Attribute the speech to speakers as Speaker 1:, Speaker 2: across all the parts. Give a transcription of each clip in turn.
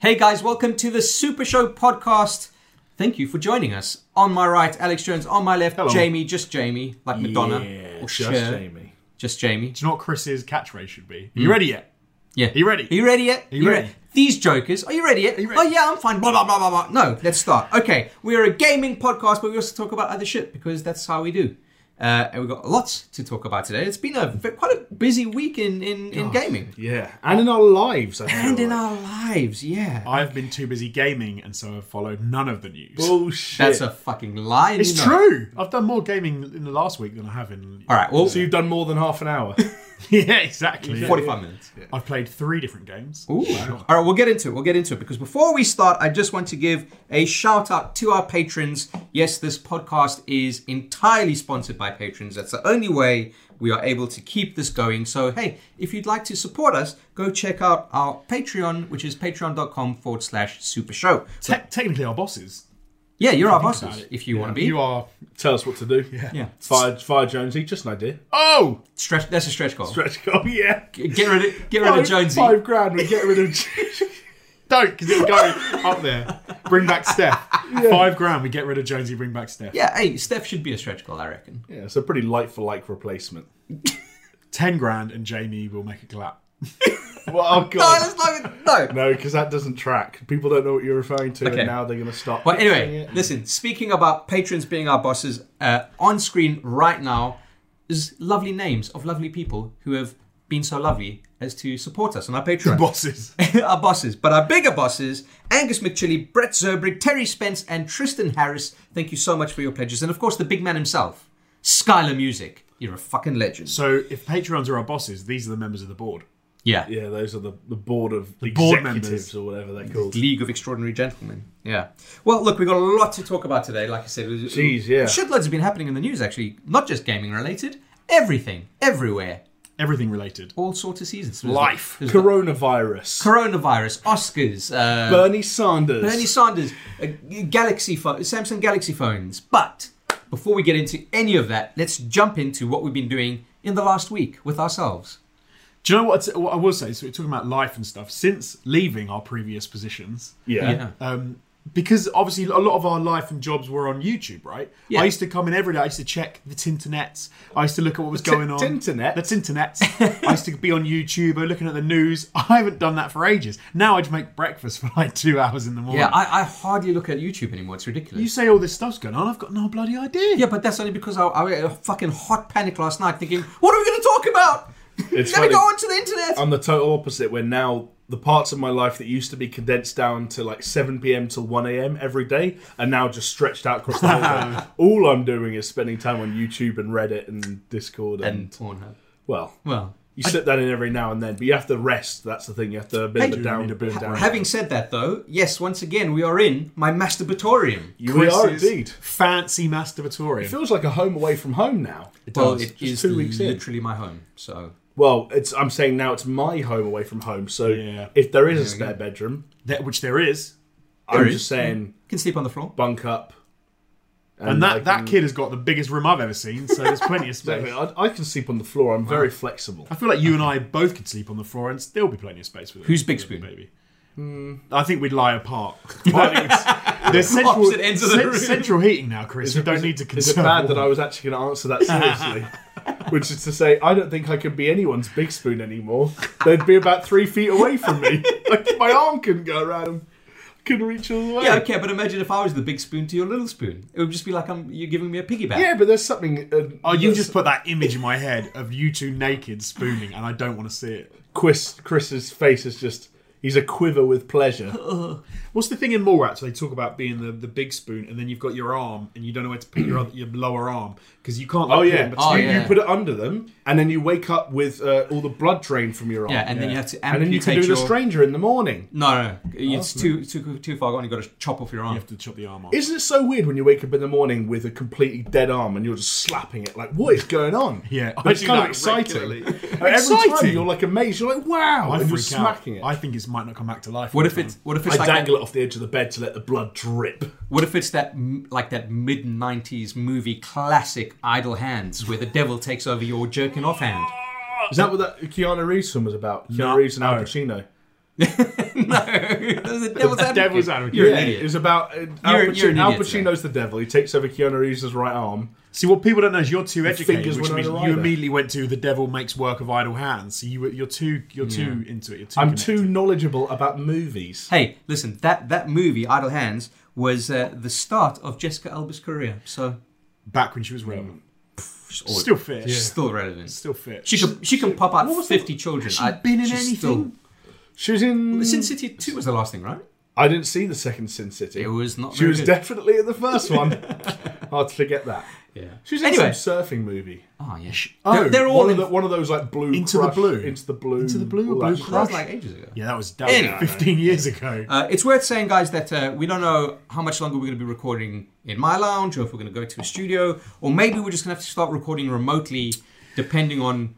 Speaker 1: Hey guys, welcome to the Super Show podcast. Thank you for joining us. On my right, Alex Jones. On my left,
Speaker 2: Hello.
Speaker 1: Jamie, just Jamie, like Madonna
Speaker 2: Yeah,
Speaker 1: or
Speaker 2: just
Speaker 1: Cher.
Speaker 2: Jamie.
Speaker 1: Just Jamie.
Speaker 2: Do you know what Chris's catchphrase should be?
Speaker 1: Mm.
Speaker 2: Are you ready yet?
Speaker 1: Yeah.
Speaker 2: you ready?
Speaker 1: Are you ready yet? Are
Speaker 2: you ready?
Speaker 1: These jokers, are you ready yet?
Speaker 2: you ready?
Speaker 1: Oh yeah, I'm fine. Blah blah blah blah blah. No, let's start. Okay, we are a gaming podcast, but we also talk about other shit because that's how we do. Uh, and we've got lots to talk about today. It's been a v- quite a busy week in in,
Speaker 2: Oh,
Speaker 1: in gaming
Speaker 2: Yeah, and in our lives. I feel
Speaker 1: and in
Speaker 2: like.
Speaker 1: our lives. Yeah,
Speaker 2: I've been too busy gaming, and so I've followed none of the news.
Speaker 3: Bullshit.
Speaker 1: that's a fucking lie. and
Speaker 2: Oh, it's
Speaker 1: you know it.
Speaker 2: true. I've done more gaming in the last week than I have in.
Speaker 1: All right. Well,
Speaker 3: so you've done more than half an hour.
Speaker 2: yeah, exactly.
Speaker 1: forty-five minutes.
Speaker 2: I've played three different games.
Speaker 1: Ooh. All right, we'll get into it. We'll get into it because before we start, I just want to give a shout out to our patrons. Yes, this podcast is entirely sponsored by patrons. That's the only way we are able to keep this going. So, hey, if you'd like to support us, go check out our Patreon, which is patreon.com forward slash super show.
Speaker 2: Te- technically, our bosses.
Speaker 1: Yeah, you're our bosses
Speaker 2: about it.
Speaker 1: if you want to be.
Speaker 2: You are.
Speaker 3: Tell us what to do.
Speaker 1: Yeah.
Speaker 3: Fire, fire Jonesy, just an idea.
Speaker 2: Oh,
Speaker 1: Stretch, that's a stretch goal.
Speaker 3: Stretch goal, Oh, yeah.
Speaker 1: Get rid of, get rid of Jonesy.
Speaker 3: Five grand, we get rid of Jonesy.
Speaker 2: don't because it'll go up there. Bring back Steph. Five grand. We get rid of Jonesy. Bring back Steph.
Speaker 1: Yeah, hey, Steph should be a stretch goal, I reckon.
Speaker 3: Yeah, it's a pretty light for like replacement.
Speaker 2: Ten grand, and Jamie will make a clap.
Speaker 3: Well, oh,
Speaker 1: No,
Speaker 3: God.
Speaker 1: that's not, no,
Speaker 3: No, because that doesn't track. People don't know what you're referring to,
Speaker 1: Okay.
Speaker 3: and now they're going to stop.
Speaker 1: But anyway, listen, speaking about patrons being our bosses, uh, on screen right now is lovely names of lovely people who have been so lovely as to support us on our Patreon.
Speaker 2: Bosses.
Speaker 1: our bosses, but our bigger bosses, Angus McChilly, Brett Zerbrick, Terry Spence, and Tristan Harris, thank you so much for your pledges. And of course, the big man himself, Skylar Music. You're a fucking legend.
Speaker 2: So if Patreons are our bosses, these are the members of the board.
Speaker 1: Yeah.
Speaker 3: Yeah, those are the, the board of the
Speaker 2: board
Speaker 3: executives
Speaker 2: members.
Speaker 3: or whatever they're called.
Speaker 1: League of Extraordinary Gentlemen. Yeah. Well, look, we've got a lot to talk about today. Like I said,
Speaker 3: Jeez, yeah.
Speaker 1: Shitloads have been happening in the news, actually. Not just gaming related, everything, everywhere,
Speaker 2: Everything related.
Speaker 1: all sorts of seasons. There's
Speaker 2: Life.
Speaker 1: the- there's the
Speaker 3: Coronavirus.
Speaker 1: coronavirus, Oscars, uh,
Speaker 3: Bernie Sanders.
Speaker 1: Bernie Sanders, uh, Galaxy pho- Samsung Galaxy phones. But before we get into any of that, let's jump into what we've been doing in the last week with ourselves.
Speaker 2: Do you know what, what I will say? So we're talking about life and stuff. Since leaving our previous positions,
Speaker 3: Yeah. Uh,
Speaker 1: Yeah.
Speaker 2: um, because obviously a lot of our life and jobs were on YouTube, right?
Speaker 1: Yeah.
Speaker 2: I used to come in every day. I used to check the Tinternets. I used to look at what was
Speaker 3: The
Speaker 2: going on.
Speaker 3: Tinternet?
Speaker 2: The Tinternets. I used to be on YouTube or looking at the news. I haven't done that for ages. Now I'd make breakfast for like two hours in the morning.
Speaker 1: Yeah, I, I hardly look at YouTube anymore. It's ridiculous.
Speaker 2: you say all this stuff's going on. I've got no bloody idea.
Speaker 1: Yeah, but that's only because I, I had a fucking hot panic last night thinking, what are we going to talk about?
Speaker 3: It's
Speaker 1: Let me
Speaker 3: funny.
Speaker 1: go onto the internet.
Speaker 3: I'm the total opposite. Where now the parts of my life that used to be condensed down to like 7 p.m. till 1 a.m. every day are now just stretched out across the whole day. All I'm doing is spending time on YouTube and Reddit and Discord and,
Speaker 1: and Pornhub.
Speaker 3: well,
Speaker 1: Well,
Speaker 3: you slip that in every now and then, but you have to rest. That's the thing. You have to a bit
Speaker 1: Hey,
Speaker 3: of a
Speaker 1: you
Speaker 3: down,
Speaker 2: need a bit of down.
Speaker 1: having said that though, yes, once again we are in my masturbatorium.
Speaker 3: You we are
Speaker 2: Chris's
Speaker 3: indeed.
Speaker 2: Fancy masturbatorium.
Speaker 3: It feels like a home away from home now.
Speaker 1: Well,
Speaker 2: does.
Speaker 1: it
Speaker 3: Just
Speaker 1: is
Speaker 3: two weeks in.
Speaker 1: literally my home. So
Speaker 3: Well, it's I'm saying now it's my home away from home. So
Speaker 2: Yeah.
Speaker 3: if there is a spare bedroom,
Speaker 2: That- which there is.
Speaker 3: I'm
Speaker 1: is.
Speaker 3: just saying
Speaker 1: you can sleep on the floor.
Speaker 3: bunk up.
Speaker 2: And mm.
Speaker 3: I
Speaker 2: that, that
Speaker 3: can-
Speaker 2: kid has got the biggest room I've ever seen, so there's plenty of space.
Speaker 3: Exactly. I, I can sleep on the floor. I'm very flexible.
Speaker 2: I feel like you and I both could sleep on the floor and still be plenty of space with it.
Speaker 1: Who's Big Spoon?
Speaker 2: Baby. I think we'd lie apart. I think it's- There's central,
Speaker 1: Opposite ends of the
Speaker 2: cen-
Speaker 1: room.
Speaker 2: central heating now, Chris. You
Speaker 3: it-
Speaker 2: don't need to
Speaker 3: Is it
Speaker 2: concern.
Speaker 3: bad that I was actually going to answer that seriously? Which is to say, I don't think I could be anyone's big spoon anymore. They'd be about three feet away from me. Like my arm couldn't go around them. Couldn't reach all the way.
Speaker 1: Yeah, okay, but imagine if I was the big spoon to your little spoon. It would just be like I'm you're giving me a piggyback.
Speaker 3: Yeah, but there's something. Uh,
Speaker 2: Oh, you
Speaker 3: there's-
Speaker 2: just put that image in my head of you two naked spooning, and I don't want to see it.
Speaker 3: Chris. Chris's face is just. He's a quiver with pleasure.
Speaker 2: What's the thing in Mallrats? They talk about being the, the big spoon, and then you've got your arm, and you don't know where to put your other, your lower arm because you can't. Like,
Speaker 3: Oh
Speaker 2: put it
Speaker 3: yeah.
Speaker 2: in between.
Speaker 1: Oh,
Speaker 3: you,
Speaker 1: yeah.
Speaker 3: you put it under them, and then you wake up with uh, all the blood drained from your arm.
Speaker 1: Yeah, and then you have to
Speaker 3: and then you can do
Speaker 1: amputate
Speaker 3: the
Speaker 1: your-
Speaker 3: stranger in the morning.
Speaker 1: No, no, no. it's too too too far gone. You got to chop off your arm.
Speaker 2: You have to chop the arm off.
Speaker 3: Isn't it so weird when you wake up in the morning with a completely dead arm and you're just slapping it? Like, what is going on?
Speaker 2: Yeah,
Speaker 3: But
Speaker 2: I
Speaker 3: it's
Speaker 2: do
Speaker 3: kind of
Speaker 2: that
Speaker 3: exciting.
Speaker 2: regularly.
Speaker 3: And every
Speaker 2: Exciting.
Speaker 3: time you're like amazed, you're like, wow,
Speaker 2: I
Speaker 3: and you're
Speaker 2: freak out.
Speaker 3: smacking it.
Speaker 2: I think it might not come back to life.
Speaker 1: What
Speaker 2: all
Speaker 1: if
Speaker 2: the time.
Speaker 1: it's what if
Speaker 3: I
Speaker 1: it's like
Speaker 3: dangle
Speaker 1: that,
Speaker 3: it off the edge of the bed to let the blood drip.
Speaker 1: what if it's that m- like that mid '90s movie classic Idle Hands where the devil takes over your jerking off hand?
Speaker 3: Is that what that Keanu Reeves film was about? Keanu
Speaker 2: No.
Speaker 3: Reeves and Al
Speaker 2: No.
Speaker 3: Pacino.
Speaker 1: no, that was a devil's advocate.
Speaker 2: devil's advocate.
Speaker 1: You're
Speaker 2: Yeah.
Speaker 1: an
Speaker 3: It
Speaker 1: idiot.
Speaker 3: was about uh, Al,
Speaker 1: You're-
Speaker 3: Paci-
Speaker 1: you're an
Speaker 3: Al
Speaker 1: idiot,
Speaker 3: Pacino's the devil. He takes over Keanu Reeves' right arm.
Speaker 2: See, what people don't know is you're too educated,
Speaker 3: fingers
Speaker 2: which
Speaker 3: went
Speaker 2: means
Speaker 3: on the
Speaker 2: you
Speaker 3: rider.
Speaker 2: immediately went to the devil makes work of idle hands. So you were, you're too you're too into it. You're too
Speaker 3: I'm
Speaker 2: connected.
Speaker 3: too knowledgeable about movies.
Speaker 1: Hey, listen, that that movie Idle Hands was uh, the start of Jessica Alba's career, so
Speaker 2: back when she was relevant.
Speaker 1: she's always-
Speaker 2: Still fit.
Speaker 1: she's still relevant.
Speaker 2: Still fit.
Speaker 1: She can she can pop out
Speaker 3: was
Speaker 1: fifty children.
Speaker 2: she
Speaker 1: I-
Speaker 2: been in
Speaker 1: she's
Speaker 2: anything? Mm.
Speaker 1: still-
Speaker 3: She was in.
Speaker 1: Sin City Two was the last thing, right?
Speaker 3: I didn't see the second Sin City.
Speaker 1: It was not.
Speaker 3: she
Speaker 1: very
Speaker 3: was
Speaker 1: good.
Speaker 3: definitely in the first one. Hard to forget that.
Speaker 1: Yeah.
Speaker 3: She was in
Speaker 1: Anyway.
Speaker 3: some surfing movie.
Speaker 1: Oh yeah.
Speaker 2: Oh,
Speaker 1: they're, they're all
Speaker 3: One of,
Speaker 1: in.
Speaker 3: the, one of those like blue
Speaker 2: Into the
Speaker 3: Crush,
Speaker 2: Blue.
Speaker 3: into the blue,
Speaker 2: Into the Blue or
Speaker 3: all
Speaker 2: Blue
Speaker 3: that
Speaker 1: that was
Speaker 2: Crush?
Speaker 1: like ages ago.
Speaker 2: yeah, that was that was
Speaker 1: Anyway.
Speaker 2: 15 years ago.
Speaker 1: Uh, it's worth saying, guys, that uh, we don't know how much longer we're going to be recording in my lounge, or if we're going to go to a studio, or maybe we're just going to have to start recording remotely, depending on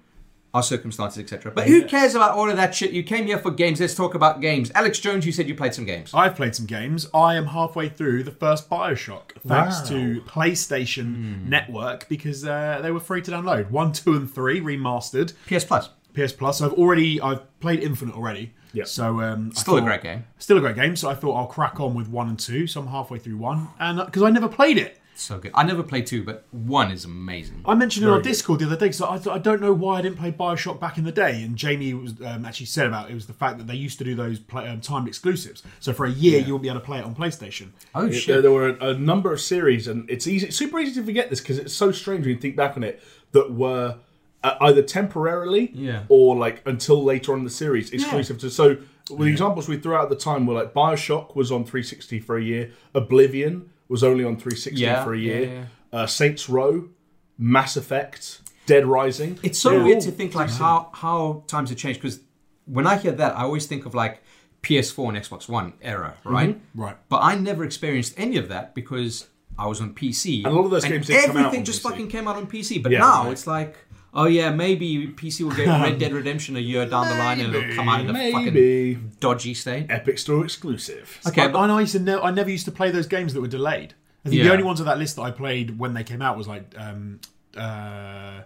Speaker 1: our circumstances, etc. But who cares about all of that shit? You came here for games. Let's talk about games. Alex Jones, you said you played some games.
Speaker 2: I've played some games. I am halfway through the first Bioshock, thanks
Speaker 3: Wow.
Speaker 2: to PlayStation Network because uh, they were free to download. One, two, and three remastered.
Speaker 1: PS Plus.
Speaker 2: PS Plus. I've already I've played Infinite already.
Speaker 3: Yeah.
Speaker 2: So um, I
Speaker 1: Still a
Speaker 2: thought-
Speaker 1: great game.
Speaker 2: Still a great game. So I thought I'll crack on with one and two. So I'm halfway through one, and because I never played it.
Speaker 1: So good. I never played two, but one is amazing.
Speaker 2: I mentioned in our Discord the other day, so I, I don't know why I didn't play Bioshock back in the day. And Jamie was um, actually said about it was the fact that they used to do those play, um, timed exclusives. So for a year, you won't be able to play it on PlayStation.
Speaker 1: Oh
Speaker 3: It-
Speaker 1: shit.
Speaker 3: there were a, a number of series, and it's easy, it's super easy to forget this because it's so strange when you think back on it that were uh, either temporarily
Speaker 1: Yeah.
Speaker 3: or like until later on in the series exclusive to. So well, the examples we threw out at the time were like Bioshock was on 360 for a year, Oblivion was only on 360
Speaker 1: Yeah,
Speaker 3: for a
Speaker 1: yeah,
Speaker 3: year,
Speaker 1: yeah.
Speaker 3: Uh, Saints Row, Mass Effect, Dead Rising.
Speaker 1: It's so
Speaker 3: Yeah.
Speaker 1: weird to think like how how times have changed because when I hear that, I always think of like PS4 and Xbox One era,
Speaker 3: Mm-hmm.
Speaker 1: right?
Speaker 2: Right.
Speaker 1: But I never experienced any of that because I was on PC. And
Speaker 3: a lot of those games did come out
Speaker 1: everything
Speaker 3: on
Speaker 1: just
Speaker 3: PC.
Speaker 1: fucking came out on PC. But
Speaker 3: Yeah,
Speaker 1: now
Speaker 3: right.
Speaker 1: it's like, oh yeah, maybe PC will get Red Dead Redemption a year down the line and it'll come out in a fucking
Speaker 3: Maybe
Speaker 1: dodgy state.
Speaker 3: Epic Store exclusive.
Speaker 1: Okay,
Speaker 2: I,
Speaker 1: but-
Speaker 2: and I used to ne- I never used to play those games that were delayed. I think
Speaker 1: Yeah.
Speaker 2: the only ones on that list that I played when they came out was like, um, uh,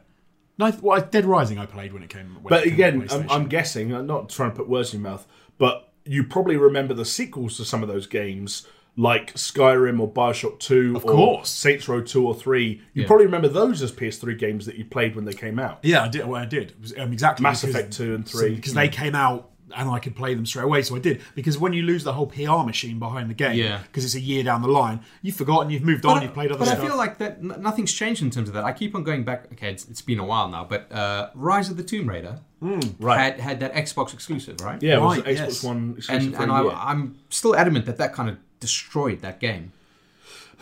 Speaker 2: no, I th- well, Dead Rising. I played when it came. When
Speaker 3: But
Speaker 2: it came on
Speaker 3: again, I'm,
Speaker 2: PlayStation.
Speaker 3: I'm guessing. I'm not trying to put words in your mouth, but you probably remember the sequels to some of those games, like Skyrim or Bioshock Two, of or
Speaker 2: course.
Speaker 3: Saints Row Two or Three. You
Speaker 1: Yeah.
Speaker 3: probably remember those as PS3 games that you played when they came out.
Speaker 2: Yeah, I did. Well, I did. It was, um, exactly.
Speaker 3: Mass Effect 2 and 3.
Speaker 2: Because they came out and I could play them straight away, so I did. Because when you lose the whole PR machine behind the game,
Speaker 1: Yeah.
Speaker 2: because it's a year down the line, you've forgotten, you've moved on,
Speaker 1: I-
Speaker 2: you've played other
Speaker 1: but
Speaker 2: stuff.
Speaker 1: I feel like that n- nothing's changed in terms of that. I keep on going back. Okay, it's, it's been a while now, but uh, Rise of the Tomb Raider
Speaker 3: Mm. right.
Speaker 1: had had that Xbox exclusive, right?
Speaker 3: Yeah, it was
Speaker 2: Right,
Speaker 3: Xbox
Speaker 2: yes.
Speaker 3: One exclusive
Speaker 1: and
Speaker 3: for
Speaker 1: and
Speaker 3: a
Speaker 1: I,
Speaker 3: year.
Speaker 1: I'm still adamant that that kind of destroyed that game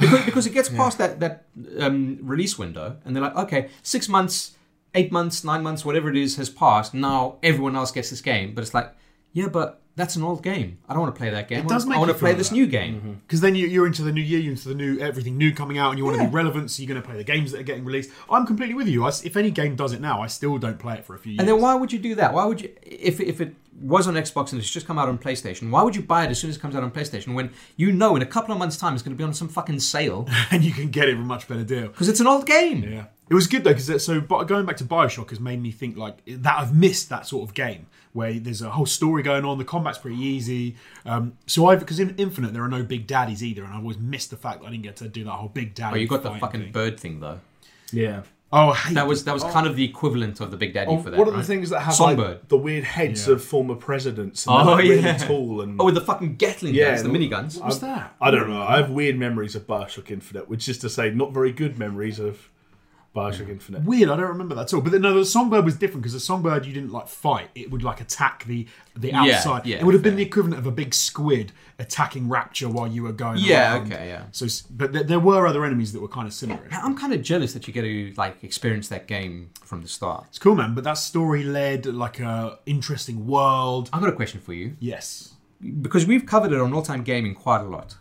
Speaker 1: because because it gets past that that um, release window, and they're like, okay, six months, eight months, nine months, whatever it is, has passed. Now everyone else gets this game, but it's like, yeah, but that's an old game. I don't want to play that game. I
Speaker 2: does
Speaker 1: wanna-
Speaker 2: make
Speaker 1: I want
Speaker 2: you
Speaker 1: to play
Speaker 2: feel
Speaker 1: this
Speaker 2: that. Mm-hmm.
Speaker 1: new game.
Speaker 2: Because then you, you're into the new year, you're into the new everything new coming out, and you want to be relevant, so you're going to play the games that are getting released. I'm completely with you. I s if any game does it now, I still don't play it for a few years.
Speaker 1: And then why would you do that? Why would you if if it was on Xbox and it's just come out on PlayStation? Why would you buy it as soon as it comes out on PlayStation when you know in a couple of months' time it's going to be on some fucking sale
Speaker 2: and you can get it for a much better deal.
Speaker 1: because it's an old game?
Speaker 2: Yeah, it was good though because so but going back to Bioshock has made me think like that I've missed that sort of game where there's a whole story going on. The combat's pretty easy. Um, so I because in Infinite there are no big daddies either, and I've always missed the fact that I didn't get to do that whole big daddy.
Speaker 1: Oh, you got the
Speaker 2: fight
Speaker 1: fucking
Speaker 2: thing.
Speaker 1: bird thing though.
Speaker 3: yeah.
Speaker 2: Oh, I hate
Speaker 1: That was that was kind of the equivalent of the Big Daddy for that.
Speaker 3: One of Oh, the
Speaker 1: right?
Speaker 3: things that have
Speaker 1: Songbird.
Speaker 3: like the weird heads
Speaker 2: Yeah.
Speaker 3: of former presidents and
Speaker 1: Oh,
Speaker 3: they're like
Speaker 1: yeah.
Speaker 3: really tall and
Speaker 1: oh, with the fucking Gatling
Speaker 3: Yeah,
Speaker 1: guns, the
Speaker 3: and-
Speaker 1: miniguns.
Speaker 2: What was that?
Speaker 3: I don't know. I have weird memories of Bioshock Infinite, which is to say, not very good memories of Bioshock Infinite.
Speaker 2: Weird, I don't remember that at all. But then, no, the songbird was different because the songbird you didn't like fight; it would like attack the the
Speaker 1: Yeah,
Speaker 2: outside.
Speaker 1: yeah,
Speaker 2: it would have been
Speaker 1: fair.
Speaker 2: the equivalent of a big squid attacking Rapture while you were going.
Speaker 1: Yeah,
Speaker 2: around.
Speaker 1: okay, yeah.
Speaker 2: So, s- but there, there were other enemies that were kind of similar.
Speaker 1: I'm kind of jealous that you get to like experience that game from the start.
Speaker 2: It's cool, man. But that story led like a interesting world.
Speaker 1: I've got a question for you
Speaker 2: Yes.
Speaker 1: because we've covered it on All Time Gaming quite a lot.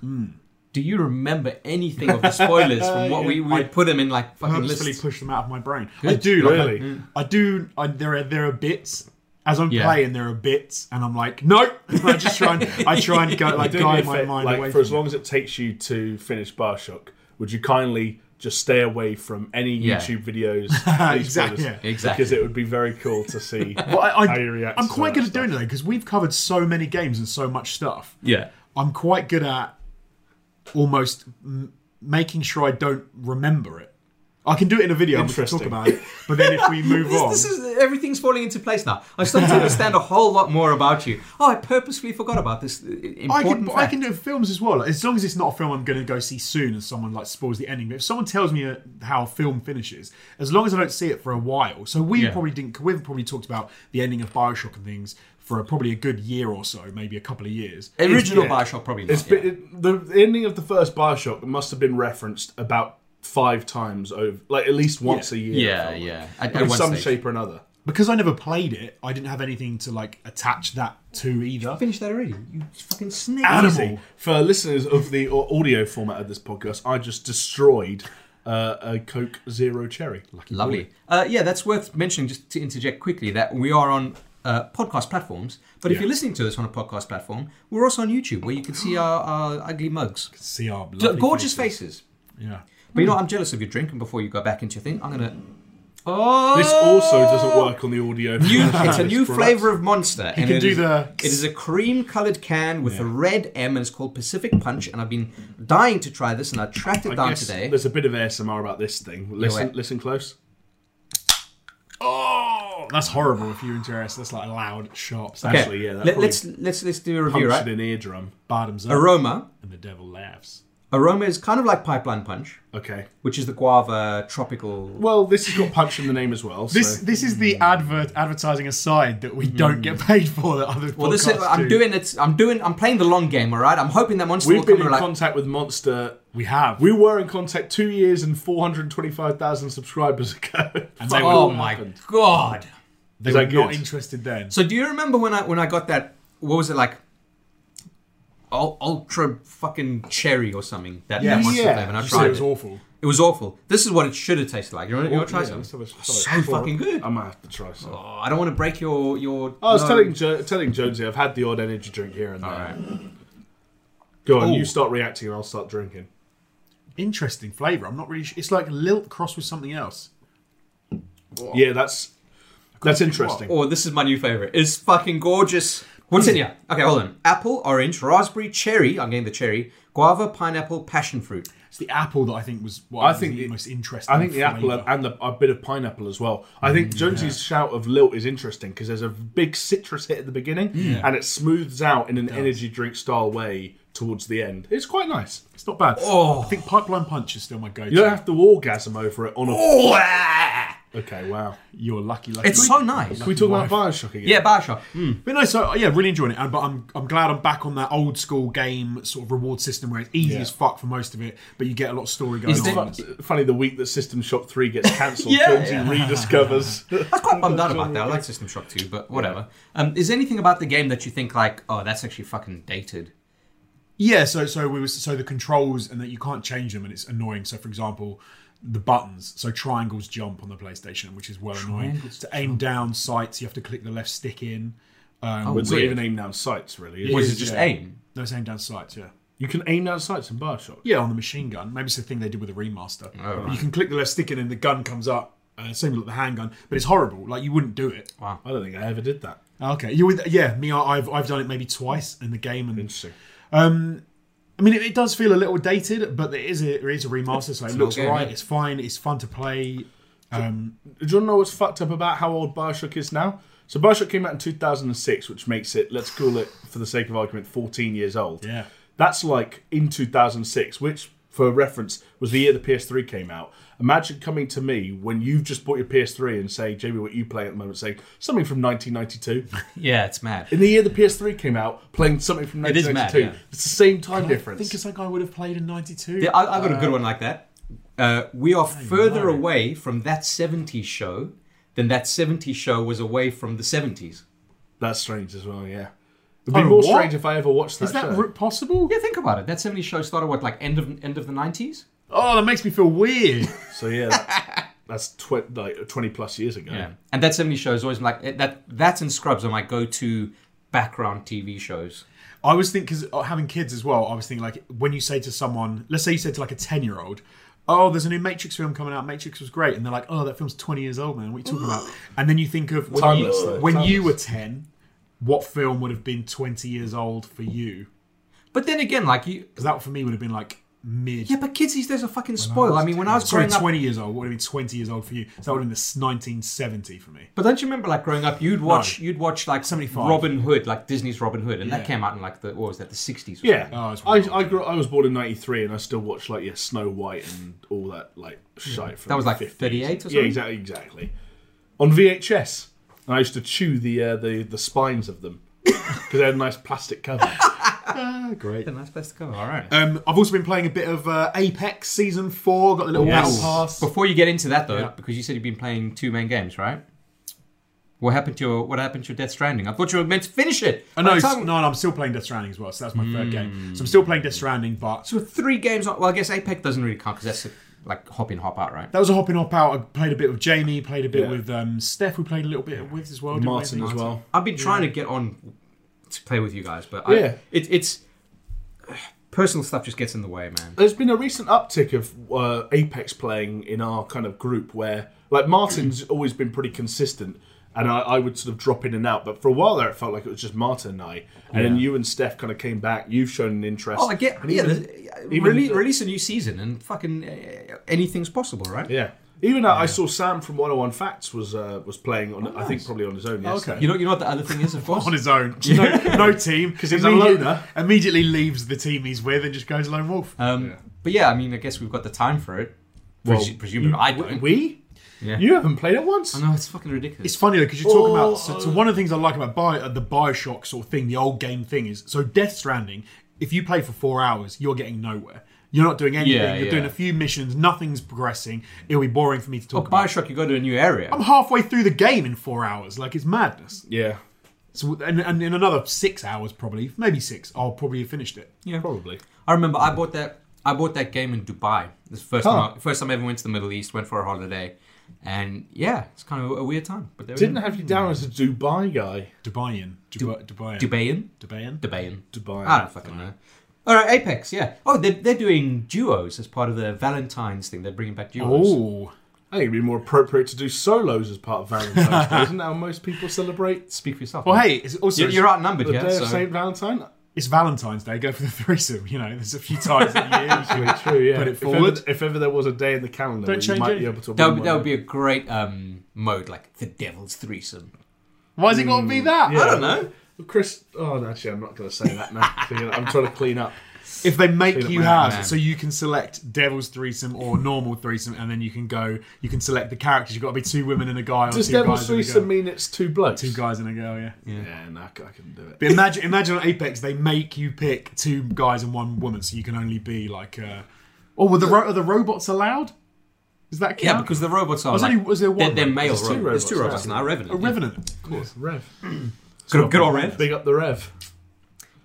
Speaker 1: Do you remember anything of the spoilers from what we, we
Speaker 2: I
Speaker 1: put them in like fucking
Speaker 2: Purposefully
Speaker 1: lists?
Speaker 2: push them out of my brain. I do. Like,
Speaker 3: Really?
Speaker 2: I, I do. I, there are there are bits. As I'm
Speaker 1: Yeah.
Speaker 2: playing, there are bits, and I'm like, no. I just try and I try and go like
Speaker 3: Do me a
Speaker 2: guide my
Speaker 3: fa-
Speaker 2: mind
Speaker 3: like,
Speaker 2: away.
Speaker 3: for
Speaker 2: From
Speaker 3: as long as it takes you to finish Bioshock, would you kindly just stay away from any
Speaker 1: Yeah.
Speaker 3: YouTube videos. please,
Speaker 2: Exactly,
Speaker 3: brothers,
Speaker 1: yeah. Exactly.
Speaker 3: Because it would be very cool to see
Speaker 2: Well, I,
Speaker 3: how you react.
Speaker 2: am
Speaker 3: to
Speaker 2: quite
Speaker 3: that
Speaker 2: good at
Speaker 3: stuff.
Speaker 2: doing it though because we've covered so many games and so much stuff.
Speaker 1: Yeah.
Speaker 2: I'm quite good at almost m- making sure I don't remember it. I can do it in a video and we can talk
Speaker 3: Interesting.
Speaker 2: about it, but then if we move
Speaker 1: This,
Speaker 2: on,
Speaker 1: this is everything's falling into place now. I'm starting to understand a whole lot more about you. Oh, I purposefully forgot about this uh,
Speaker 2: I can
Speaker 1: important
Speaker 2: I
Speaker 1: fact.
Speaker 2: can do films as well. Like, as long as it's not a film I'm going to go see soon, and someone like spoils the ending. But if someone tells me uh, how a film finishes, as long as I don't see it for a while, so we
Speaker 1: Yeah.
Speaker 2: probably didn't. We've probably talked about the ending of Bioshock and things for a, probably a good year or so, maybe a couple of years.
Speaker 1: Original
Speaker 3: Yeah.
Speaker 1: Bioshow probably not.
Speaker 3: It's
Speaker 1: yeah.
Speaker 3: been, it, the the ending of the first Bioshock must have been referenced about five times over, like at least once a year.
Speaker 1: Yeah,
Speaker 3: I felt like.
Speaker 1: yeah. At- at
Speaker 3: in
Speaker 1: one
Speaker 3: some
Speaker 1: stage.
Speaker 3: shape or another.
Speaker 2: Because I never played it, I didn't have anything to like attach that to either.
Speaker 1: finished that already. You fucking snake.
Speaker 2: Animal.
Speaker 3: Easy. For listeners of the au- audio format of this podcast, I just destroyed uh, a Coke Zero Cherry. Lucky
Speaker 1: Lovely.
Speaker 3: boy.
Speaker 1: Uh, yeah, that's worth mentioning just to interject quickly that we are on uh, podcast platforms. But if
Speaker 3: Yeah.
Speaker 1: you're listening to this on a podcast platform, we're also on YouTube where you can see our, our ugly mugs.
Speaker 2: See our
Speaker 1: Look,
Speaker 2: lovely
Speaker 1: gorgeous faces.
Speaker 2: Yeah.
Speaker 1: But you know, what? I'm jealous of your drink. And before you go back into your thing, I'm gonna. Oh,
Speaker 3: This also doesn't work on the audio.
Speaker 1: New,
Speaker 3: format of
Speaker 1: it's a
Speaker 3: this
Speaker 1: new
Speaker 3: product.
Speaker 1: flavour of Monster. and
Speaker 2: can
Speaker 1: it
Speaker 2: do
Speaker 1: is-
Speaker 2: the-
Speaker 1: It is a cream-coloured can with a red M, and it's called Pacific Punch. And I've been dying to try this, and I tracked it
Speaker 3: I
Speaker 1: down
Speaker 3: guess
Speaker 1: today.
Speaker 3: There's a bit of ASMR about this thing. Listen,
Speaker 1: wait.
Speaker 3: listen close.
Speaker 2: Oh, that's horrible. If you're interested, that's like a loud, sharp. sound.
Speaker 1: Okay,
Speaker 3: actually, yeah, that
Speaker 1: Let,
Speaker 3: probably
Speaker 1: us let's let's do a
Speaker 3: Punch
Speaker 1: review, right?
Speaker 3: it in eardrum.
Speaker 2: Bottoms up,
Speaker 1: Aroma.
Speaker 2: and the devil laughs.
Speaker 1: Aroma is kind of like Pipeline Punch,
Speaker 3: Okay.
Speaker 1: which is the guava tropical.
Speaker 3: Well, this has got punch in the name as well.
Speaker 2: This
Speaker 3: so.
Speaker 2: this is the advert advertising aside that we don't get paid for that other
Speaker 1: Well, this is,
Speaker 2: podcasts
Speaker 1: I'm
Speaker 2: do.
Speaker 1: doing it. I'm doing. I'm playing the long game. All right. I'm hoping that Monster
Speaker 3: We've
Speaker 1: will come
Speaker 3: been in
Speaker 1: and like.
Speaker 3: contact with Monster.
Speaker 2: We have.
Speaker 3: We were in contact two years and 425,000 subscribers ago.
Speaker 2: And
Speaker 3: Fuck
Speaker 2: they
Speaker 1: oh
Speaker 2: all
Speaker 3: what
Speaker 1: my
Speaker 3: happened.
Speaker 1: god.
Speaker 2: they
Speaker 3: Is
Speaker 2: were
Speaker 3: that
Speaker 2: not
Speaker 3: good?
Speaker 2: interested then.
Speaker 1: So do you remember when I when I got that? What was it like? Ul- Ultra fucking cherry or something. That, that Monster
Speaker 3: Yeah.
Speaker 1: flavor. And I
Speaker 2: You said
Speaker 1: tried
Speaker 2: it
Speaker 1: it.
Speaker 2: was awful.
Speaker 1: It was awful. This is what it should have tasted like. You want, you want to try
Speaker 3: Yeah,
Speaker 1: some?
Speaker 3: let's have a- let's
Speaker 1: so
Speaker 3: have a-
Speaker 1: fucking good.
Speaker 3: I might have to try some.
Speaker 1: Oh, I don't want to break your your.
Speaker 3: I was
Speaker 1: no.
Speaker 3: telling jo- telling Jonesy I've had the odd energy drink here and there.
Speaker 1: All right.
Speaker 3: Go on,
Speaker 2: Ooh.
Speaker 3: you start reacting and I'll start drinking.
Speaker 2: Interesting flavour. I'm not really sure. It's like lilt crossed with something else.
Speaker 3: Yeah, that's that's interesting.
Speaker 1: Oh, this is my new favorite. It's fucking gorgeous. What's in here? Okay, hold on. Apple, orange, raspberry, cherry. I'm getting the cherry. Guava, pineapple, passion fruit.
Speaker 2: It's the apple that I think was what
Speaker 3: I
Speaker 2: was
Speaker 3: think
Speaker 2: the
Speaker 3: it-
Speaker 2: most interesting.
Speaker 3: I think the apple
Speaker 2: flavour.
Speaker 3: and and the, a bit of pineapple as well. I
Speaker 1: Mm,
Speaker 3: think Jonesy's shout of lilt is interesting because there's a big citrus hit at the beginning
Speaker 1: Mm.
Speaker 3: and it smooths out in an energy drink style way towards the end. It's quite nice.
Speaker 2: It's not bad.
Speaker 1: Oh.
Speaker 2: I think pipeline punch is still my go-to.
Speaker 3: You don't have to orgasm over it on a.
Speaker 1: Oh, ah!
Speaker 3: Okay, wow.
Speaker 2: You're lucky. lucky.
Speaker 1: it's so nice.
Speaker 3: Can we talk about Bioshock again?
Speaker 1: Yeah, Bioshock. Mm.
Speaker 2: But no, so uh, yeah, really enjoying it. And- But I'm I'm glad I'm back on that old school game sort of reward system where it's easy
Speaker 3: Yeah.
Speaker 2: as fuck for most of it, but you get a lot of story going
Speaker 1: Is
Speaker 2: on.
Speaker 1: there-
Speaker 3: Fu- Funny the week that System Shock 3 gets cancelled,
Speaker 1: Yeah.
Speaker 3: Jonesy rediscovers.
Speaker 1: I was quite bummed out about that. I like System Shock 2, but whatever. Um, is there anything about the game that you think like, oh, that's actually fucking dated?
Speaker 2: Yeah, so so we were so the controls and that you can't change them and it's annoying. So for example, the buttons, so triangles jump on the PlayStation, which is well annoying. To aim down sights, you have to click the left stick in. Um,
Speaker 1: Oh,
Speaker 3: Well, it's not
Speaker 1: Weird.
Speaker 3: even aim down sights, really. is
Speaker 1: Or
Speaker 3: it?
Speaker 1: is
Speaker 2: is,
Speaker 1: it just
Speaker 2: yeah.
Speaker 1: aim?
Speaker 2: no, it's aim down sights, yeah.
Speaker 3: You can aim down sights in Bioshock.
Speaker 2: Yeah, on the machine gun. Maybe it's the thing they did with the remaster.
Speaker 1: Oh,
Speaker 2: You can click the left stick in and the gun comes up. Uh, same with the handgun, but it's horrible. Like you wouldn't do it.
Speaker 3: I don't think I ever did that.
Speaker 2: Okay, you would. Yeah, me. I- I've I've done it maybe twice in the game, and
Speaker 3: Interesting.
Speaker 2: Um, I mean, it, it does feel a little dated, but there is a, there is a remaster, so it looks
Speaker 1: game,
Speaker 2: right.
Speaker 1: yeah.
Speaker 2: It's fine. It's fun to play.
Speaker 3: Do you want to know what's fucked up about how old Bioshock is now? So Bioshock came out in 2006, which makes it, let's call it, for the sake of argument, 14 years old.
Speaker 2: Yeah.
Speaker 3: That's like in 2006, which, for reference, was the year the PS3 came out. Imagine coming to me when you've just bought your PS3 and say, JB, what you play at the moment, saying something from 1992.
Speaker 1: Yeah, it's mad.
Speaker 3: in the year the PS3 came out, playing something from
Speaker 1: It is mad,
Speaker 3: 1992.
Speaker 1: yeah.
Speaker 3: It's the same time
Speaker 2: I
Speaker 3: difference.
Speaker 2: think it's like I would have played in '92.
Speaker 1: Yeah, I, I got a good one like that. Uh, we are further away from that 70s show than that 70s show was away from the 70s.
Speaker 3: That's strange as well, yeah. It'd be
Speaker 2: Oh,
Speaker 3: more
Speaker 2: what?
Speaker 3: strange if I ever watched that,
Speaker 2: is that
Speaker 3: show.
Speaker 2: r- possible?
Speaker 1: Yeah, think about it. That 70s show started what, like end of end of the 90s?
Speaker 2: Oh, that makes me feel weird.
Speaker 3: So yeah, that- that's tw- like twenty plus years ago.
Speaker 1: Yeah. And that 70s show is always like it- that. That and Scrubs are my go-to background TV shows.
Speaker 2: uh, I was thinking, because having kids as well, I was thinking like when you say to someone, let's say you said to like a ten year old, oh, there's a new Matrix film coming out. Matrix was great, and they're like, oh, that film's 20 years old, man. What are you talking about? And then you think of when,
Speaker 3: Timeless,
Speaker 2: you,
Speaker 3: though.
Speaker 2: when you were 10, what film would have been 20 years old for you?
Speaker 1: But then again, like you,
Speaker 2: Because that for me would have been like mid.
Speaker 1: yeah, but kids these days are fucking spoiled. I mean, when I was
Speaker 2: Sorry,
Speaker 1: growing up,
Speaker 2: 20 years old. What would have been 20 years old for you? So that would have been this 1970 for me.
Speaker 1: But don't you remember, like growing up, you'd watch you'd watch like
Speaker 2: 75.
Speaker 1: Robin Hood, like Disney's Robin Hood, and
Speaker 2: Yeah.
Speaker 1: that came out in like the what was that, the sixties?
Speaker 3: Yeah,
Speaker 2: Oh, it's
Speaker 3: I,
Speaker 2: wild.
Speaker 3: I grew. I was born in '93, and I still watch like yeah, Snow White and all that like shite. From
Speaker 1: That was,
Speaker 3: the
Speaker 1: like,
Speaker 3: 50s.
Speaker 1: 38 or
Speaker 3: Yeah,
Speaker 1: something?
Speaker 3: exactly, exactly. On VHS, and I used to chew the uh, the the spines of them because they had a nice plastic cover.
Speaker 2: Ah, great.
Speaker 1: nice place to go. All right.
Speaker 2: Um, I've also been playing a bit of uh, Apex Season 4. Got the little
Speaker 3: Yes.
Speaker 2: battle pass.
Speaker 1: Before you get into that though,
Speaker 2: Yeah.
Speaker 1: because you said you've been playing two main games, right? What happened to your What happened to your Death Stranding? I thought you were meant to finish it.
Speaker 2: Oh, no,
Speaker 1: By the
Speaker 2: it's-
Speaker 1: time-
Speaker 2: no, no, I'm still playing Death Stranding as well. So that's my third game. So
Speaker 3: Hmm.
Speaker 2: I'm still playing Death Stranding, but
Speaker 1: So three games. on- Well, I guess Apex doesn't really count because that's like hop in, hop out, right?
Speaker 2: that was a hop in, hop out. I played a bit with Jamie, played a bit
Speaker 3: Yeah.
Speaker 2: with um, Steph, we played a little bit with as well. didn't we, I
Speaker 3: Martin
Speaker 2: think?
Speaker 3: as well.
Speaker 1: I've been trying to get on to play with you guys, but
Speaker 3: Yeah.
Speaker 1: I, it, it's personal stuff just gets in the way, man.
Speaker 3: There's been a recent uptick of uh, Apex playing in our kind of group where, like, Martin's always been pretty consistent, and I, I would sort of drop in and out. But for a while there, it felt like it was just Martin and I, and then you and Steph kind of came back. You've shown an interest.
Speaker 1: Oh, I get
Speaker 3: And
Speaker 1: yeah.
Speaker 3: even-
Speaker 1: the-
Speaker 3: even-
Speaker 1: release, release a new season and fucking uh, anything's possible, right?
Speaker 3: Yeah. Even I I saw Sam from 101 Facts was uh, was playing on I think probably on his own. Yes.
Speaker 2: Okay.
Speaker 1: You know, you know what the other thing is, of course.
Speaker 2: On his own. No, no team. Because
Speaker 3: he's a loner. Uh,
Speaker 2: Immediately leaves the team he's with and just goes lone wolf.
Speaker 1: um, But yeah, I mean, I guess we've got the time for it. Presu- presumably, I don't.
Speaker 3: We?
Speaker 1: Yeah.
Speaker 3: You haven't played it once.
Speaker 1: I know it's fucking ridiculous.
Speaker 2: It's funny though because you talk
Speaker 3: Oh.
Speaker 2: about so, so one of the things I like about Bio, uh, the Bioshock sort of thing, the old game thing is so Death Stranding. If you play for four hours, you're getting nowhere. You're not doing anything.
Speaker 1: Yeah,
Speaker 2: you're
Speaker 1: yeah.
Speaker 2: doing a few missions. Nothing's progressing. It'll be boring for me to
Speaker 1: Well,
Speaker 2: talk about.
Speaker 1: Bioshock, you go to a new area.
Speaker 2: I'm halfway through the game in four hours. Like it's madness.
Speaker 3: Yeah.
Speaker 2: So and, and in another six hours, probably maybe six, I'll probably have finished it.
Speaker 1: yeah.
Speaker 3: Probably.
Speaker 1: I remember I bought that. I bought that game in Dubai. This is the first time, I, first time I ever went to the Middle East. Went for a holiday, and yeah, it's kind of a weird time. But there we
Speaker 3: Didn't
Speaker 1: go.
Speaker 3: have you down as a Dubai guy.
Speaker 2: Dubaian, Dubai, Dubai,
Speaker 1: Dubayan,
Speaker 2: Dubaian.
Speaker 1: Dubayan,
Speaker 3: Dubai.
Speaker 1: I don't fucking know. All right, Apex. Yeah. Oh, they're, they're doing duos as part of the Valentine's thing. They're bringing back duos.
Speaker 2: Oh,
Speaker 3: I think it'd be more appropriate to do solos as part of Valentine's Day. Isn't that how most people celebrate
Speaker 1: Speak for yourself.
Speaker 2: well,
Speaker 1: man.
Speaker 2: hey, it's also
Speaker 1: you're, you're outnumbered,
Speaker 3: the
Speaker 1: yeah.
Speaker 3: day
Speaker 1: so-
Speaker 3: of Saint Valentine?
Speaker 2: it's Valentine's Day. Go for the threesome. You know, there's a few times a year. you
Speaker 3: Actually, true. Yeah.
Speaker 2: Put it
Speaker 3: If ever-
Speaker 2: forward.
Speaker 3: If ever, there was a day in the calendar,
Speaker 2: Don't
Speaker 3: where you
Speaker 2: change
Speaker 3: might
Speaker 2: anything.
Speaker 3: be able to.
Speaker 1: That
Speaker 3: win
Speaker 1: would, that
Speaker 3: one
Speaker 1: would be a great um, mode, like the Devil's Threesome.
Speaker 2: Why's it going to be that?
Speaker 3: Yeah.
Speaker 1: I don't know.
Speaker 3: Chris. Oh, no, actually, I'm not going to say that now. I'm trying to clean up.
Speaker 2: If they make
Speaker 3: Clean up
Speaker 2: you
Speaker 3: my
Speaker 2: have,
Speaker 1: man.
Speaker 2: so you can select devil's threesome or normal threesome, and then you can go, you can select the characters. You've got to be two women and a guy, or
Speaker 3: Does
Speaker 2: two
Speaker 3: Devil's
Speaker 2: guys and a
Speaker 3: Threesome
Speaker 2: girl.
Speaker 3: mean it's two blokes?
Speaker 2: two guys and a girl, yeah.
Speaker 3: Yeah, no, I c- I couldn't do it.
Speaker 2: But imagine, imagine on Apex they make you pick two guys and one woman, so you can only be like, uh, oh, were the ro- are the robots allowed? Is that
Speaker 1: Yeah,
Speaker 2: count?
Speaker 1: because the robots are
Speaker 2: Was
Speaker 1: like,
Speaker 2: only- was there
Speaker 1: they're,
Speaker 2: one
Speaker 1: they're
Speaker 2: robot?
Speaker 1: male
Speaker 3: There's
Speaker 1: robots.
Speaker 3: two
Speaker 1: There's two
Speaker 3: robots,
Speaker 1: robots now.
Speaker 2: a
Speaker 1: Revenant. yeah.
Speaker 2: revenant. Of course.
Speaker 3: Rev.
Speaker 1: Good, good old Revenant.
Speaker 3: Big up the Rev.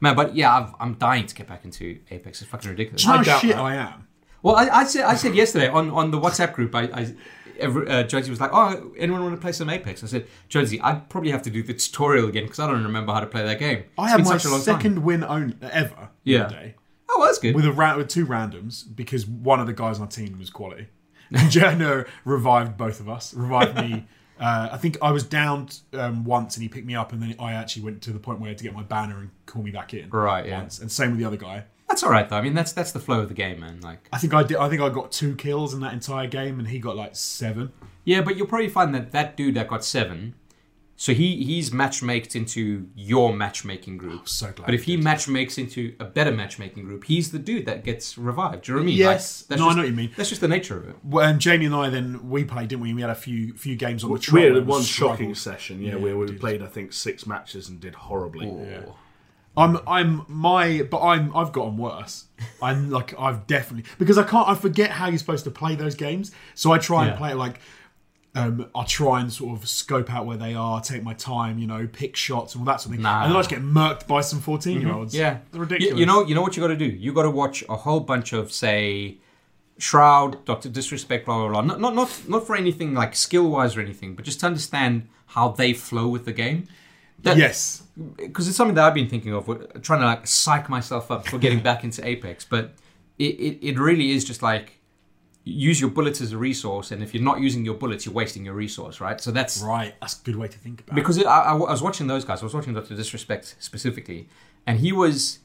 Speaker 1: Man, but yeah, I've, I'm dying to get back into Apex. It's fucking ridiculous.
Speaker 2: Do you know
Speaker 3: I
Speaker 2: how
Speaker 3: doubt
Speaker 2: shit
Speaker 3: that.
Speaker 2: I am?
Speaker 1: Well, I, I said I said yesterday on, on the WhatsApp group, I, I every, uh, Josie was like, "Oh, anyone want to play some Apex?" I said, "Josie, I probably have to do the tutorial again because I don't remember how to play that game."
Speaker 2: I
Speaker 1: It's
Speaker 2: had
Speaker 1: been
Speaker 2: my
Speaker 1: such a long
Speaker 2: second
Speaker 1: Time.
Speaker 2: win only ever.
Speaker 1: Yeah.
Speaker 2: the other Day.
Speaker 1: Oh, well, that's good.
Speaker 2: with a ra- with two randoms because one of the guys on our team was quality. Jerno revived both of us. Revived me. Uh, I think I was down um, once and he picked me up, and then I actually went to the point where I had to get my banner and call me back in.
Speaker 1: Right, yeah.
Speaker 2: Once. And same with the other guy.
Speaker 1: that's all right though. I mean, that's that's the flow of the game, man. Like,
Speaker 2: I think I did. I think I got two kills in that entire game, and he got like seven.
Speaker 1: yeah, but you'll probably find that that dude that got seven, so he he's matchmaked into your matchmaking group.
Speaker 2: So glad.
Speaker 1: But if he matchmakes into a better matchmaking group, he's the dude that gets revived. Do you know what I mean?
Speaker 2: Yes.
Speaker 1: that's
Speaker 2: No, I
Speaker 1: just-
Speaker 2: know what you mean.
Speaker 1: That's just the nature of it.
Speaker 2: well, um, Jamie and I then we played, didn't we? We had a few few games on the trot
Speaker 3: We
Speaker 2: where
Speaker 3: had
Speaker 2: we
Speaker 3: one shocking
Speaker 2: struggled.
Speaker 3: session, yeah, where we played I think six matches and did horribly.
Speaker 1: Or-
Speaker 2: I'm I'm my but I'm I've gotten worse. I'm like I've definitely because I can't I forget how you're supposed to play those games. So I try and
Speaker 1: Yeah.
Speaker 2: play it like um, I try and sort of scope out where they are, take my time, you know, pick shots and all that sort of thing.
Speaker 1: Nah. Mm-hmm.
Speaker 2: And then I just get murked by some 14 year olds.
Speaker 1: Yeah,
Speaker 2: It's ridiculous.
Speaker 1: You, you know, you know what you got to do. You got to watch a whole bunch of say, Shroud, Doctor Disrespect, blah blah blah. Not not not not for anything like skill wise or anything, but just to understand how they flow with the game. That,
Speaker 2: Yes.
Speaker 1: because it's something that I've been thinking of, with- trying to like psych myself up for getting back into Apex. But it, it, it really is just like use your bullets as a resource, and if you're not using your bullets, you're wasting your resource, right? So that's
Speaker 2: Right, that's a good way to think about
Speaker 1: because it, I, I was watching those guys. I was watching Doctor Disrespect specifically, and he was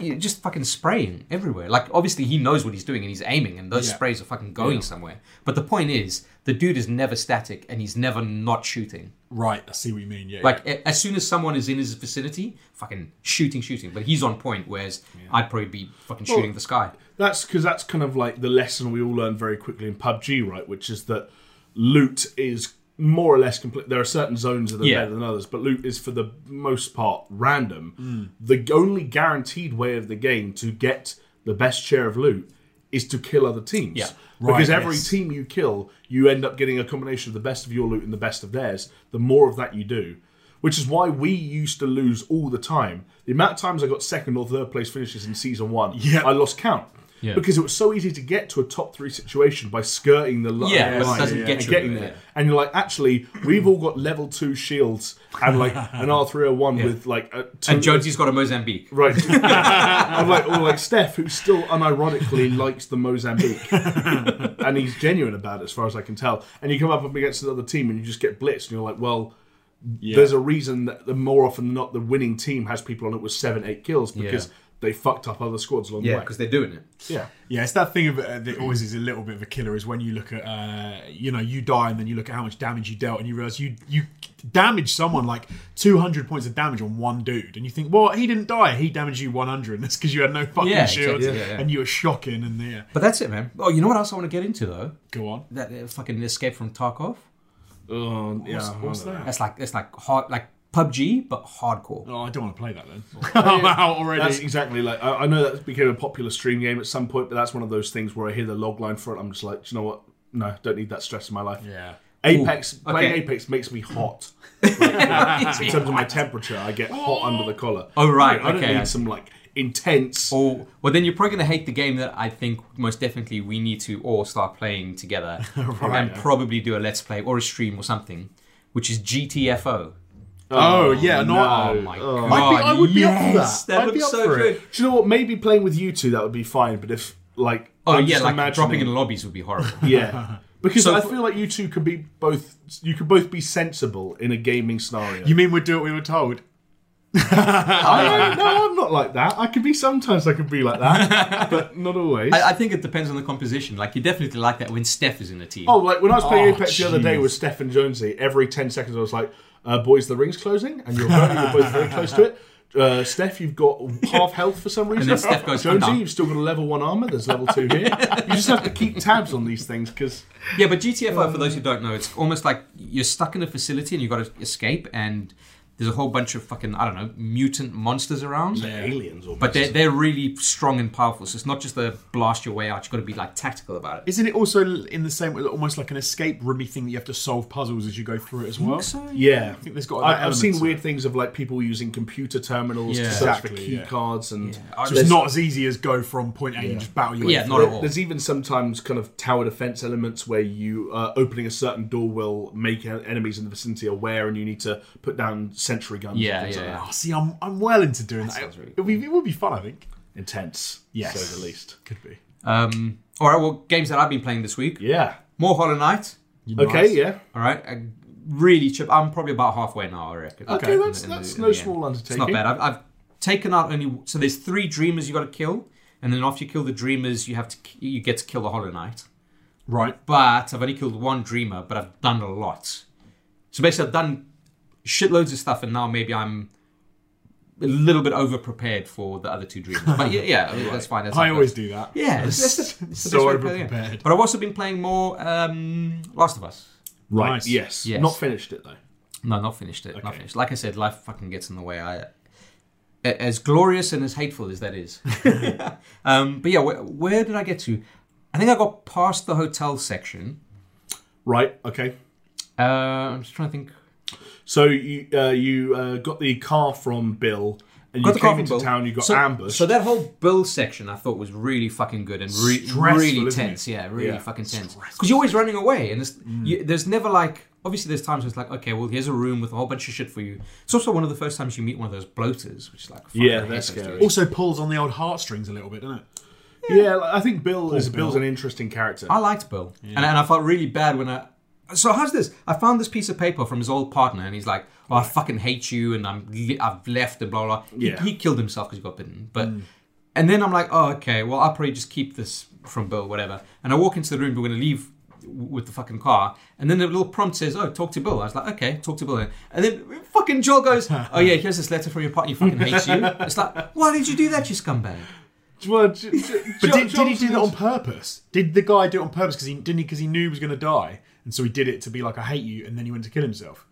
Speaker 1: you know, just fucking spraying everywhere. Like obviously he knows what he's doing and he's aiming, and those
Speaker 2: Yeah.
Speaker 1: sprays are fucking going somewhere. But the point is, the dude is never static and he's never not shooting.
Speaker 2: it. Right, I see what you mean. Yeah,
Speaker 1: Like a- as soon as someone is in his vicinity, fucking shooting, shooting. But he's on point, whereas I'd probably be fucking shooting the sky.
Speaker 3: That's because that's kind of like the lesson we all learned very quickly in PUBG, right? Which is that loot is more or less complete. There are certain zones that are
Speaker 1: Yeah.
Speaker 3: better than others, but loot is for the most part random. The only guaranteed way of the game to get the best share of loot is to kill other teams.
Speaker 1: Yeah.
Speaker 2: Right,
Speaker 3: because every
Speaker 2: yes.
Speaker 3: team you kill, you end up getting a combination of the best of your loot and the best of theirs. The more of that you do, which is why we used to lose all the time. The amount of times I got second or third place finishes in season one,
Speaker 2: Yeah.
Speaker 3: I lost count.
Speaker 1: Yeah.
Speaker 3: Because it was so easy to get to a top three situation by skirting the line,
Speaker 1: Yeah, but it
Speaker 3: line
Speaker 1: doesn't get
Speaker 3: and
Speaker 1: you
Speaker 3: getting
Speaker 1: there,
Speaker 3: there.
Speaker 1: yeah.
Speaker 3: And you're like, actually, we've all got level two shields and like an R three hundred one with like a two,
Speaker 1: And Jonesy's got a Mozambique.
Speaker 3: right. I'm like, or like Steph, who still unironically likes the Mozambique, and he's genuine about it as far as I can tell. And you come up against another team and you just get blitzed, and you're like, well, there's a reason that the more often than not the winning team has people on it with seven, eight kills because
Speaker 1: Yeah.
Speaker 3: they fucked up other squads along
Speaker 1: Yeah,
Speaker 3: the way.
Speaker 1: because they're doing it.
Speaker 3: Yeah.
Speaker 2: Yeah, it's that thing of, uh, that always is a little bit of a killer is when you look at, uh, you know, you die and then you look at how much damage you dealt and you realize you you damage someone like 200 points of damage on one dude and you think, well, he didn't die, he damaged you 100 and that's because you had no fucking
Speaker 1: Yeah,
Speaker 2: shields
Speaker 1: exactly, yeah, yeah.
Speaker 2: and you were shocking and yeah,
Speaker 1: But that's it, man. Oh, you know what else I want to get into though?
Speaker 2: go on.
Speaker 1: That uh, fucking escape from Tarkov.
Speaker 3: Oh, yeah.
Speaker 2: What's- what's that?
Speaker 1: That's like that's like hard like PUBG but hardcore.
Speaker 2: Oh, I don't want to play that then. I'm out already.
Speaker 3: That's exactly like I, I know that became a popular stream game at some point, but that's one of those things where I hear the log line for it. I'm just like, "Do you know what? No, don't need that stress in my life.
Speaker 2: yeah.
Speaker 3: Apex
Speaker 1: Ooh,
Speaker 3: playing
Speaker 1: okay.
Speaker 3: Apex makes me hot. in terms of my temperature, I get hot under the collar.
Speaker 1: Oh, right,
Speaker 3: I don't
Speaker 1: okay. Oh,
Speaker 3: need some like intense.
Speaker 1: Or well, then you're probably gonna hate the game that I think most definitely we need to all start playing together and probably do a let's play or a stream or something, which is GTFO.
Speaker 2: Oh, yeah, no.
Speaker 1: Oh my god!
Speaker 3: I'd be, I would be
Speaker 1: yes,
Speaker 3: up for that. I'd
Speaker 1: looks
Speaker 3: be up
Speaker 1: so
Speaker 3: for
Speaker 1: good.
Speaker 3: it. Do you know what? Maybe playing with you two that would be fine. But if like,
Speaker 1: Oh
Speaker 3: I'm
Speaker 1: yeah,
Speaker 3: just
Speaker 1: like
Speaker 3: imagining-
Speaker 1: dropping in lobbies would be horrible.
Speaker 3: yeah. Because
Speaker 1: So
Speaker 3: I
Speaker 1: for-
Speaker 3: feel like you two could be both. You could both be sensible in a gaming scenario.
Speaker 2: You mean we'd do what we were told?
Speaker 3: I, no, I'm not like that. I could be sometimes. I could be like that, but not always.
Speaker 1: I, I think it depends on the composition. Like you definitely like that when Steph is in the team.
Speaker 3: Oh, like when I was playing
Speaker 2: Oh,
Speaker 3: Apex the other day
Speaker 2: jeez.
Speaker 3: with Steph and Jonesy, every 10 seconds I was like, uh, boys, the ring's closing, and you're, very, you're both very close to it. Uh, Steph, you've got half health for some reason.
Speaker 1: then Steph goes, "I'm
Speaker 3: Jonesy,
Speaker 1: done."
Speaker 3: you've still got a level one armor. There's level two here. You just have to keep tabs on these things because
Speaker 1: Yeah, but GTFO, for those
Speaker 3: Um.
Speaker 1: who don't know, it's almost like you're stuck in a facility and you've got to escape, and there's a whole bunch of fucking, I don't know, mutant monsters around.
Speaker 3: aliens. Almost.
Speaker 1: But they're, they're really strong and powerful, so it's not just the blast your way out, you've got to be like tactical about it.
Speaker 2: Isn't it also in the same way, almost like an escape roomy thing that you have to solve puzzles as you go through it as well?
Speaker 3: yeah, I
Speaker 2: think there's got that
Speaker 3: I, have
Speaker 2: element
Speaker 3: seen
Speaker 2: to
Speaker 3: weird things of like people using computer terminals
Speaker 1: Yeah.
Speaker 3: to search for
Speaker 2: Exactly,
Speaker 3: key
Speaker 2: yeah.
Speaker 3: cards and
Speaker 1: I-
Speaker 2: So it's not as easy as go from point A and just battle your way
Speaker 1: Yeah,
Speaker 2: through.
Speaker 1: not at all.
Speaker 3: There's even sometimes kind of tower defense elements where you uh, opening a certain door will make en- enemies in the vicinity aware, and you need to put down sentry guns.
Speaker 1: Yeah,
Speaker 3: and things
Speaker 1: yeah,
Speaker 3: like
Speaker 1: yeah.
Speaker 2: Oh, see, I'm, I'm well into doing that.
Speaker 1: sounds really
Speaker 2: It'll be- it would be fun, I think.
Speaker 3: that. Intense,
Speaker 2: Yes.
Speaker 3: to say the least.
Speaker 2: Could be.
Speaker 1: Um, all right, well, games that I've been playing this week
Speaker 3: Yeah.
Speaker 1: more Hollow Knight,
Speaker 3: Okay.
Speaker 2: Nice.
Speaker 3: Yeah.
Speaker 1: all right? I really chip. I'm probably about halfway now, I reckon.
Speaker 3: Okay,
Speaker 1: In the-
Speaker 3: that's
Speaker 1: in the-
Speaker 3: that's
Speaker 1: in
Speaker 3: no
Speaker 1: the end.
Speaker 3: small undertaking.
Speaker 1: It's not bad. I've, I've taken out only so there's three dreamers you got to kill, and then after you kill the dreamers, you have to k- you get to kill the Hollow Knight.
Speaker 2: Right.
Speaker 1: But I've only killed one dreamer, but I've done a lot. So basically, I've done shitloads of stuff, and now maybe I'm a little bit over prepared for the other two dreamers. But yeah, yeah that's fine. That's
Speaker 2: I
Speaker 1: not
Speaker 2: always
Speaker 1: bad.
Speaker 2: do that.
Speaker 1: yeah, it's, it's, the- it's the
Speaker 2: So
Speaker 1: best way to play the game.
Speaker 2: overprepared.
Speaker 1: But I've also been playing more um, Last of Us.
Speaker 3: Right.
Speaker 2: Nice.
Speaker 3: Yes.
Speaker 1: Yes.
Speaker 3: Not finished it though.
Speaker 1: No, not finished it. Not finished. Like I said, life fucking gets in the way. I, a- as glorious and as hateful as that is. um, but yeah, where, where did I get to? I think I got past the hotel section.
Speaker 3: Right. Okay.
Speaker 1: Uh, I'm just trying to think.
Speaker 3: So you uh, you uh, got the car from Bill, and you
Speaker 1: Got the
Speaker 3: came
Speaker 1: coffin
Speaker 3: into
Speaker 1: bill.
Speaker 3: town. You got
Speaker 1: so,
Speaker 3: ambushed.
Speaker 1: So that whole bill section I thought was really fucking good and re-
Speaker 2: Stressful,
Speaker 1: really
Speaker 2: isn't it?
Speaker 1: tense. Yeah, really
Speaker 3: Yeah. Mm.
Speaker 1: fucking tense. Because you're always running away, and it's, you, there's never like. Obviously, there's times where it's like, okay, well, here's a room with a whole bunch of shit for you. It's also one of the first times you meet one of those bloaters, which is like, fucking
Speaker 3: Yeah,
Speaker 1: hate
Speaker 3: that's
Speaker 1: those
Speaker 3: scary.
Speaker 1: dudes.
Speaker 2: Also pulls on the old heartstrings a little bit, doesn't it?
Speaker 3: Yeah, like, I think Bill is
Speaker 2: Bill.
Speaker 3: Bill's an interesting character.
Speaker 1: I liked Bill, and, and I felt really bad when I. So how's this? I found this piece of paper from his old partner, and he's like, "Oh, I fucking hate you, and I'm I've left, and blah blah." blah. He-
Speaker 3: Yeah.
Speaker 1: He, killed himself because he got bitten, but. And then I'm like, "Oh, okay. Well, I'll probably just keep this from Bill, whatever." And I walk into the room. We're gonna leave w- with the fucking car, and then the little prompt says, "Oh, talk to Bill." I was like, "Okay, talk to Bill." then." And then fucking Joel goes, "Oh yeah, here's this letter from your partner. He fucking hates you." It's like, why did you do that, you scumbag?
Speaker 3: Well, j- j-
Speaker 2: But did, did
Speaker 3: Jo-
Speaker 2: he do
Speaker 3: Johnson
Speaker 2: that on
Speaker 3: was-
Speaker 2: purpose? Did the guy do it on purpose? Because he didn't he because he knew he was going to die, and so he did it to be like, "I hate you," and then he went to kill himself.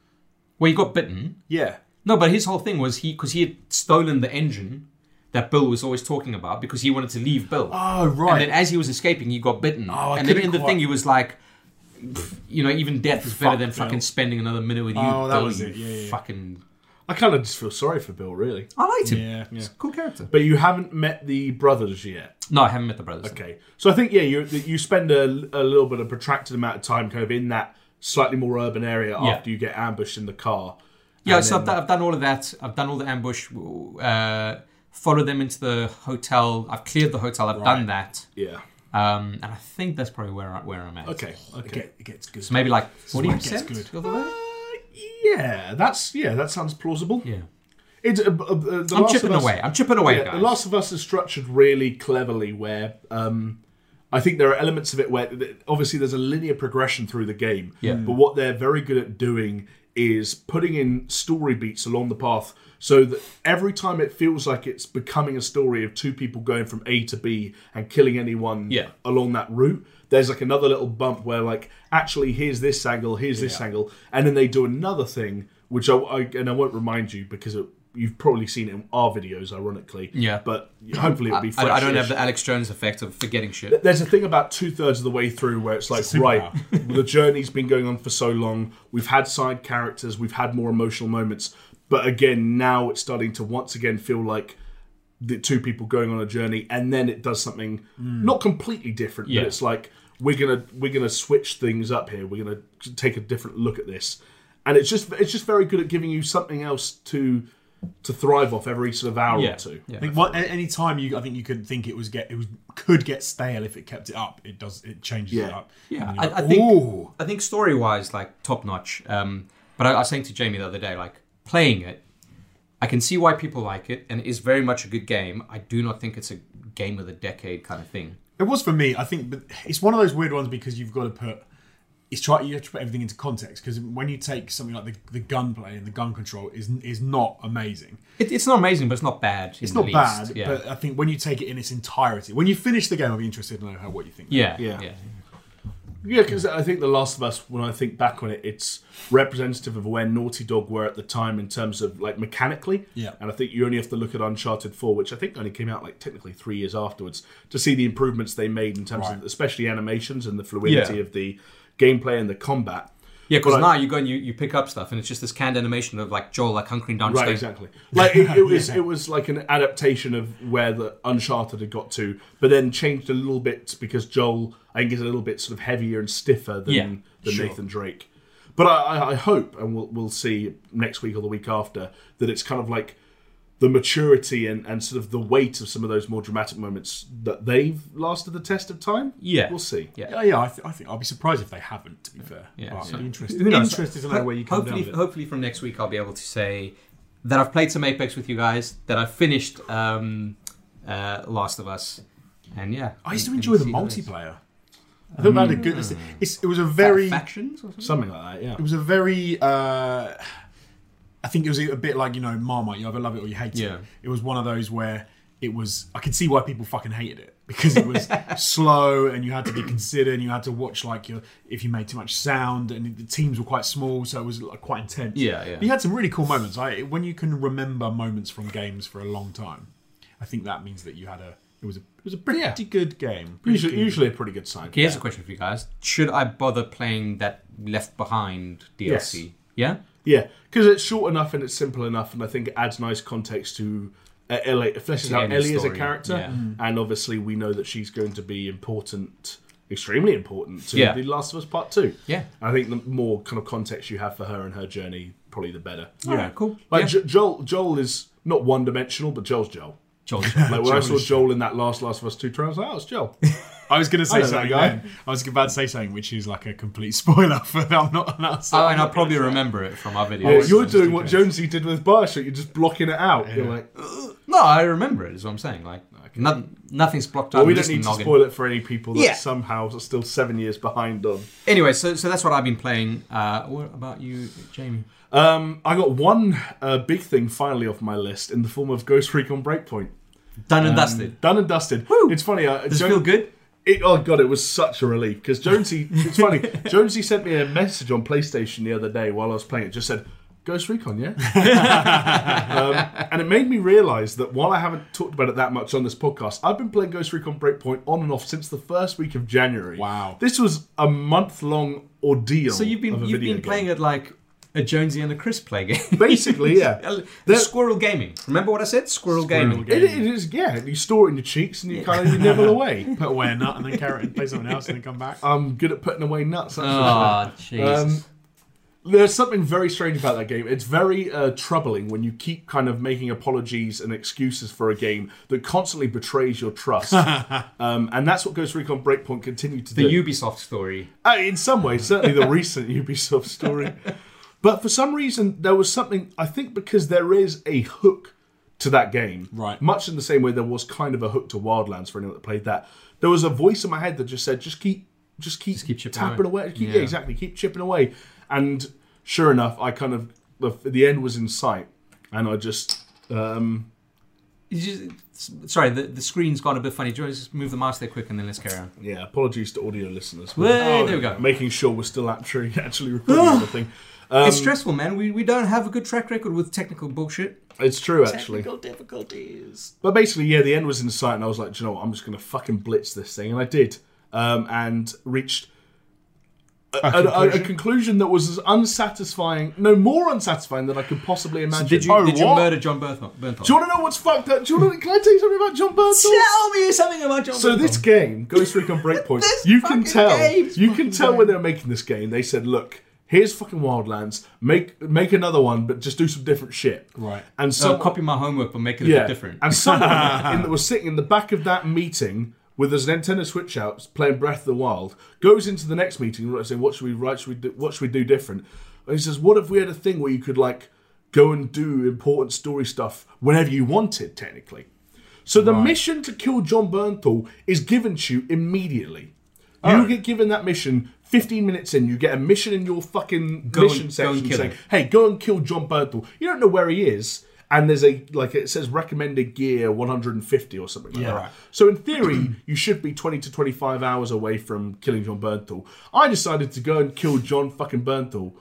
Speaker 1: Well, he got bitten.
Speaker 2: Yeah,
Speaker 1: No, but his whole thing was he because he had stolen the engine that Bill was always talking about because he wanted to leave Bill.
Speaker 2: Oh, right.
Speaker 1: And then as he was escaping, he got bitten.
Speaker 2: Oh, I
Speaker 1: and then
Speaker 2: couldn't
Speaker 1: in the
Speaker 2: quite-
Speaker 1: thing, he was like, "Pff, you know, even death is better
Speaker 2: Fuck
Speaker 1: than fucking
Speaker 2: Bill.
Speaker 1: spending another minute with you.
Speaker 2: Oh, that
Speaker 1: Bill,
Speaker 2: was
Speaker 1: you
Speaker 2: it. Yeah, yeah, yeah.
Speaker 1: Fucking.
Speaker 3: I kind of just feel sorry for Bill, really.
Speaker 1: I liked him.
Speaker 2: Yeah, yeah.
Speaker 1: He's a cool character.
Speaker 3: But you haven't met the brothers yet.
Speaker 1: No, I haven't met the brothers.
Speaker 3: Okay, so I think yeah, you you spend a, a little bit of protracted amount of time kind of in that slightly more urban area
Speaker 1: Yeah.
Speaker 3: after you get ambushed in the car.
Speaker 1: Yeah,
Speaker 3: And
Speaker 1: so I've
Speaker 3: then-
Speaker 1: done, I've done all of that. I've done all the ambush. Uh, followed them into the hotel. I've cleared the hotel. I've done that.
Speaker 3: yeah.
Speaker 1: Um, and I think that's probably where I, where I'm at.
Speaker 3: Okay.
Speaker 2: It,
Speaker 3: Okay. Uh,
Speaker 2: get, it gets good.
Speaker 1: So maybe like
Speaker 2: is where
Speaker 1: forty
Speaker 2: it gets
Speaker 1: percent
Speaker 2: good.
Speaker 1: of the way.
Speaker 3: Yeah, that's yeah. That sounds plausible.
Speaker 1: Yeah.
Speaker 3: It's, uh, uh, the
Speaker 1: I'm
Speaker 3: Last of
Speaker 1: chipping
Speaker 3: Us-
Speaker 1: away. I'm chipping away,
Speaker 3: Yeah,
Speaker 1: guys.
Speaker 3: The Last of Us is structured really cleverly, where um, I think there are elements of it where th- obviously there's a linear progression through the game.
Speaker 1: Yeah.
Speaker 3: But what they're very good at doing is putting in story beats along the path, so that every time it feels like it's becoming a story of two people going from A to B and killing anyone
Speaker 1: Yeah.
Speaker 3: along that route. There's like another little bump where like actually here's this angle, here's this angle, and then they do another thing which I, I and I won't remind you because it, you've probably seen it in our videos, ironically.
Speaker 1: Yeah.
Speaker 3: but hopefully it'll be.
Speaker 1: I,
Speaker 3: Fresh
Speaker 1: I don't have the Alex Jones effect of forgetting shit.
Speaker 3: There's a thing about two thirds of the way through where it's like,
Speaker 2: a
Speaker 3: right,
Speaker 2: superpower.
Speaker 3: the journey's been going on for so long. We've had side characters, we've had more emotional moments, but again, now it's starting to once again feel like the two people going on a journey, and then it does something not completely different,
Speaker 1: Hmm. Yeah.
Speaker 3: but it's like we're gonna we're gonna switch things up here. We're gonna take a different look at this, and it's just it's just very good at giving you something else to to thrive off every sort of hour or
Speaker 1: Yeah.
Speaker 3: two.
Speaker 1: yeah.
Speaker 2: I think what, a- any time you, I think you could think it was get it was could get stale if it kept it up. It does. It changes it
Speaker 3: Yeah.
Speaker 2: up.
Speaker 1: Yeah,
Speaker 2: And
Speaker 1: I,
Speaker 2: you're
Speaker 1: I
Speaker 2: like,
Speaker 1: think
Speaker 2: "Ooh."
Speaker 1: I think story wise, like top notch. Um, but I, I was saying to Jamie the other day, like playing it, I can see why people like it, and it is very much a good game. I do not think it's a game of the decade kind of thing.
Speaker 2: It was for me. I think, but it's one of those weird ones because you've got to put. It's try you have to put everything into context because when you take something like the, the gunplay and the gun control is is not amazing.
Speaker 1: It, it's not amazing, but it's not bad.
Speaker 2: It's not bad, but I think when you take it in its entirety, when you finish the game, I'll be interested to know how what you think.
Speaker 1: yeah,
Speaker 3: Yeah.
Speaker 1: yeah,
Speaker 3: Yeah, because I think The Last of Us, when I think back on it, it's representative of where Naughty Dog were at the time in terms of like mechanically.
Speaker 2: Yeah.
Speaker 3: And I think you only have to look at Uncharted Four, which I think only came out like technically three years afterwards, to see the improvements they made in terms of
Speaker 2: Right.
Speaker 3: especially animations and the fluidity
Speaker 1: Yeah.
Speaker 3: of the gameplay and the combat.
Speaker 1: yeah. Because
Speaker 3: But
Speaker 1: now you go and you, you pick up stuff, and it's just this canned animation of like Joel like hunkering down.
Speaker 3: Right,
Speaker 1: stone.
Speaker 3: exactly. Like it, it was, it was like an adaptation of where the Uncharted had got to, but then changed a little bit because Joel, I think, is a little bit sort of heavier and stiffer than
Speaker 1: Yeah,
Speaker 3: than
Speaker 2: sure.
Speaker 3: Nathan Drake. But I, I, I hope, and we'll we'll see next week or the week after, that it's kind of like the maturity and, and sort of the weight of some of those more dramatic moments that they've lasted the test of time.
Speaker 1: Yeah.
Speaker 3: we'll see.
Speaker 1: Yeah.
Speaker 2: yeah, yeah I, th- I think I'll be surprised if they haven't. To be fair,
Speaker 1: Yeah,
Speaker 2: But I'll
Speaker 1: so-
Speaker 2: be interested.
Speaker 1: Who knows?
Speaker 2: Interested to know where you come
Speaker 1: hopefully,
Speaker 2: down. With it.
Speaker 1: hopefully from next week I'll be able to say that I've played some Apex with you guys, that I've finished um, uh, Last of Us, and yeah,
Speaker 2: I used to
Speaker 1: and-
Speaker 2: enjoy
Speaker 1: and
Speaker 2: the
Speaker 1: see how it is.
Speaker 2: multiplayer. I thought that had a good.
Speaker 1: Hmm.
Speaker 2: It's, it was a very.
Speaker 1: factions or something.
Speaker 3: Something like that. Yeah.
Speaker 2: It was a very. Uh, I think it was a bit like you know Marmite. You either love it or you hate
Speaker 1: Yeah.
Speaker 2: it. It was one of those where it was. I could see why people fucking hated it because it was slow and you had to be considered. and You had to watch like your if you made too much sound and the teams were quite small, so it was like, quite intense.
Speaker 1: Yeah, yeah.
Speaker 2: But you had some really cool moments. I when you can remember moments from games for a long time, I think that means that you had a. It was a. It was a pretty
Speaker 3: Yeah.
Speaker 2: good game. Pretty
Speaker 3: Usually,
Speaker 2: good.
Speaker 3: usually a pretty good sign.
Speaker 1: Okay, here's a question for you guys: Should I bother playing that Left Behind DLC?
Speaker 3: Yes.
Speaker 1: Yeah,
Speaker 3: Yeah, because it's short enough and it's simple enough, and I think it adds nice context to uh, Ellie. It fleshes
Speaker 1: To
Speaker 3: out
Speaker 1: Ellie's
Speaker 3: Ellie as a
Speaker 1: story,
Speaker 3: character,
Speaker 1: yeah. Mm.
Speaker 3: and obviously we know that she's going to be important, extremely important to
Speaker 1: Yeah.
Speaker 3: The Last of Us Part Two.
Speaker 1: Yeah.
Speaker 3: I think the more kind of context you have for her and her journey, probably the better.
Speaker 1: Alright, cool.
Speaker 3: Like
Speaker 1: Yeah.
Speaker 3: Jo- Joel, Joel is not one dimensional, but Joel's Joel.
Speaker 1: Joel.
Speaker 3: Like when I saw Joel in that last Last of Us 2 trailer, I was like, oh, it's Joel.
Speaker 2: I was going to say
Speaker 3: I know that
Speaker 2: something.
Speaker 3: guy.
Speaker 2: then. I was about to say something which is like a complete spoiler for I'm not. That's
Speaker 1: Oh, and I probably remember it from our video.
Speaker 3: Yeah, you're
Speaker 2: just
Speaker 3: doing
Speaker 2: in
Speaker 3: what
Speaker 2: case.
Speaker 3: Jonesy did with Bioshock. You're just blocking it out. You're like,
Speaker 1: No, I remember it. Is what I'm saying. Like, no, nothing's blocked out.
Speaker 3: well, we
Speaker 1: just
Speaker 3: don't need to
Speaker 1: noggin.
Speaker 3: spoil it for any people that
Speaker 1: Yeah.
Speaker 3: somehow are still seven years behind on.
Speaker 1: Anyway, so so that's what I've been playing. Uh, what about you, Jamie?
Speaker 3: Um, I got one uh, big thing finally off my list in the form of Ghost Recon Breakpoint.
Speaker 1: Done and dusted.
Speaker 3: Done and dusted.
Speaker 1: Woo!
Speaker 3: It's funny. Uh,
Speaker 1: Does it
Speaker 3: Joan-
Speaker 1: feel good?
Speaker 3: It, oh god, it was such a relief because Jonesy. it's funny. Jonesy sent me a message on PlayStation the other day while I was playing. It just said Ghost Recon, yeah. um, and it made me realise that while I haven't talked about it that much on this podcast, I've been playing Ghost Recon Breakpoint on and off since the first week of January.
Speaker 2: Wow.
Speaker 3: This was a month long ordeal.
Speaker 1: So you've
Speaker 3: of
Speaker 1: been
Speaker 3: a
Speaker 1: you've
Speaker 3: video
Speaker 1: been
Speaker 3: game.
Speaker 1: playing it like a Jonesy and a Chris play game.
Speaker 3: Basically, yeah.
Speaker 1: The
Speaker 3: That-
Speaker 1: squirrel gaming. Remember what I said? Squirrel, gaming.
Speaker 2: game.
Speaker 3: It, it is, yeah. You store it in your cheeks and you kind of you nibble away.
Speaker 2: Put away a nut and then carry it and play something else and then come back.
Speaker 3: I'm good at putting away nuts. That's for sure.
Speaker 1: Oh, Jesus.
Speaker 3: There's something very strange about that game. It's very uh, troubling when you keep kind of making apologies and excuses for a game that constantly betrays your trust. um, and that's what Ghost Recon Breakpoint continued to
Speaker 1: the
Speaker 3: do.
Speaker 1: Ubisoft story.
Speaker 3: Uh, in some ways, certainly the recent Ubisoft story. But for some reason, there was something, I think because there is a hook to that game.
Speaker 2: Right.
Speaker 3: Much in the same way there was kind of a hook to Wildlands for anyone that played that. There was a voice in my head that just said, just keep, just keep,
Speaker 1: keep chipping
Speaker 3: tapping
Speaker 1: away.
Speaker 3: away. Keep, yeah.
Speaker 1: Yeah.
Speaker 3: exactly. Keep chipping away. And sure enough, I kind of, the, the end was in sight. And I just, um,
Speaker 1: You just- sorry, the, the screen's gone a bit funny. Do you want to just move the mouse there quick and then let's carry on?
Speaker 3: yeah, apologies to audio listeners. Oh,
Speaker 1: Well, there we go.
Speaker 3: Making sure we're still actually, actually recording the thing. Um,
Speaker 1: it's stressful, man. We, we don't have a good track record with technical bullshit.
Speaker 3: it's true, actually.
Speaker 2: difficulties.
Speaker 3: But basically, yeah, the end was in sight, and I was like, Do you know what? I'm just going to fucking blitz this thing. And I did. Um, and reached a, a, a- a
Speaker 2: conclusion?
Speaker 3: conclusion that was as unsatisfying, no, more unsatisfying than I could possibly imagine.
Speaker 1: Did you,
Speaker 2: Oh,
Speaker 1: did you
Speaker 2: what?
Speaker 1: murder John Berthel? Bernthal?
Speaker 3: Do you want to know what's fucked up? Do you want to, can I tell you something about John Birdsall?
Speaker 1: Tell me something about John
Speaker 3: So
Speaker 1: Berthel.
Speaker 3: this game, Ghost Recon Breakpoint,
Speaker 1: This
Speaker 3: you
Speaker 1: fucking
Speaker 3: can tell,
Speaker 1: game's
Speaker 3: you can tell when they were making this game, they said, "Look, here's fucking Wildlands. Make make another one, but just do some different shit."
Speaker 2: Right.
Speaker 3: And
Speaker 1: So
Speaker 3: so
Speaker 1: I'll Uh, copy my homework but make it a bit different.
Speaker 3: and someone in, that was sitting in the back of that meeting with his Nintendo Switch out playing Breath of the Wild goes into the next meeting and saying, "What should we write? Should we do, what should we do different?" And he says, "What if we had a thing where you could like go and do important story stuff whenever you wanted, technically?" So the mission to kill John Bernthal is given to you immediately. You
Speaker 1: Oh.
Speaker 3: get given that mission. 15 minutes in, you get a mission in your fucking
Speaker 1: and-
Speaker 3: mission
Speaker 1: go and
Speaker 3: section
Speaker 1: kill
Speaker 3: saying,
Speaker 1: him.
Speaker 3: hey, go and kill John Bernthal. You don't know where he is. And there's a, like, it says recommended gear 150 or something like that.
Speaker 2: right.
Speaker 3: So in theory, you should be 20 to 25 hours away from killing John Bernthal. I decided to go and kill John fucking Bernthal.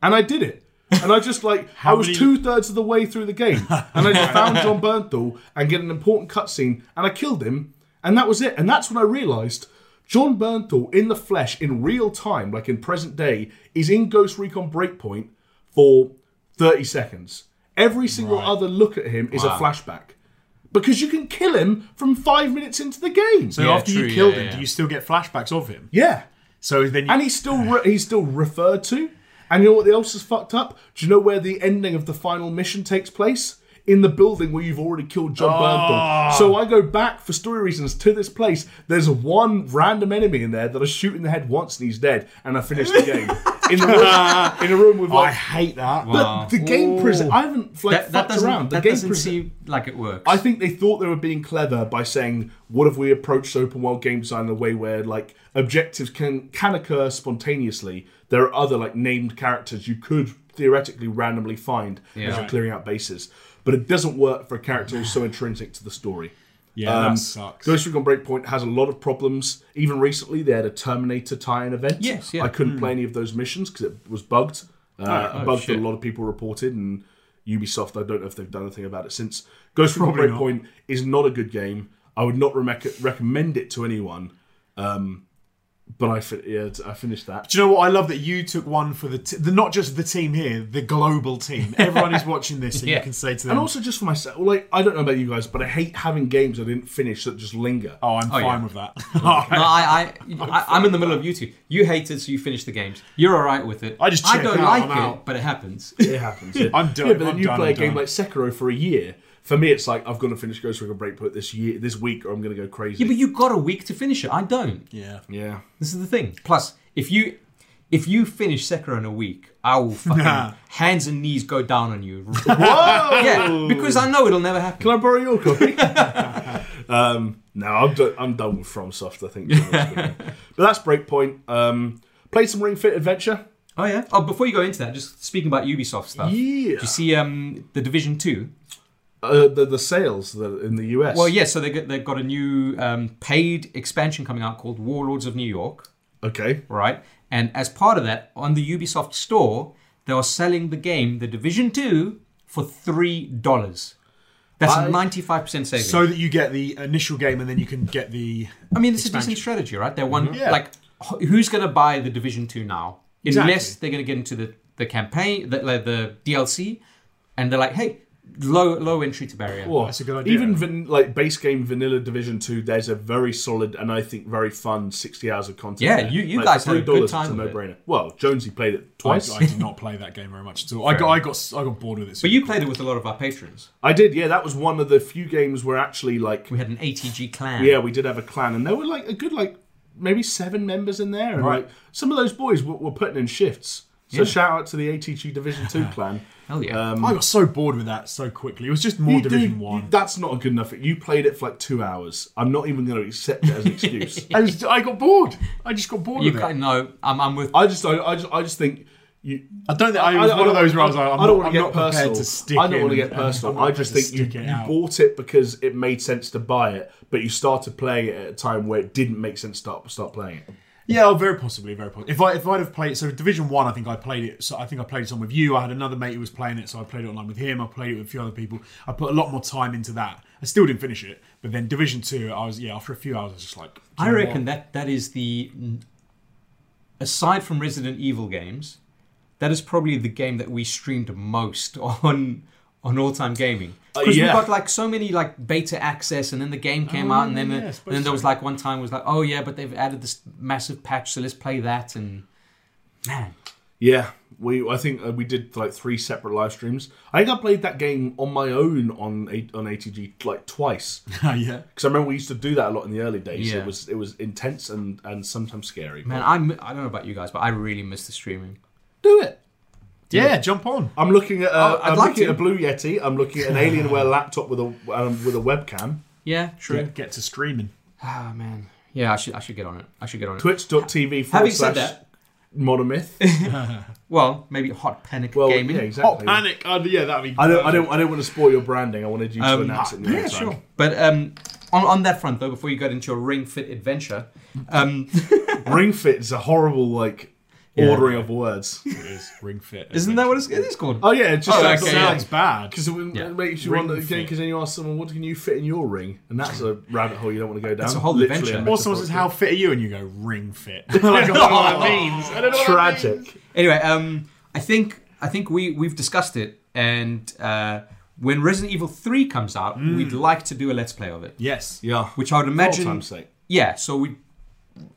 Speaker 3: And I did it. And I just, like, I was
Speaker 2: many-
Speaker 3: two thirds of the way through the game. And I just found John Bernthal and get an important cutscene. And I killed him. And that was it. And that's when I realized. John Bernthal in the flesh, in real time, like in present day, is in Ghost Recon Breakpoint for 30 seconds. Every single other look at him is a flashback. Because you can kill him from five minutes into the game.
Speaker 2: So
Speaker 1: Yeah,
Speaker 2: after
Speaker 1: true,
Speaker 2: you killed
Speaker 1: yeah,
Speaker 2: him,
Speaker 1: yeah.
Speaker 2: do you still get flashbacks of him?
Speaker 3: yeah.
Speaker 2: So then you,
Speaker 3: And he's still re- he's still referred to. And you know what else is fucked up? Do you know where the ending of the final mission takes place? In the building where you've already killed John
Speaker 1: Ah.
Speaker 3: Bernthal. So I go back for story reasons to this place. There's one random enemy in there that I shoot in the head once and he's dead, and I finish the game in the room, in a room with
Speaker 2: Oh, I
Speaker 3: like.
Speaker 2: hate that.
Speaker 3: But the game prison. I haven't like
Speaker 1: that, that
Speaker 3: fucked
Speaker 1: doesn't,
Speaker 3: around. The
Speaker 1: that
Speaker 3: game
Speaker 1: doesn't
Speaker 3: prison.
Speaker 1: seem like it works.
Speaker 3: I think they thought they were being clever by saying, "What if we approached open world game design in a way where like objectives can can occur spontaneously? There are other like named characters you could theoretically randomly find as you're
Speaker 2: Right.
Speaker 3: clearing out bases, but it doesn't work for a character who's so intrinsic to the story."
Speaker 2: yeah,
Speaker 3: Um,
Speaker 2: that sucks.
Speaker 3: Ghost Recon Breakpoint has a lot of problems. Even recently, they had a Terminator tie-in event.
Speaker 1: Yes, yeah.
Speaker 3: I couldn't play any of those missions because it was bugged. Uh,
Speaker 1: Oh,
Speaker 3: a bug that
Speaker 1: shit.
Speaker 3: a lot of people reported, and Ubisoft. I don't know if they've done anything about it since. Ghost Recon
Speaker 2: Probably not.
Speaker 3: Breakpoint is not a good game. I would not remec- recommend it to anyone. Um, but I, fin- yeah, I finished that.
Speaker 2: Do you know what? I love that you took one for the, t- the not just the team here, the global team. Everyone is watching this, and
Speaker 1: Yeah.
Speaker 2: you can say to them,
Speaker 3: And also just for myself, like I don't know about you guys, but I hate having games I didn't finish that just linger.
Speaker 2: "Oh, I'm fine
Speaker 1: yeah.
Speaker 2: with that." I,
Speaker 1: No, I, I, I, I'm in the middle of YouTube. You hate it, so you finish the games. You're all right with it.
Speaker 2: I just
Speaker 1: I
Speaker 2: check
Speaker 1: don't
Speaker 2: out,
Speaker 1: like
Speaker 2: I'm
Speaker 1: it,
Speaker 2: out.
Speaker 1: but it happens.
Speaker 3: It happens. yeah.
Speaker 2: I'm done,
Speaker 3: Yeah, but then
Speaker 2: I'm
Speaker 3: you
Speaker 2: done,
Speaker 3: play a
Speaker 2: I'm
Speaker 3: game
Speaker 2: done.
Speaker 3: like Sekiro for a year, For me, it's like I've got to finish Ghost Recon Breakpoint this year, this week, or I'm going to go crazy.
Speaker 1: Yeah, but you got a week to finish it. I don't.
Speaker 2: Yeah.
Speaker 3: yeah.
Speaker 1: This is the thing. Plus, if you if you finish Sekiro in a week, I will fucking
Speaker 2: Nah.
Speaker 1: hands and knees go down on you.
Speaker 3: Whoa!
Speaker 1: yeah, because I know it'll never happen.
Speaker 3: Can I borrow your copy? um, no, I'm, do- I'm done with FromSoft, I think. to be honest with you. but that's Breakpoint. Um, played some Ring Fit Adventure.
Speaker 1: Oh yeah. Oh, before you go into that, just speaking about Ubisoft stuff.
Speaker 3: Yeah.
Speaker 1: Do you see um the Division Two?
Speaker 3: Uh, the, the sales that in the US.
Speaker 1: Well, yeah. So they got, they've got a new um, paid expansion coming out called Warlords of New York,
Speaker 3: Okay.
Speaker 1: right? And as part of that, on the Ubisoft store, they are selling the game, The Division Two, for three dollars. That's
Speaker 3: I-
Speaker 1: a ninety-five percent saving.
Speaker 2: So that you get the initial game and then you can get the.
Speaker 1: I mean, it's a
Speaker 2: Expansion. Mm-hmm.
Speaker 1: decent strategy, right? They're one
Speaker 2: Yeah.
Speaker 1: like wh- who's going to buy the Division Two now?
Speaker 2: Exactly.
Speaker 1: Unless they're going to get into the the campaign, the, like, the DLC, and they're like, hey, low low entry to barrier.
Speaker 3: Well,
Speaker 2: That's a good idea.
Speaker 3: Even van- like base game Vanilla Division Two, there's a very solid and I think very fun sixty hours of content.
Speaker 1: Yeah,
Speaker 3: there.
Speaker 1: you- you
Speaker 3: Like,
Speaker 1: guys
Speaker 3: for
Speaker 1: had a good
Speaker 3: $3,
Speaker 1: time
Speaker 3: It's a
Speaker 1: with it.
Speaker 3: no-brainer. Well, Jonesy played it
Speaker 2: I,
Speaker 3: twice.
Speaker 2: I did not play that game very much at all. I got, I got I got bored with it.
Speaker 1: but you played it with a lot of our patrons.
Speaker 3: I did. Yeah, that was one of the few games where actually like
Speaker 1: We had an ATG clan.
Speaker 3: Yeah, we did have a clan, and there were like a good like maybe seven members in there, and
Speaker 2: Right.
Speaker 3: like some of those boys were, were putting in shifts. So shout out to the ATG Division Two clan.
Speaker 1: Hell yeah.
Speaker 3: Um,
Speaker 2: I got so bored with that so quickly. It was just more
Speaker 3: you-
Speaker 2: Division
Speaker 3: dude,
Speaker 2: One.
Speaker 3: you- That's not a good enough. You played it for like two hours. I'm not even going to accept it as an excuse.
Speaker 2: I, was, I got bored. I just got bored
Speaker 1: you
Speaker 2: with it.
Speaker 1: kind no, I'm, I'm with.
Speaker 3: I just, I, I just, I just think you.
Speaker 2: I don't think I, was
Speaker 3: I- I
Speaker 2: one of
Speaker 3: don't-
Speaker 2: those where I was like, I'm
Speaker 3: I
Speaker 2: not,
Speaker 3: don't want to
Speaker 2: I'm
Speaker 3: get
Speaker 2: not prepared
Speaker 3: personal.
Speaker 2: to stick
Speaker 3: I don't
Speaker 2: in
Speaker 3: want to get
Speaker 2: and-
Speaker 3: personal.
Speaker 2: I'm
Speaker 3: I
Speaker 2: not
Speaker 3: just
Speaker 2: prepared
Speaker 3: think
Speaker 2: to
Speaker 3: you,
Speaker 2: stick it
Speaker 3: you
Speaker 2: out.
Speaker 3: bought it because it made sense to buy it, but you started playing it at a time where it didn't make sense to start, start playing it.
Speaker 2: Yeah, oh, very possibly, very possibly. If I if I'd have played so Division One, I think I played it. So I think I played it on with you. I had another mate who was playing it, so I played it online with him. I played it with a few other people. I put a lot more time into that. I still didn't finish it, but then Division Two, I was yeah. After a few hours, I was just like, do you
Speaker 1: I
Speaker 2: know
Speaker 1: reckon
Speaker 2: what?
Speaker 1: that that is the aside from Resident Evil games, that is probably the game that we streamed most on on all time gaming. Because
Speaker 3: yeah.
Speaker 1: we got like so many like beta access, and then the game came out, and then
Speaker 2: yeah, I
Speaker 1: the- and
Speaker 2: suppose
Speaker 1: then there was
Speaker 2: so.
Speaker 1: like one time was like, oh yeah, but they've added this massive patch, so let's play that. And man,
Speaker 3: Yeah, we. I think uh, we did like three separate live streams. I think I played that game on my own on A- on ATG like twice
Speaker 2: yeah.
Speaker 3: because I remember we used to do that a lot in the early days.
Speaker 1: Yeah.
Speaker 3: It was it was intense and and sometimes scary.
Speaker 1: man, I mi- I don't know about you guys, but I really miss the streaming.
Speaker 3: do it.
Speaker 2: Yeah, jump on.
Speaker 3: I'm looking at a,
Speaker 1: Oh, I'd
Speaker 3: am
Speaker 1: like
Speaker 3: looking
Speaker 1: to.
Speaker 3: at a blue yeti. I'm looking at an Alienware laptop with a um, with a webcam.
Speaker 1: Yeah, true.
Speaker 2: Get, get to streaming.
Speaker 1: Ah man, yeah, I should I should get on it. I should get on it.
Speaker 3: Twitch.tv forward
Speaker 1: Having said
Speaker 3: slash
Speaker 1: that,
Speaker 3: monomyth.
Speaker 1: well, maybe Hot Panic
Speaker 3: Well,
Speaker 1: Gaming.
Speaker 3: yeah,
Speaker 2: Oh,
Speaker 3: exactly.
Speaker 2: panic! Oh, yeah, that'd be.
Speaker 3: I don't, I don't, I don't want to spoil your branding. I wanted you to
Speaker 1: Um,
Speaker 3: announce it. in your
Speaker 1: Yeah,
Speaker 3: own time.
Speaker 1: sure. But um, on, on that front, though, before you got into your Ring Fit adventure, um,
Speaker 3: Ring Fit is a horrible like ordering of words.
Speaker 2: It is Ring Fit.
Speaker 1: isn't that what it's, it is called?
Speaker 3: Oh yeah, it's just
Speaker 1: Oh,
Speaker 3: like
Speaker 1: okay,
Speaker 3: sounds
Speaker 2: Sounds bad.
Speaker 3: Because it would-
Speaker 1: Yeah.
Speaker 3: it makes you
Speaker 2: Ring
Speaker 3: wonder again.
Speaker 2: fit.
Speaker 3: Because then you ask someone, "What can you fit in your ring?" And that's a rabbit hole you don't want to go down.
Speaker 1: That's a whole
Speaker 3: Literally
Speaker 1: adventure.
Speaker 3: and
Speaker 2: Or someone says, "How fit are you?" and you go, "Ring fit." like, I don't know what that means. I don't know what that means.
Speaker 3: Tragic.
Speaker 1: Anyway, um, I think I think we we've discussed it, and uh, when Resident Evil Three comes out, we'd like to do a let's play of it,
Speaker 2: Yes.
Speaker 3: Mm. Yeah.
Speaker 1: which I would
Speaker 3: Imagine.
Speaker 1: imagine.
Speaker 3: time's sake.
Speaker 1: Yeah, so we,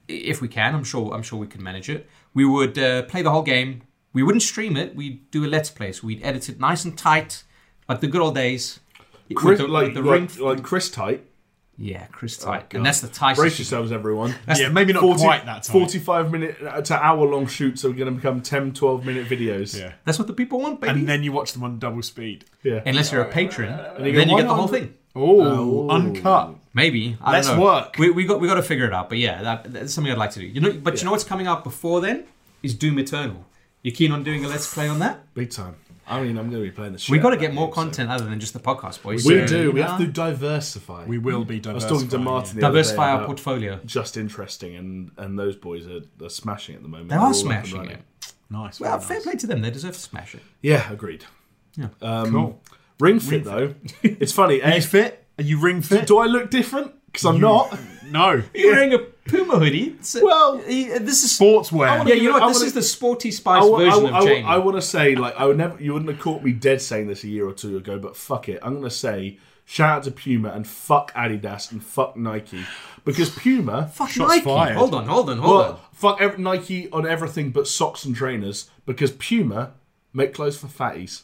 Speaker 1: if we can, I'm sure I'm sure we can manage it. We would uh, play the whole game. We wouldn't stream it. We'd do a let's play. So we'd edit it nice and tight, like the good old days. with
Speaker 3: Chris,
Speaker 1: the- with
Speaker 3: like,
Speaker 1: the
Speaker 3: like, oh,
Speaker 1: ring-
Speaker 3: like Chris type.
Speaker 1: yeah, Chris tight, and that's the tight.
Speaker 3: Brace yourselves, everyone.
Speaker 2: yeah, maybe not
Speaker 3: 40
Speaker 2: quite that time.
Speaker 3: 45 minute uh, to hour long shoots are going to become 10, 12 minute videos.
Speaker 2: Yeah.
Speaker 1: That's what the people want, baby.
Speaker 2: And then you watch them on double speed.
Speaker 3: Yeah.
Speaker 1: Unless you're a patron, and
Speaker 3: you go,
Speaker 1: then you
Speaker 3: "Why
Speaker 1: get the whole
Speaker 3: not?"
Speaker 1: thing.
Speaker 2: Oh, uncut.
Speaker 1: Maybe I
Speaker 2: Let's
Speaker 1: don't know.
Speaker 2: work.
Speaker 1: We, we got we got to figure it out. But yeah, that, that's something I'd like to do. You know, but you know what's coming out before then is Doom Eternal. You keen on doing a let's play on that?
Speaker 3: Big time. I mean, I'm going to be playing this.
Speaker 1: We got to get more content other than just the podcast, boys. So,
Speaker 3: We do. We
Speaker 1: you
Speaker 3: have
Speaker 1: know,
Speaker 3: to diversify.
Speaker 2: We will be
Speaker 3: I
Speaker 2: diversifying.
Speaker 3: was talking to Martin. the other day
Speaker 1: diversify our
Speaker 3: about-
Speaker 1: portfolio.
Speaker 3: just interesting, and and those boys are, are smashing at the moment.
Speaker 1: They
Speaker 3: They're all
Speaker 1: are
Speaker 3: up and
Speaker 1: smashing
Speaker 3: running.
Speaker 1: it.
Speaker 2: yeah. Nice.
Speaker 1: Well,
Speaker 2: very
Speaker 1: fair
Speaker 2: nice.
Speaker 1: play to them. They deserve to smash it.
Speaker 3: Yeah, agreed.
Speaker 1: Yeah.
Speaker 3: Um,
Speaker 2: Cool.
Speaker 3: Ring Fit though, it's funny.
Speaker 2: Are
Speaker 3: eh?
Speaker 2: you fit? Are you ring fit?
Speaker 3: Do I look different? Because I'm not.
Speaker 2: No.
Speaker 1: You're wearing a Puma hoodie. It's a-
Speaker 3: Well,
Speaker 1: eh, this is
Speaker 2: Sportswear.
Speaker 1: yeah. You
Speaker 3: give
Speaker 1: know
Speaker 3: it-
Speaker 1: what?
Speaker 3: I
Speaker 1: this
Speaker 3: wanna-
Speaker 1: is the sporty spice version of Jamie.
Speaker 3: want to say like I would never. You wouldn't have caught me dead saying this a year or two ago, but fuck it. I'm going to say shout out to Puma and fuck Adidas and fuck Nike because Puma.
Speaker 1: Fuck
Speaker 2: Shots
Speaker 1: Nike.
Speaker 2: fired.
Speaker 1: Hold on, hold on, hold on.
Speaker 3: Well, fuck ev- Nike on everything but socks and trainers because Puma make clothes for fatties.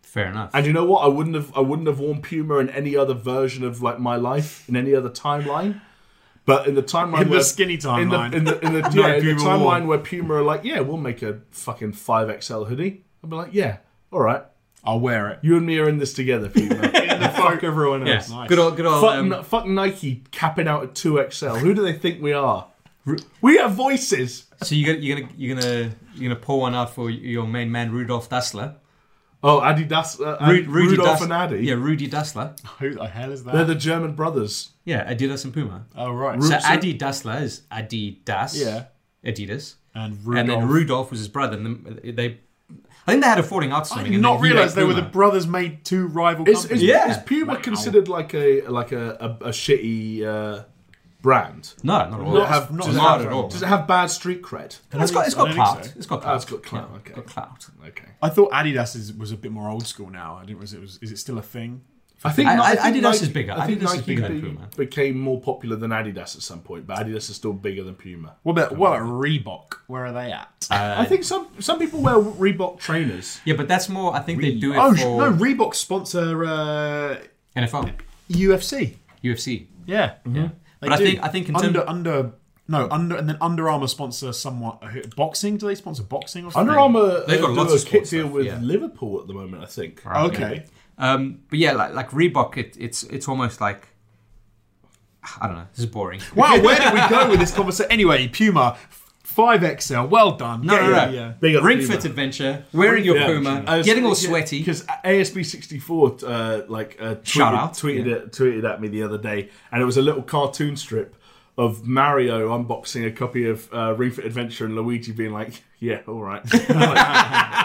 Speaker 1: Fair enough.
Speaker 3: And you know what? I wouldn't have I wouldn't have worn Puma in any other version of like my life in any other timeline. But in the timeline,
Speaker 2: In the
Speaker 3: where-
Speaker 2: skinny
Speaker 3: in the
Speaker 2: timeline.
Speaker 3: in the, in the, yeah, in the
Speaker 2: Puma
Speaker 3: timeline
Speaker 2: worn.
Speaker 3: where Puma are like, yeah, we'll make a fucking five XL hoodie. I'd be like, yeah, all right,
Speaker 2: I'll wear it.
Speaker 3: you and me are in this together, Puma. fuck everyone
Speaker 1: yeah.
Speaker 3: else.
Speaker 2: nice.
Speaker 1: Good old, good old.
Speaker 3: Fuck,
Speaker 1: um,
Speaker 3: N- fuck Nike capping out at two XL. Who do they think we are? We have voices.
Speaker 1: so you're gonna, you're gonna you're gonna you're gonna pour one out for your main man Rudolf Dassler.
Speaker 3: Oh, Adi Das, uh, Adi-
Speaker 1: Ru- Rudy
Speaker 3: Rudolph
Speaker 1: Das-
Speaker 3: and Adi.
Speaker 1: Yeah, Rudy Dassler.
Speaker 2: Who the hell is that?
Speaker 3: They're the German brothers.
Speaker 1: Yeah, Adidas and Puma.
Speaker 2: oh right.
Speaker 1: So
Speaker 3: so-
Speaker 1: Adi Dassler is Adidas.
Speaker 3: Yeah.
Speaker 1: Adidas.
Speaker 2: and
Speaker 1: And
Speaker 2: Rudolph.
Speaker 1: then Rudolph was his brother. And then they, I think they had a falling out. or
Speaker 2: I
Speaker 1: something,
Speaker 2: did
Speaker 1: and
Speaker 2: not
Speaker 1: then he
Speaker 2: realize
Speaker 1: liked
Speaker 2: they were the
Speaker 1: Puma.
Speaker 2: brothers made two rival
Speaker 3: Is, is,
Speaker 2: companies.
Speaker 1: Yeah.
Speaker 3: is Puma
Speaker 2: Wow.
Speaker 3: considered like a like a, a, a shitty uh, brand?
Speaker 1: No, not at all.
Speaker 2: Not have- not
Speaker 1: Just
Speaker 2: as
Speaker 1: not
Speaker 2: bad.
Speaker 1: at all.
Speaker 3: Does it have bad street cred?
Speaker 1: It's got, it's got
Speaker 2: I don't think
Speaker 1: clout.
Speaker 2: so.
Speaker 1: It's got
Speaker 3: Oh,
Speaker 1: clout.
Speaker 3: it's got clout, okay.
Speaker 1: Got clout.
Speaker 3: Okay.
Speaker 2: I thought Adidas is, was a bit more old school now. I didn't realize it was. Is it still a thing?
Speaker 3: I think
Speaker 1: I-
Speaker 3: Ni-
Speaker 1: I-
Speaker 3: think
Speaker 1: Adidas is
Speaker 3: Nike-
Speaker 1: bigger.
Speaker 3: I think
Speaker 1: Adidas is
Speaker 3: Nike
Speaker 1: bigger than
Speaker 3: be-
Speaker 1: Puma.
Speaker 3: became more popular than Adidas at some point, but Adidas is still bigger than Puma.
Speaker 2: What about what about Reebok? Where are they at?
Speaker 1: Uh,
Speaker 3: I think some some people wear Reebok trainers.
Speaker 1: Yeah, but that's more. I think they do it
Speaker 2: oh sh-
Speaker 1: for
Speaker 2: no, Reebok sponsor uh,
Speaker 1: NFL,
Speaker 2: UFC.
Speaker 1: UFC.
Speaker 2: Yeah, They
Speaker 1: Mm-hmm. But I
Speaker 2: do.
Speaker 1: think- I think in
Speaker 2: under
Speaker 1: term-
Speaker 2: under no under and then Under Armour sponsor somewhat uh, boxing. Do they sponsor boxing or something?
Speaker 3: Under Armour
Speaker 1: They've
Speaker 3: they've
Speaker 1: got
Speaker 3: got
Speaker 1: lots
Speaker 3: a
Speaker 1: of
Speaker 3: kit
Speaker 1: sports
Speaker 3: deal
Speaker 1: stuff,
Speaker 3: with
Speaker 1: yeah.
Speaker 3: Liverpool at the moment. I think.
Speaker 2: Okay,
Speaker 1: Um, but yeah, like like Reebok, it, it's it's almost like I don't know. This is boring.
Speaker 2: wow, where did we go with this conversation? Anyway, Puma five XL. Well done.
Speaker 1: No,
Speaker 2: Yeah,
Speaker 1: no,
Speaker 2: yeah,
Speaker 1: no.
Speaker 2: yeah.
Speaker 3: Big up
Speaker 1: Ring
Speaker 3: Puma.
Speaker 1: Fit Adventure, wearing your
Speaker 3: Yeah.
Speaker 1: Puma,
Speaker 3: I was-
Speaker 1: getting all
Speaker 3: yeah,
Speaker 1: sweaty.
Speaker 3: because ASB sixty four uh, like uh, tweeted,
Speaker 1: Shout out.
Speaker 3: tweeted
Speaker 1: Yeah.
Speaker 3: it, tweeted at me the other day, and it was a little cartoon strip of Mario unboxing a copy of uh, Ring Fit Adventure and Luigi being like, "Yeah, all right."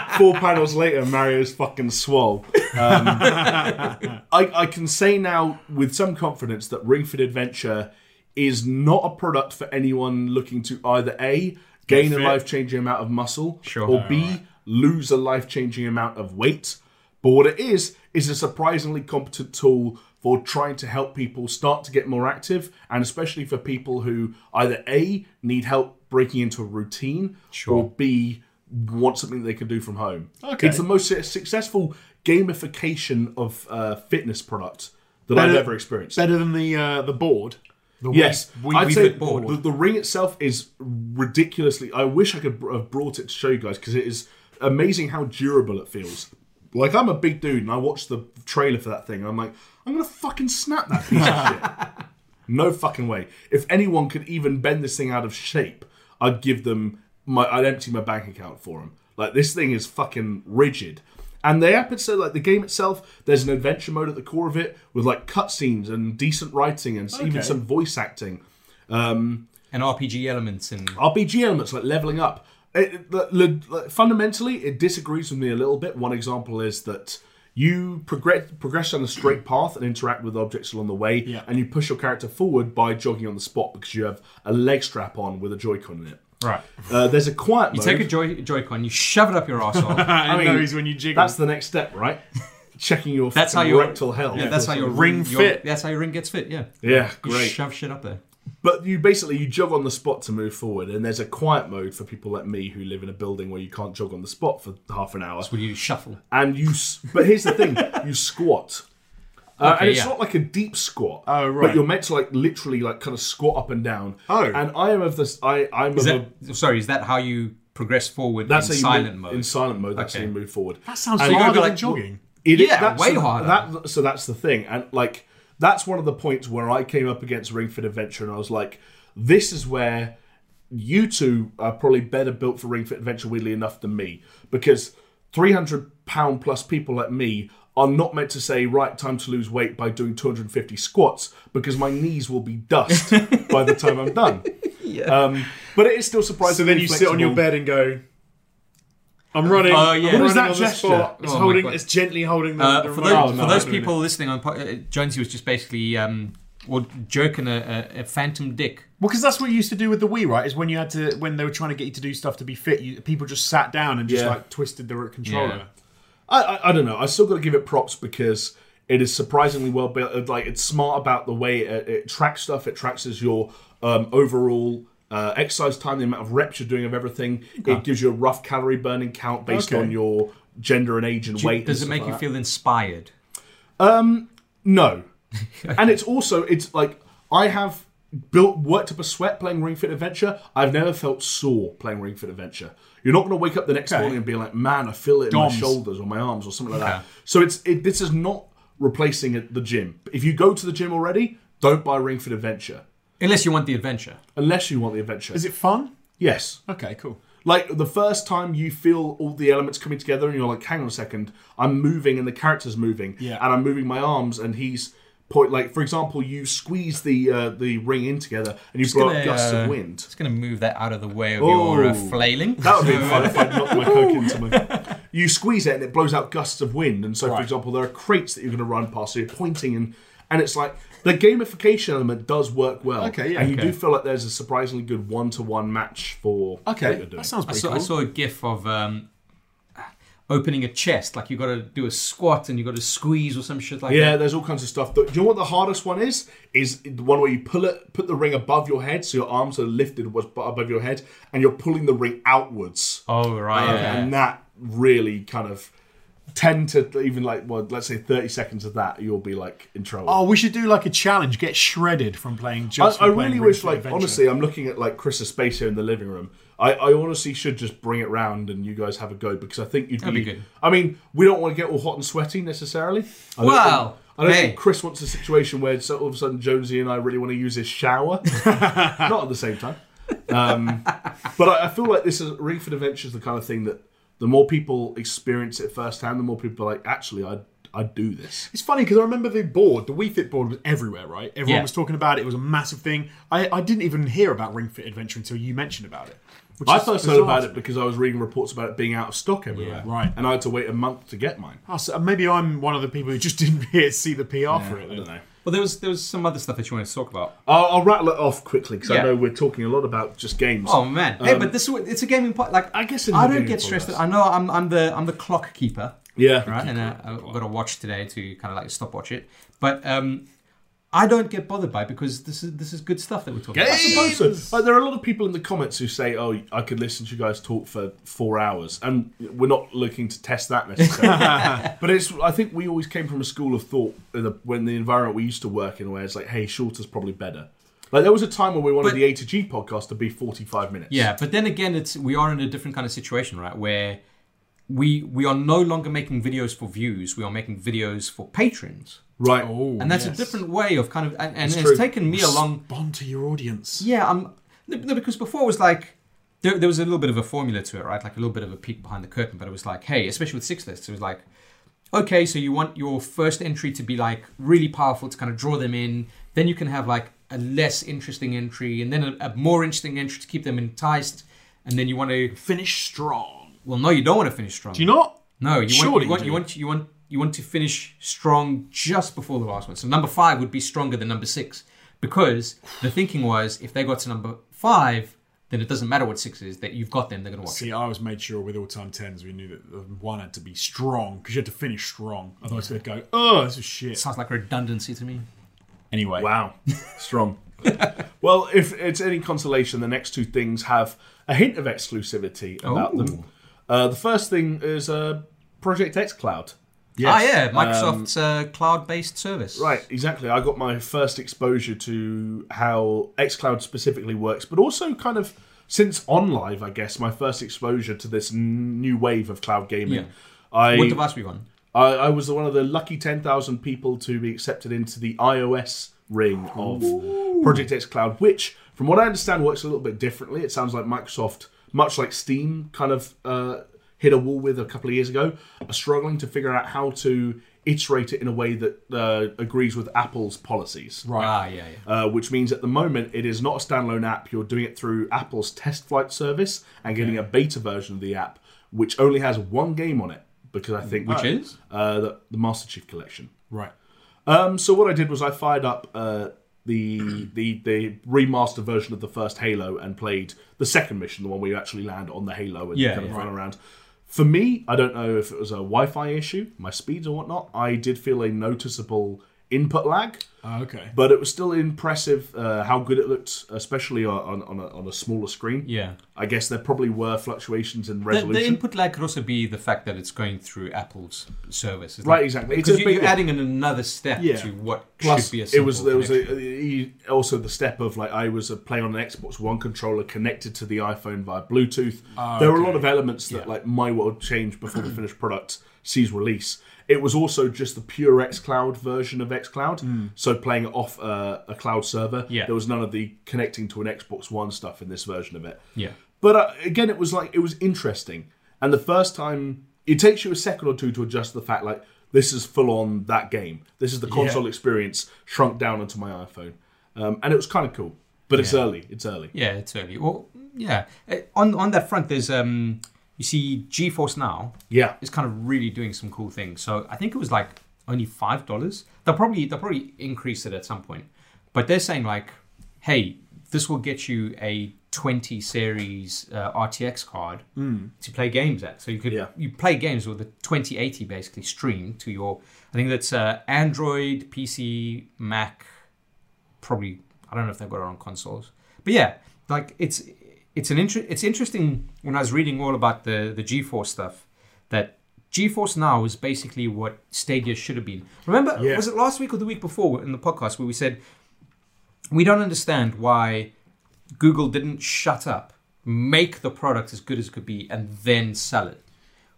Speaker 3: Like, four panels later, Mario's fucking swole. Um, I, I can say now with some confidence that Ring Fit Adventure is not a product for anyone looking to either a gain a
Speaker 2: fit.
Speaker 3: life changing amount of muscle
Speaker 1: Sure.
Speaker 3: or B, lose a life changing amount of weight. But what it is, is a surprisingly competent tool for trying to help people start to get more active, and especially for people who either A, need help breaking into a routine, or B, want something that they can do from home.
Speaker 2: Okay.
Speaker 3: It's the most su- successful gamification of uh, fitness product that I've
Speaker 2: Better-
Speaker 3: ever experienced.
Speaker 2: Better than the uh, the board. The
Speaker 3: Yes,
Speaker 2: Wii- Wii-
Speaker 3: I'd
Speaker 2: Wii
Speaker 3: say
Speaker 2: Fit
Speaker 1: board.
Speaker 3: The, the ring itself is ridiculously. I wish I could br- have brought it to show you guys because it is amazing how durable it feels. Like I'm a big dude, and I watched the trailer for that thing, and I'm like, I'm gonna fucking snap that piece of shit. No fucking way. If anyone could even bend this thing out of shape, I'd give them my. I'd empty my bank account for them. Like this thing is fucking rigid. And they happen so like the game itself. There's an adventure mode at the core of it with like cutscenes and decent writing and s even
Speaker 2: Okay.
Speaker 3: some voice acting.
Speaker 1: and RPG elements and
Speaker 3: RPG elements like leveling up. It, it- le- le- le- fundamentally, it disagrees with me a little bit. One example is that you progress progress down a straight path and interact with objects along the way,
Speaker 2: Yeah.
Speaker 3: and you push your character forward by jogging on the spot because you have a leg strap on with a Joy-Con in it.
Speaker 1: right.
Speaker 3: Uh, there's a quiet mode.
Speaker 1: Take a joy Joy-Con, you shove it up your asshole.
Speaker 2: I,
Speaker 3: mean,
Speaker 2: know he's when you jiggle.
Speaker 3: that's the next step, right? Checking your
Speaker 1: That's how
Speaker 3: fucking
Speaker 1: your
Speaker 3: rectal health.
Speaker 1: Yeah, that's how your
Speaker 2: Ring
Speaker 1: your-
Speaker 2: fit.
Speaker 1: That's how your ring gets fit. Yeah,
Speaker 3: yeah,
Speaker 1: you
Speaker 3: great.
Speaker 1: shove shit up there.
Speaker 3: But you basically you jog on the spot to move forward, and there's a quiet mode for people like me who live in a building where you can't jog on the spot for half an hour.
Speaker 1: Will you shuffle?
Speaker 3: and you. s- But here's the thing: you squat, uh,
Speaker 1: Okay,
Speaker 3: and it's
Speaker 1: yeah.
Speaker 3: not like a deep squat.
Speaker 2: Oh, right.
Speaker 3: But you're meant to like literally like kind of squat up and down.
Speaker 2: Oh.
Speaker 3: and I am of this. I I'm
Speaker 1: Is
Speaker 3: of
Speaker 1: that sorry? Is that how you progress forward
Speaker 3: that's
Speaker 1: in
Speaker 3: how you
Speaker 1: silent
Speaker 3: move,
Speaker 1: mode?
Speaker 3: In silent mode, that's
Speaker 1: Okay.
Speaker 3: how you move forward.
Speaker 2: that sounds
Speaker 3: And
Speaker 2: harder
Speaker 3: you gotta
Speaker 2: than
Speaker 3: go like-
Speaker 2: jogging.
Speaker 3: It
Speaker 1: Yeah, way
Speaker 3: so
Speaker 1: harder.
Speaker 3: That, so that's the thing, and like that's one of the points where I came up against Ring Fit Adventure, and I was like, this is where you two are probably better built for Ring Fit Adventure, weirdly enough, than me, because three hundred pound plus people like me are not meant to say right time to lose weight by doing 250 squats because my knees will be dust by the time I'm done. Um, but it is still surprising.
Speaker 2: So then you sit on your bed and go. I'm running.
Speaker 1: Oh, yeah.
Speaker 2: I'm
Speaker 1: What is
Speaker 2: running
Speaker 3: that
Speaker 2: on the
Speaker 3: gesture?
Speaker 2: spot. It's
Speaker 1: Oh, my
Speaker 2: holding.
Speaker 1: God.
Speaker 2: It's gently holding the.
Speaker 1: Uh,
Speaker 2: the Oh,
Speaker 1: for
Speaker 2: remote.
Speaker 1: those,
Speaker 3: Oh, no,
Speaker 1: for
Speaker 3: I'm
Speaker 1: those
Speaker 2: doing
Speaker 1: people listening on, po- uh, Jonesy was just basically um, or jerking a, a, a phantom dick.
Speaker 2: Well, because that's what you used to do with the Wii, right? Is when you had to when they were trying to get you to do stuff to be fit, you, people just sat down and just
Speaker 3: Yeah.
Speaker 2: like twisted the controller.
Speaker 1: Yeah.
Speaker 3: I, I, I don't know. I still got to give it props because it is surprisingly well built. Like it's smart about the way it, it tracks stuff. It tracks as your um, overall uh, exercise time, the amount of reps you're doing of everything. It gives you a rough calorie burning count based
Speaker 2: Okay.
Speaker 3: on your gender and age and
Speaker 1: Do you-
Speaker 3: weight. and
Speaker 1: does it
Speaker 3: stuff
Speaker 1: make
Speaker 3: like
Speaker 1: you
Speaker 3: that.
Speaker 1: feel inspired?
Speaker 3: No. and it's also it's like I have built worked up a sweat playing Ring Fit Adventure. I've never felt sore playing Ring Fit Adventure. You're not going to wake up the next morning and be like, "Man, I feel it in
Speaker 2: Doms.
Speaker 3: my shoulders or my arms or something like that." So it's it, this is not replacing it- the gym. If you go to the gym already, don't buy Ring Fit Adventure
Speaker 1: Unless you want the adventure.
Speaker 3: unless you want the adventure.
Speaker 2: Is it fun?
Speaker 3: yes.
Speaker 2: Okay, cool.
Speaker 3: Like the first time you feel all the elements coming together, and you're like, "Hang on a second, I'm moving, and the character's moving,
Speaker 2: Yeah.
Speaker 3: and I'm moving my arms, and he's point." Like for example, you squeeze the uh, the ring in together, and you blow up gusts
Speaker 1: uh,
Speaker 3: of wind.
Speaker 1: It's going to move that out of the way of
Speaker 3: Oh.
Speaker 1: your uh, flailing.
Speaker 3: That would be fun if I knocked my coke into my. You squeeze it, and it blows out gusts of wind. And so, for
Speaker 2: Right.
Speaker 3: example, there are crates that you're going to run past, so you're pointing, and and it's like the gamification element does work well.
Speaker 2: Okay, yeah.
Speaker 3: and you
Speaker 1: Okay.
Speaker 3: do feel like there's a surprisingly good one to one match for what
Speaker 2: Okay,
Speaker 3: you're doing.
Speaker 2: that sounds
Speaker 1: I
Speaker 2: pretty
Speaker 1: saw,
Speaker 2: cool.
Speaker 1: I saw a gif of um, opening a chest, like you got to do a squat and you got to squeeze or some shit like
Speaker 3: Yeah,
Speaker 1: that.
Speaker 3: there's all kinds of stuff. But do you know what the hardest one is? Is the one where you pull it, put the ring above your head, so your arms are lifted was- above your head, and you're pulling the ring outwards. Um,
Speaker 1: Oh right. yeah.
Speaker 3: And that really kind of ten to even like well, let's say thirty seconds of that, you'll be like in trouble.
Speaker 2: Oh, we should do like a challenge. Get shredded from playing
Speaker 3: I,
Speaker 2: just.
Speaker 3: I
Speaker 2: for playing
Speaker 3: really
Speaker 2: Ring
Speaker 3: wish,
Speaker 2: Fit
Speaker 3: like,
Speaker 2: Adventure.
Speaker 3: honestly, I'm looking at like Chris's space here in the living room. I, I honestly should just bring it round and you guys have a go because I think you'd be,
Speaker 1: That'd be good.
Speaker 3: I mean, we don't want to get all hot and sweaty necessarily. I don't
Speaker 1: Well,
Speaker 3: think- I don't
Speaker 1: hey.
Speaker 3: think Chris wants a situation where so all of a sudden Jonesy and I really want to use his shower, not at the same time. Um, but I, I feel like this is Ring Fit Adventure is the kind of thing that the more people experience it firsthand, the more people are like, actually, I I do this.
Speaker 2: It's funny because I remember the board, the Wii Fit board was everywhere, right? Everyone
Speaker 1: Yeah.
Speaker 2: was talking about it. It was a massive thing. I, I didn't even hear about Ring Fit Adventure until you mentioned about it. Which
Speaker 3: I
Speaker 2: is
Speaker 3: first heard
Speaker 2: bizarre
Speaker 3: about
Speaker 2: to
Speaker 3: it
Speaker 2: me.
Speaker 3: because I was reading reports about it being out of stock everywhere.
Speaker 1: Yeah.
Speaker 2: Right.
Speaker 3: And I had to wait a month to get mine.
Speaker 2: Oh, so maybe I'm one of the people who just didn't hear, see the PR for it.
Speaker 3: I
Speaker 2: then.
Speaker 3: don't know.
Speaker 1: Well, there was there was some other stuff that you wanted to talk about.
Speaker 3: I'll, I'll rattle it off quickly because I
Speaker 1: Yeah.
Speaker 3: know we're talking a lot about just games.
Speaker 1: Oh man. hey, but this is- it's a gaming part. Like
Speaker 3: Um, I guess it is
Speaker 1: I
Speaker 3: a
Speaker 1: don't
Speaker 3: gaming
Speaker 1: get stressed.
Speaker 3: podcast.
Speaker 1: I know I'm I'm the I'm the clock keeper.
Speaker 3: yeah.
Speaker 1: right? And uh, I've got a watch today to kind of like stopwatch it. But um, I don't get bothered by it because this is this is good stuff that we're talking
Speaker 3: I
Speaker 1: about.
Speaker 3: suppose so. Like, there are a lot of people in the comments who say, "Oh, I could listen to you guys talk for four hours," and we're not looking to test that necessarily. but it's, I think we always came from a school of thought in the, when the environment we used to work in, where it's like, "Hey, shorter's probably better." Like there was a time when we wanted
Speaker 1: But-
Speaker 3: the A to G podcast to be forty-five minutes.
Speaker 1: Yeah, but then again, it's we are in a different kind of situation, right? Where we we are no longer making videos for views; we are making videos for patrons,
Speaker 3: right.
Speaker 1: and that's
Speaker 2: yes.
Speaker 1: a different way of kind of. And, and it's,
Speaker 3: true.
Speaker 1: taken me a long
Speaker 2: Respond to your audience.
Speaker 1: Yeah, I'm no, no, because before it was like there, there was a little bit of a formula to it, right? Like a little bit of a peek behind the curtain, but it was like, hey, especially with six lists, it was like, okay, so you want your first entry to be like really powerful to kind of draw them in. Then you can have like a less interesting entry, and then a, a more interesting entry to keep them enticed. And then you want to,
Speaker 2: Finish strong.
Speaker 1: well, no, you don't want to finish strong.
Speaker 2: Do you not?
Speaker 1: No, you
Speaker 2: Surely
Speaker 1: want,
Speaker 2: you
Speaker 1: you, want,
Speaker 2: do.
Speaker 1: you want you want you want to finish strong just before the last one. So number five would be stronger than number six because the thinking was if they got to number five, then it doesn't matter what six is that you've got them. They're going to watch. it.
Speaker 2: See, I always made sure with all time tens we knew that the one had to be strong because you had to finish strong. Otherwise, they'd go, "Oh, this is shit."
Speaker 1: Sounds like redundancy to me.
Speaker 2: Anyway,
Speaker 3: Wow, strong. well, if it's any consolation, the next two things have a hint of exclusivity about them. Uh, the first thing is uh, Project X Cloud.
Speaker 1: Ah, yeah, Microsoft's uh, cloud-based service.
Speaker 3: um, Right, exactly. I got my first exposure to how xCloud specifically works, but also kind of since OnLive, I guess, my first exposure to this n- new wave of cloud gaming. I,
Speaker 1: What device were you on?
Speaker 3: I, I was one of the lucky 10,000 people to be accepted into the iOS ring of Project X Cloud, which, from what I understand, works a little bit differently. It sounds like Microsoft, much like Steam, kind of uh, hit a wall with a couple of years ago, are struggling to figure out how to iterate it in a way that uh, agrees with Apple's policies.
Speaker 1: Ah, yeah, yeah.
Speaker 3: Uh, which means at the moment it is not a standalone app. You're doing it through Apple's test flight service and getting a beta version of the app, which only has one game on it because I think
Speaker 1: Which is?
Speaker 3: uh, the, the Master Chief Collection.
Speaker 2: right.
Speaker 3: Um, so what I did was I fired up uh, the the the remastered version of the first Halo and played the second mission, the one where you actually land on the Halo and
Speaker 1: Yeah,
Speaker 3: kind of
Speaker 1: yeah.
Speaker 3: run around. For me, I don't know if it was a Wi-Fi issue, my speeds or whatnot. I did feel a noticeable input lag.
Speaker 2: Oh, okay.
Speaker 3: But it was still impressive uh, how good it looked, especially on, on, on, a, on a smaller screen.
Speaker 1: Yeah.
Speaker 3: I guess there probably were fluctuations in
Speaker 1: The, the
Speaker 3: resolution.
Speaker 1: input lag could also be the fact that it's going through Apple's service.
Speaker 3: Right, exactly. It's
Speaker 1: Because
Speaker 3: a
Speaker 1: you,
Speaker 3: big-
Speaker 1: you're adding in another step
Speaker 2: Yeah.
Speaker 1: to what
Speaker 3: Plus,
Speaker 1: should be a
Speaker 3: it was
Speaker 1: simple
Speaker 3: there was
Speaker 1: connection.
Speaker 3: a, e- also the step of like I was uh, playing on an Xbox One controller connected to the iPhone via Bluetooth.
Speaker 1: Ah,
Speaker 3: there were a lot
Speaker 2: okay.
Speaker 3: of elements that like my world changed before the finished product sees release. It was also just the pure XCloud version of XCloud, so playing it off uh, a cloud server.
Speaker 1: Hmm. Yeah.
Speaker 3: There was none of the connecting to an Xbox One stuff in this version of it.
Speaker 1: Yeah.
Speaker 3: But uh, again, it was like it was interesting. And the first time, it takes you a second or two to adjust to the fact like this is full on that game. This is the console experience shrunk down onto my iPhone, um, and it was kind of cool. But it's early. It's early.
Speaker 1: Yeah, it's early. Well, yeah. Uh, On on that front, there's um, you see, GeForce Now
Speaker 3: Yeah.
Speaker 1: is kind of really doing some cool things. So I think it was like only five dollars. They'll probably they'll probably increase it at some point, but they're saying like, hey, this will get you a 20 series uh, RTX card to play games at. So you could
Speaker 3: Yeah.
Speaker 1: you play games with a 2080 basically streamed to your. I think that's uh, Android, PC, Mac, probably I don't know if they've got it on consoles, but yeah, like it's it's an inter- it's interesting when I was reading all about the the GeForce stuff that GeForce Now is basically what Stadia should have been. Remember,
Speaker 2: Yeah.
Speaker 1: was it last week or the week before in the podcast where we said we don't understand why Google didn't shut up, make the product as good as it could be, and then sell it,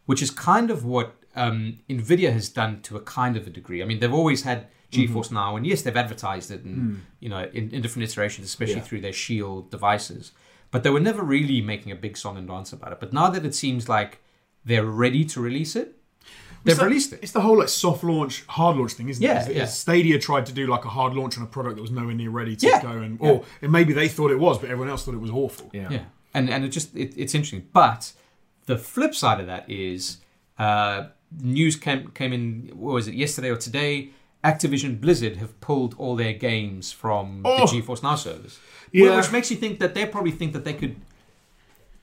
Speaker 1: which is kind of what um, Nvidia has done to a kind of a degree. I mean, they've always had GeForce Now, and yes, they've advertised it, and you know, in, in different iterations, especially
Speaker 3: Yeah.
Speaker 1: through their Shield devices. But they were never really making a big song and dance about it. But now that it seems like they're ready to release it, they've
Speaker 2: It's that-
Speaker 1: released it.
Speaker 2: It's the whole like soft launch, hard launch thing, isn't
Speaker 1: Yeah,
Speaker 2: it? Is-
Speaker 1: yeah.
Speaker 2: is Stadia tried to do like a hard launch on a product that was nowhere near ready to
Speaker 1: Yeah,
Speaker 2: go, and
Speaker 1: yeah.
Speaker 2: or and maybe they thought it was, but everyone else thought it was awful.
Speaker 1: yeah and and it just it, it's interesting but the flip side of that is uh news came came in what was it yesterday or today activision blizzard have pulled all their games from
Speaker 2: Oh.
Speaker 1: the geforce now service
Speaker 3: Yeah.
Speaker 1: which makes you think that they probably think that they could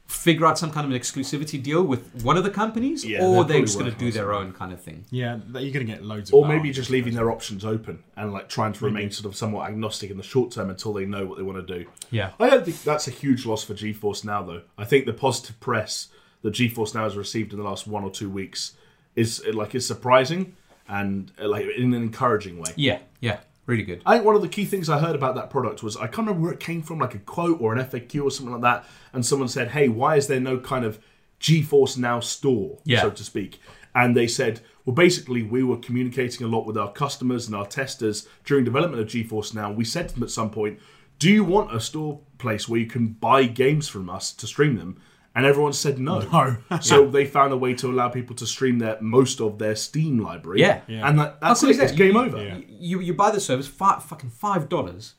Speaker 1: figure out some kind of an exclusivity deal with one of the companies
Speaker 3: Yeah,
Speaker 1: or
Speaker 3: they're
Speaker 1: they're just
Speaker 3: probably
Speaker 1: going to do
Speaker 3: working on
Speaker 1: their own kind of thing
Speaker 2: Yeah, that- you're going to get loads.
Speaker 3: Or
Speaker 1: Oh,
Speaker 2: of
Speaker 3: maybe
Speaker 2: that.
Speaker 3: just leaving their options open and like trying to remain sort of somewhat agnostic in the short term until they know what they want to do.
Speaker 1: yeah
Speaker 3: I don't think that's a huge loss for GeForce Now, though. I think the positive press that GeForce Now has received in the last one or two weeks is uh, like is surprising and uh, like in an encouraging way.
Speaker 1: yeah yeah really good
Speaker 3: I think one of the key things I heard about that product was I can't remember where it came from, like a quote or an FAQ or something like that, and someone said, "Hey, why is there no kind of GeForce Now store,
Speaker 1: Yeah.
Speaker 3: so to speak?" And they said, "Well, basically, we were communicating a lot with our customers and our testers during development of GeForce Now. We said to them at some point, "Do you want a store place where you can buy games from us to stream them?" And everyone said no.
Speaker 2: No.
Speaker 3: so they found a way to allow people to stream their most of their Steam library.
Speaker 1: Yeah.
Speaker 2: Yeah.
Speaker 3: And that, that's
Speaker 1: cool
Speaker 3: it.
Speaker 1: is that?
Speaker 3: It's game
Speaker 1: You-
Speaker 3: over.
Speaker 2: Yeah.
Speaker 1: you you buy the service fi fucking five dollars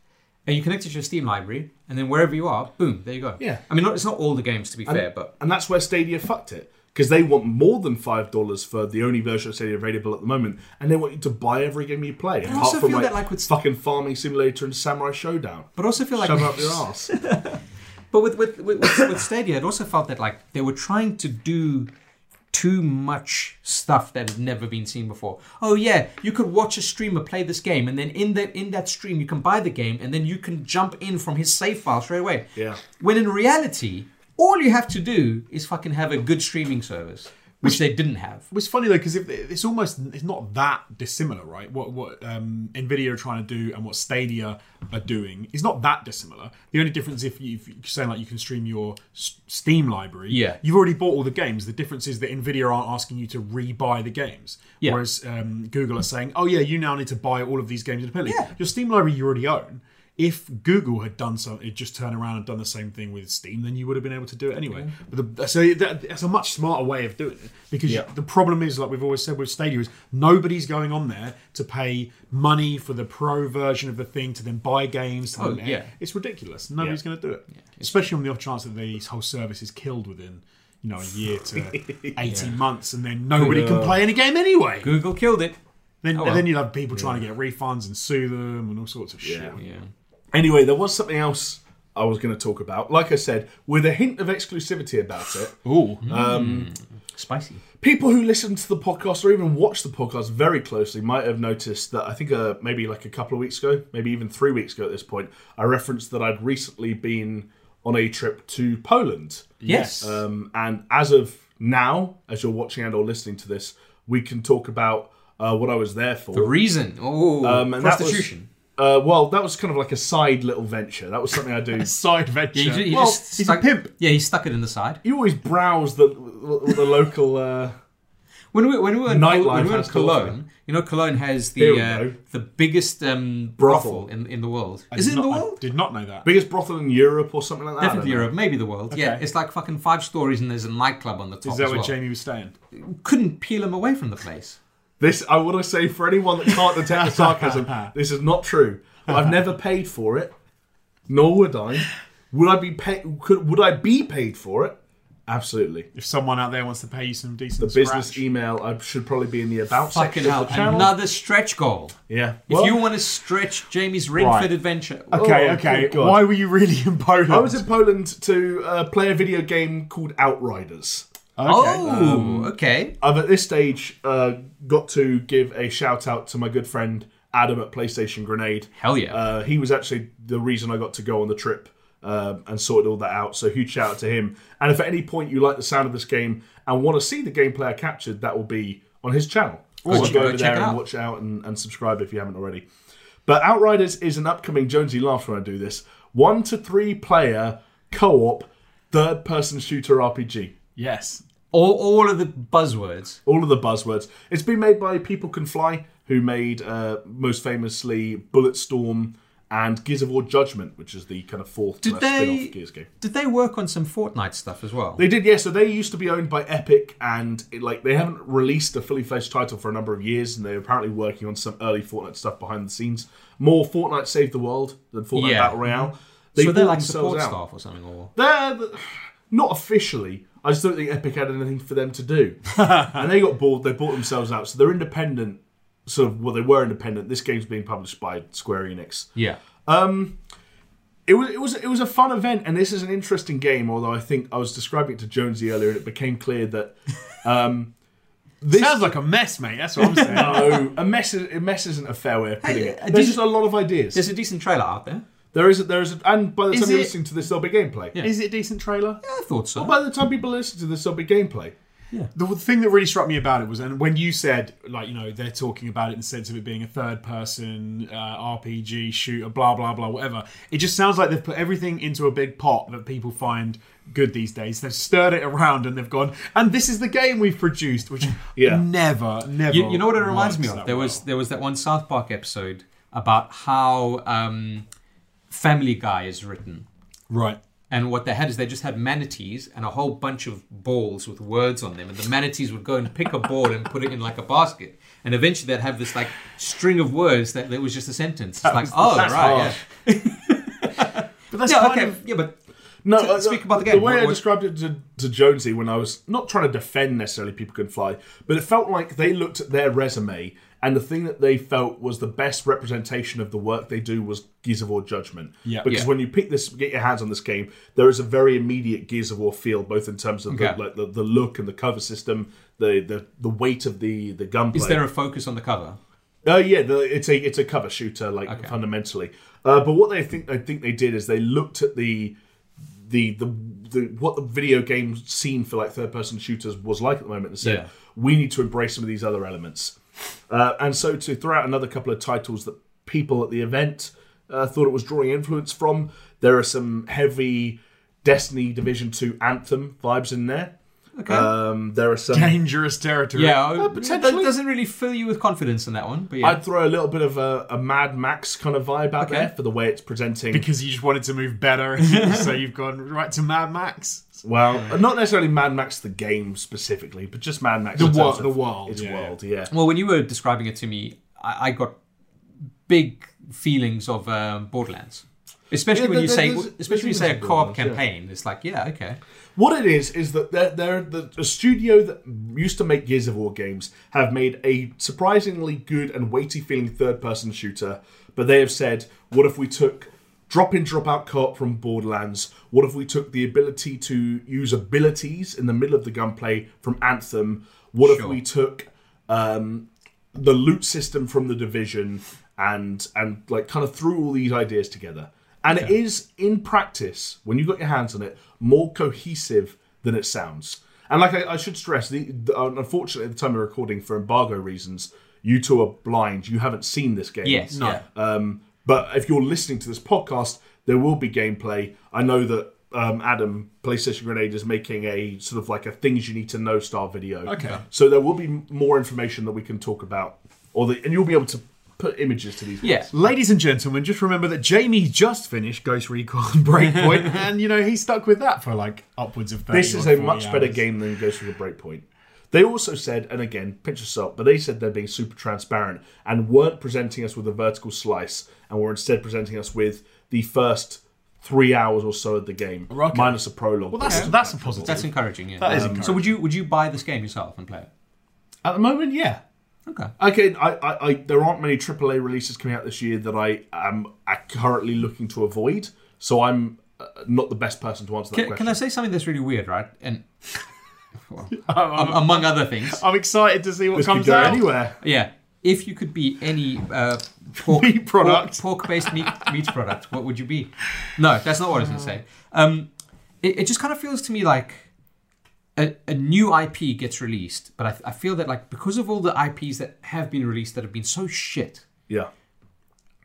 Speaker 1: and you connect it to your steam library and then wherever you are boom there you go
Speaker 3: Yeah.
Speaker 1: i mean not, it's not all the games to be fair but
Speaker 3: And that's where Stadia fucked it. Because they want more than five dollars for the only version of Stadia available at the moment, and they want you to buy every game you play. apart
Speaker 1: also
Speaker 3: from
Speaker 1: feel
Speaker 3: like,
Speaker 1: that, like, with-
Speaker 3: fucking Farming Simulator and Samurai Showdown.
Speaker 1: but also feel like
Speaker 3: Shove up your ass.
Speaker 1: but with with, with with with stadia it also felt that like they were trying to do too much stuff that had never been seen before. Oh yeah, you could watch a streamer play this game, and then in that in that stream you can buy the game, and then you can jump in from his save file straight away.
Speaker 3: Yeah.
Speaker 1: When in reality, all you have to do is fucking have a good streaming service, which they didn't have.
Speaker 2: It was funny though because it's almost it's not that dissimilar, right? What what um, Nvidia are trying to do and what Stadia are doing is not that dissimilar. The only difference if you- if you're saying like you can stream your S- Steam library,
Speaker 1: Yeah.
Speaker 2: you've already bought all the games. The difference is that Nvidia aren't asking you to re-buy the games,
Speaker 1: Yeah.
Speaker 2: whereas um, Google are saying, oh yeah, you now need to buy all of these games independently.
Speaker 1: Yeah.
Speaker 2: Your Steam library you already own. If Google had done something, just turned around and done the same thing with Steam, then you would have been able to do it anyway. But the, so that, that's a much smarter way of doing it because
Speaker 3: Yeah.
Speaker 2: the problem is, like we've always said with Stadia, is nobody's going on there to pay money for the pro version of the thing to then buy games. To
Speaker 1: Oh,
Speaker 2: then-
Speaker 1: yeah.
Speaker 2: it's ridiculous. Nobody's going to do it, especially on the off chance that the whole service is killed within. You know, a year to eighteen months, and then nobody can play any game anyway.
Speaker 1: Google killed it.
Speaker 2: Then,
Speaker 1: Oh,
Speaker 2: and
Speaker 1: well.
Speaker 2: then you'll have people trying to get refunds and sue them and all sorts of shit.
Speaker 3: Yeah.
Speaker 1: Yeah.
Speaker 3: Anyway, there was something else I was going to talk about. Like I said, with a hint of exclusivity about it.
Speaker 2: Ooh.
Speaker 3: Um,
Speaker 1: Spicy.
Speaker 3: people who listen to the podcast or even watch the podcast very closely might have noticed that I think uh, maybe like a couple of weeks ago, maybe even three weeks ago at this point, I referenced that I'd recently been on a trip to Poland.
Speaker 1: Yes.
Speaker 3: Um, and as of now, as you're watching and or listening to this, we can talk about uh, what I was there for.
Speaker 1: The reason. Oh,
Speaker 3: Um, and that was-
Speaker 1: prostitution.
Speaker 3: uh, well, that was kind of like a side little venture. That was something I do.
Speaker 2: Side venture.
Speaker 1: Yeah, he ju- he
Speaker 2: well,
Speaker 1: just
Speaker 2: he's
Speaker 1: stuck-
Speaker 2: a pimp.
Speaker 1: Yeah, he stuck it in the side.
Speaker 3: You always browse the the local. Uh,
Speaker 1: When we, when we were in, Col-
Speaker 3: Nightlife
Speaker 1: when we were in
Speaker 3: has colours,
Speaker 1: Cologne, you know, Cologne has
Speaker 3: Here
Speaker 1: the
Speaker 3: we
Speaker 1: uh,
Speaker 3: go.
Speaker 1: the biggest um,
Speaker 3: Brothel.
Speaker 1: brothel in, in the world.
Speaker 2: I
Speaker 1: Is
Speaker 2: did
Speaker 1: it in
Speaker 2: not-
Speaker 1: the
Speaker 2: I
Speaker 1: world?
Speaker 2: did not know that.
Speaker 3: biggest brothel in Europe or something like that. I
Speaker 1: Definitely
Speaker 3: don't know.
Speaker 1: Europe, maybe the world. Yeah,
Speaker 2: Okay.
Speaker 1: it's like fucking five stories and there's a nightclub on the top
Speaker 2: Is that
Speaker 1: as
Speaker 2: where
Speaker 1: well.
Speaker 2: Jamie was staying?
Speaker 1: Couldn't peel him away from the place.
Speaker 3: This I want to say for anyone that can't detect the sarcasm, this is not true. I've never paid for it, nor would I. Would I be paid? Could would I be paid for it? Absolutely.
Speaker 2: If someone out there wants to pay you some decent
Speaker 3: The business e-
Speaker 2: scratch.
Speaker 3: email I should probably be in the about
Speaker 1: Fucking
Speaker 3: section.
Speaker 1: hell,
Speaker 3: of the channel.
Speaker 1: another stretch goal.
Speaker 3: Yeah.
Speaker 1: If
Speaker 3: Well,
Speaker 1: you want to stretch Jamie's Ringford
Speaker 2: Right.
Speaker 1: adventure,
Speaker 2: Okay,
Speaker 3: Oh,
Speaker 2: okay.
Speaker 3: good God.
Speaker 2: Why were you really in Poland?
Speaker 3: I was in Poland to uh, play a video game called Outriders.
Speaker 1: oh, okay.
Speaker 3: I've at this stage uh, got to give a shout out to my good friend Adam at PlayStation Grenade.
Speaker 1: Hell Oh, yeah.
Speaker 3: Uh, he was actually the reason I got to go on the trip um, and sorted all that out. So huge shout out to him. And if at any point you like the sound of this game and want to see the gameplay I captured, that will be on his channel.
Speaker 1: Go
Speaker 3: so
Speaker 1: check-
Speaker 3: go
Speaker 1: go
Speaker 3: over
Speaker 1: check
Speaker 3: there
Speaker 1: it
Speaker 3: and
Speaker 1: out.
Speaker 3: watch it out and, and subscribe if you haven't already. But Outriders is an upcoming Jonesy laughs when I do this. One to three player co-op third person shooter RPG.
Speaker 2: Yes.
Speaker 1: All, all of the buzzwords.
Speaker 3: All of the buzzwords. It's been made by People Can Fly, who made uh, most famously Bulletstorm and Gears of War Judgment, which is the kind of fourth
Speaker 1: Did
Speaker 3: uh,
Speaker 1: they
Speaker 3: spin-off Gears game.
Speaker 1: did they work on some Fortnite stuff as well?
Speaker 3: They did, yeah. So they used to be owned by Epic, and it, like they haven't released a fully fledged title for a number of years, and they're apparently working on some early Fortnite stuff behind the scenes. More Fortnite Save the World than Fortnite
Speaker 1: Yeah. Mm-hmm.
Speaker 3: Battle Royale.
Speaker 1: so they're
Speaker 3: bought
Speaker 1: like
Speaker 3: themselves
Speaker 1: support
Speaker 3: out.
Speaker 1: staff or something, or
Speaker 3: They're the- not officially. I just don't think Epic had anything for them to do, and they got bored. They bought themselves out, so they're independent. Sort of, well, they were independent. This game's being published by Square Enix.
Speaker 1: yeah.
Speaker 3: It was, it was, it was a fun event, and this is an interesting game. Although I think I was describing it to Jonesy earlier, and it became clear that um,
Speaker 2: Sounds like a mess, mate. That's what I'm saying.
Speaker 3: no, a mess, is, a mess isn't a fair way of putting it.
Speaker 1: uh,
Speaker 3: There's
Speaker 1: did-
Speaker 3: just a lot of ideas.
Speaker 1: There's a decent trailer out there.
Speaker 3: There is, a, there is, a, and by the
Speaker 2: Is
Speaker 3: time you're
Speaker 2: it-
Speaker 3: listening to this, there'll be gameplay.
Speaker 1: Yeah.
Speaker 2: Is it a decent trailer?
Speaker 1: I thought so.
Speaker 3: By the time people listen to this, there'll be gameplay.
Speaker 2: The thing that really struck me about it was, and when you said, like, you know, they're talking about it in the sense of it being a third person uh, RPG shooter, blah, blah, blah, whatever. It just sounds like they've put everything into a big pot that people find good these days. They've stirred it around and they've gone, and this is the game we've produced, which
Speaker 3: Yeah.
Speaker 2: never, never.
Speaker 1: you, you know what it reminds
Speaker 2: works
Speaker 1: me of?
Speaker 2: that
Speaker 1: There
Speaker 2: well.
Speaker 1: was there was Oh, that one South Park episode about how um, Family Guy is written,
Speaker 2: Right.
Speaker 1: and what they had is they just had manatees and a whole bunch of balls with words on them, and the manatees would go and pick a ball and put it in like a basket, and eventually they'd have this like string of words that that was just a sentence. It's like, oh
Speaker 2: that's
Speaker 1: right, yeah.
Speaker 2: harsh. But that's
Speaker 1: yeah,
Speaker 2: kind
Speaker 1: okay,
Speaker 2: of.
Speaker 1: yeah, but
Speaker 3: No,
Speaker 1: So,
Speaker 3: uh,
Speaker 1: speak about the
Speaker 3: The
Speaker 1: game.
Speaker 3: way
Speaker 1: What-
Speaker 3: I
Speaker 1: what-
Speaker 3: described it to, to Jonesy when I was not trying to defend necessarily people can fly, but it felt like they looked at their resume and the thing that they felt was the best representation of the work they do was Gears of War Judgment.
Speaker 2: Yeah.
Speaker 3: Because
Speaker 1: Yeah.
Speaker 3: when you pick this, get your hands on this game, there is a very immediate Gears of War feel, both in terms of
Speaker 1: Okay.
Speaker 3: the, like, the, the look and the cover system, the the, the weight of the the gunplay.
Speaker 1: is there a focus on the cover?
Speaker 3: Uh, yeah, the, it's a it's a cover shooter, like fundamentally. Uh, but what they think I think they did is they looked at the the the, the what the video game scene for like third person shooters was like at the moment and said
Speaker 1: Yeah.
Speaker 3: we need to embrace some of these other elements. Uh, and so to throw out another couple of titles that people at the event uh, thought it was drawing influence from, there are some heavy Destiny Division Two Anthem vibes in there.
Speaker 1: Okay.
Speaker 3: Um, there are some.
Speaker 2: Dangerous territory.
Speaker 1: yeah, Uh, it
Speaker 3: potentially.
Speaker 1: doesn't really fill you with confidence in that one. But yeah,
Speaker 3: I'd throw a little bit of a, a Mad Max kind of vibe out
Speaker 1: Okay.
Speaker 3: there for the way it's presenting.
Speaker 2: Because you just wanted to move better, so you've gone right to Mad Max.
Speaker 3: Well, not necessarily Mad Max the game specifically, but just Mad Max
Speaker 2: The
Speaker 3: in
Speaker 2: wor-
Speaker 3: terms of
Speaker 2: the world,
Speaker 3: Its
Speaker 2: yeah,
Speaker 3: world, yeah.
Speaker 1: Well, when you were describing it to me, I, I got big feelings of um, Borderlands, especially
Speaker 3: Yeah,
Speaker 1: when you
Speaker 3: there-
Speaker 1: say,
Speaker 3: there's-
Speaker 1: especially when you
Speaker 3: there's
Speaker 1: say a
Speaker 3: some
Speaker 1: co-op
Speaker 3: Borderlands, yeah.
Speaker 1: campaign. It's like, yeah, okay,
Speaker 3: What it is is that they're, they're the a studio that used to make Gears of War games have made a surprisingly good and weighty feeling third person shooter, but they have said, what if we took Drop in, drop out cart from Borderlands. What if we took the ability to use abilities in the middle of the gunplay from Anthem? What if
Speaker 1: Sure.
Speaker 3: we took um, the loot system from the division and and like kind of threw all these ideas together? And it is in practice when you got your hands on it more cohesive than it sounds. And like I, I should stress, the, the, uh, unfortunately, at the time of recording, for embargo reasons, you two are blind. You haven't seen this game.
Speaker 1: Yes.
Speaker 2: No.
Speaker 1: yeah.
Speaker 3: Um, but if you're listening to this podcast, there will be gameplay. I know that um, Adam, PlayStation Grenade, is making a sort of like a things you need to know style video.
Speaker 2: Okay.
Speaker 3: So there will be m- more information that we can talk about, or the, and you'll be able to put images to these.
Speaker 1: Yeah.
Speaker 3: ones.
Speaker 2: Ladies and gentlemen, just remember that Jamie just finished Ghost Recon Breakpoint, and you know he stuck with that for like upwards of. 30
Speaker 3: This
Speaker 2: or
Speaker 3: is a
Speaker 2: 40
Speaker 3: much better
Speaker 2: hours.
Speaker 3: game than Ghost Recon Breakpoint. They also said, and again, pinch of salt, but they said they're being super transparent and weren't presenting us with a vertical slice, and were instead presenting us with the first three hours or so of the game,
Speaker 2: Okay.
Speaker 3: minus a prologue.
Speaker 2: Well, that's that's a positive.
Speaker 1: That's encouraging. Yeah. Um,
Speaker 2: That is
Speaker 1: So would you would you buy this game yourself and play it?
Speaker 3: At the moment, yeah.
Speaker 1: Okay.
Speaker 3: Okay, I, I, I, there aren't many AAA releases coming out this year that I am uh, currently looking to avoid, so I'm uh, not the best person to answer that
Speaker 1: Can,
Speaker 3: question.
Speaker 1: can I say something that's really weird, right? And well, am- among other things,
Speaker 2: I'm excited to see what
Speaker 3: This could
Speaker 2: comes
Speaker 3: go
Speaker 2: out.
Speaker 3: anywhere.
Speaker 1: yeah. If you could be any uh, pork
Speaker 2: Meat product.
Speaker 1: pork, based meat meat product, what would you be? No, that's not what I was going to say.
Speaker 2: Mm.
Speaker 1: Um, it, it just kind of feels to me like a, a new IP gets released, but I, I feel that like because of all the IPs that have been released that have been so shit,
Speaker 3: Yeah.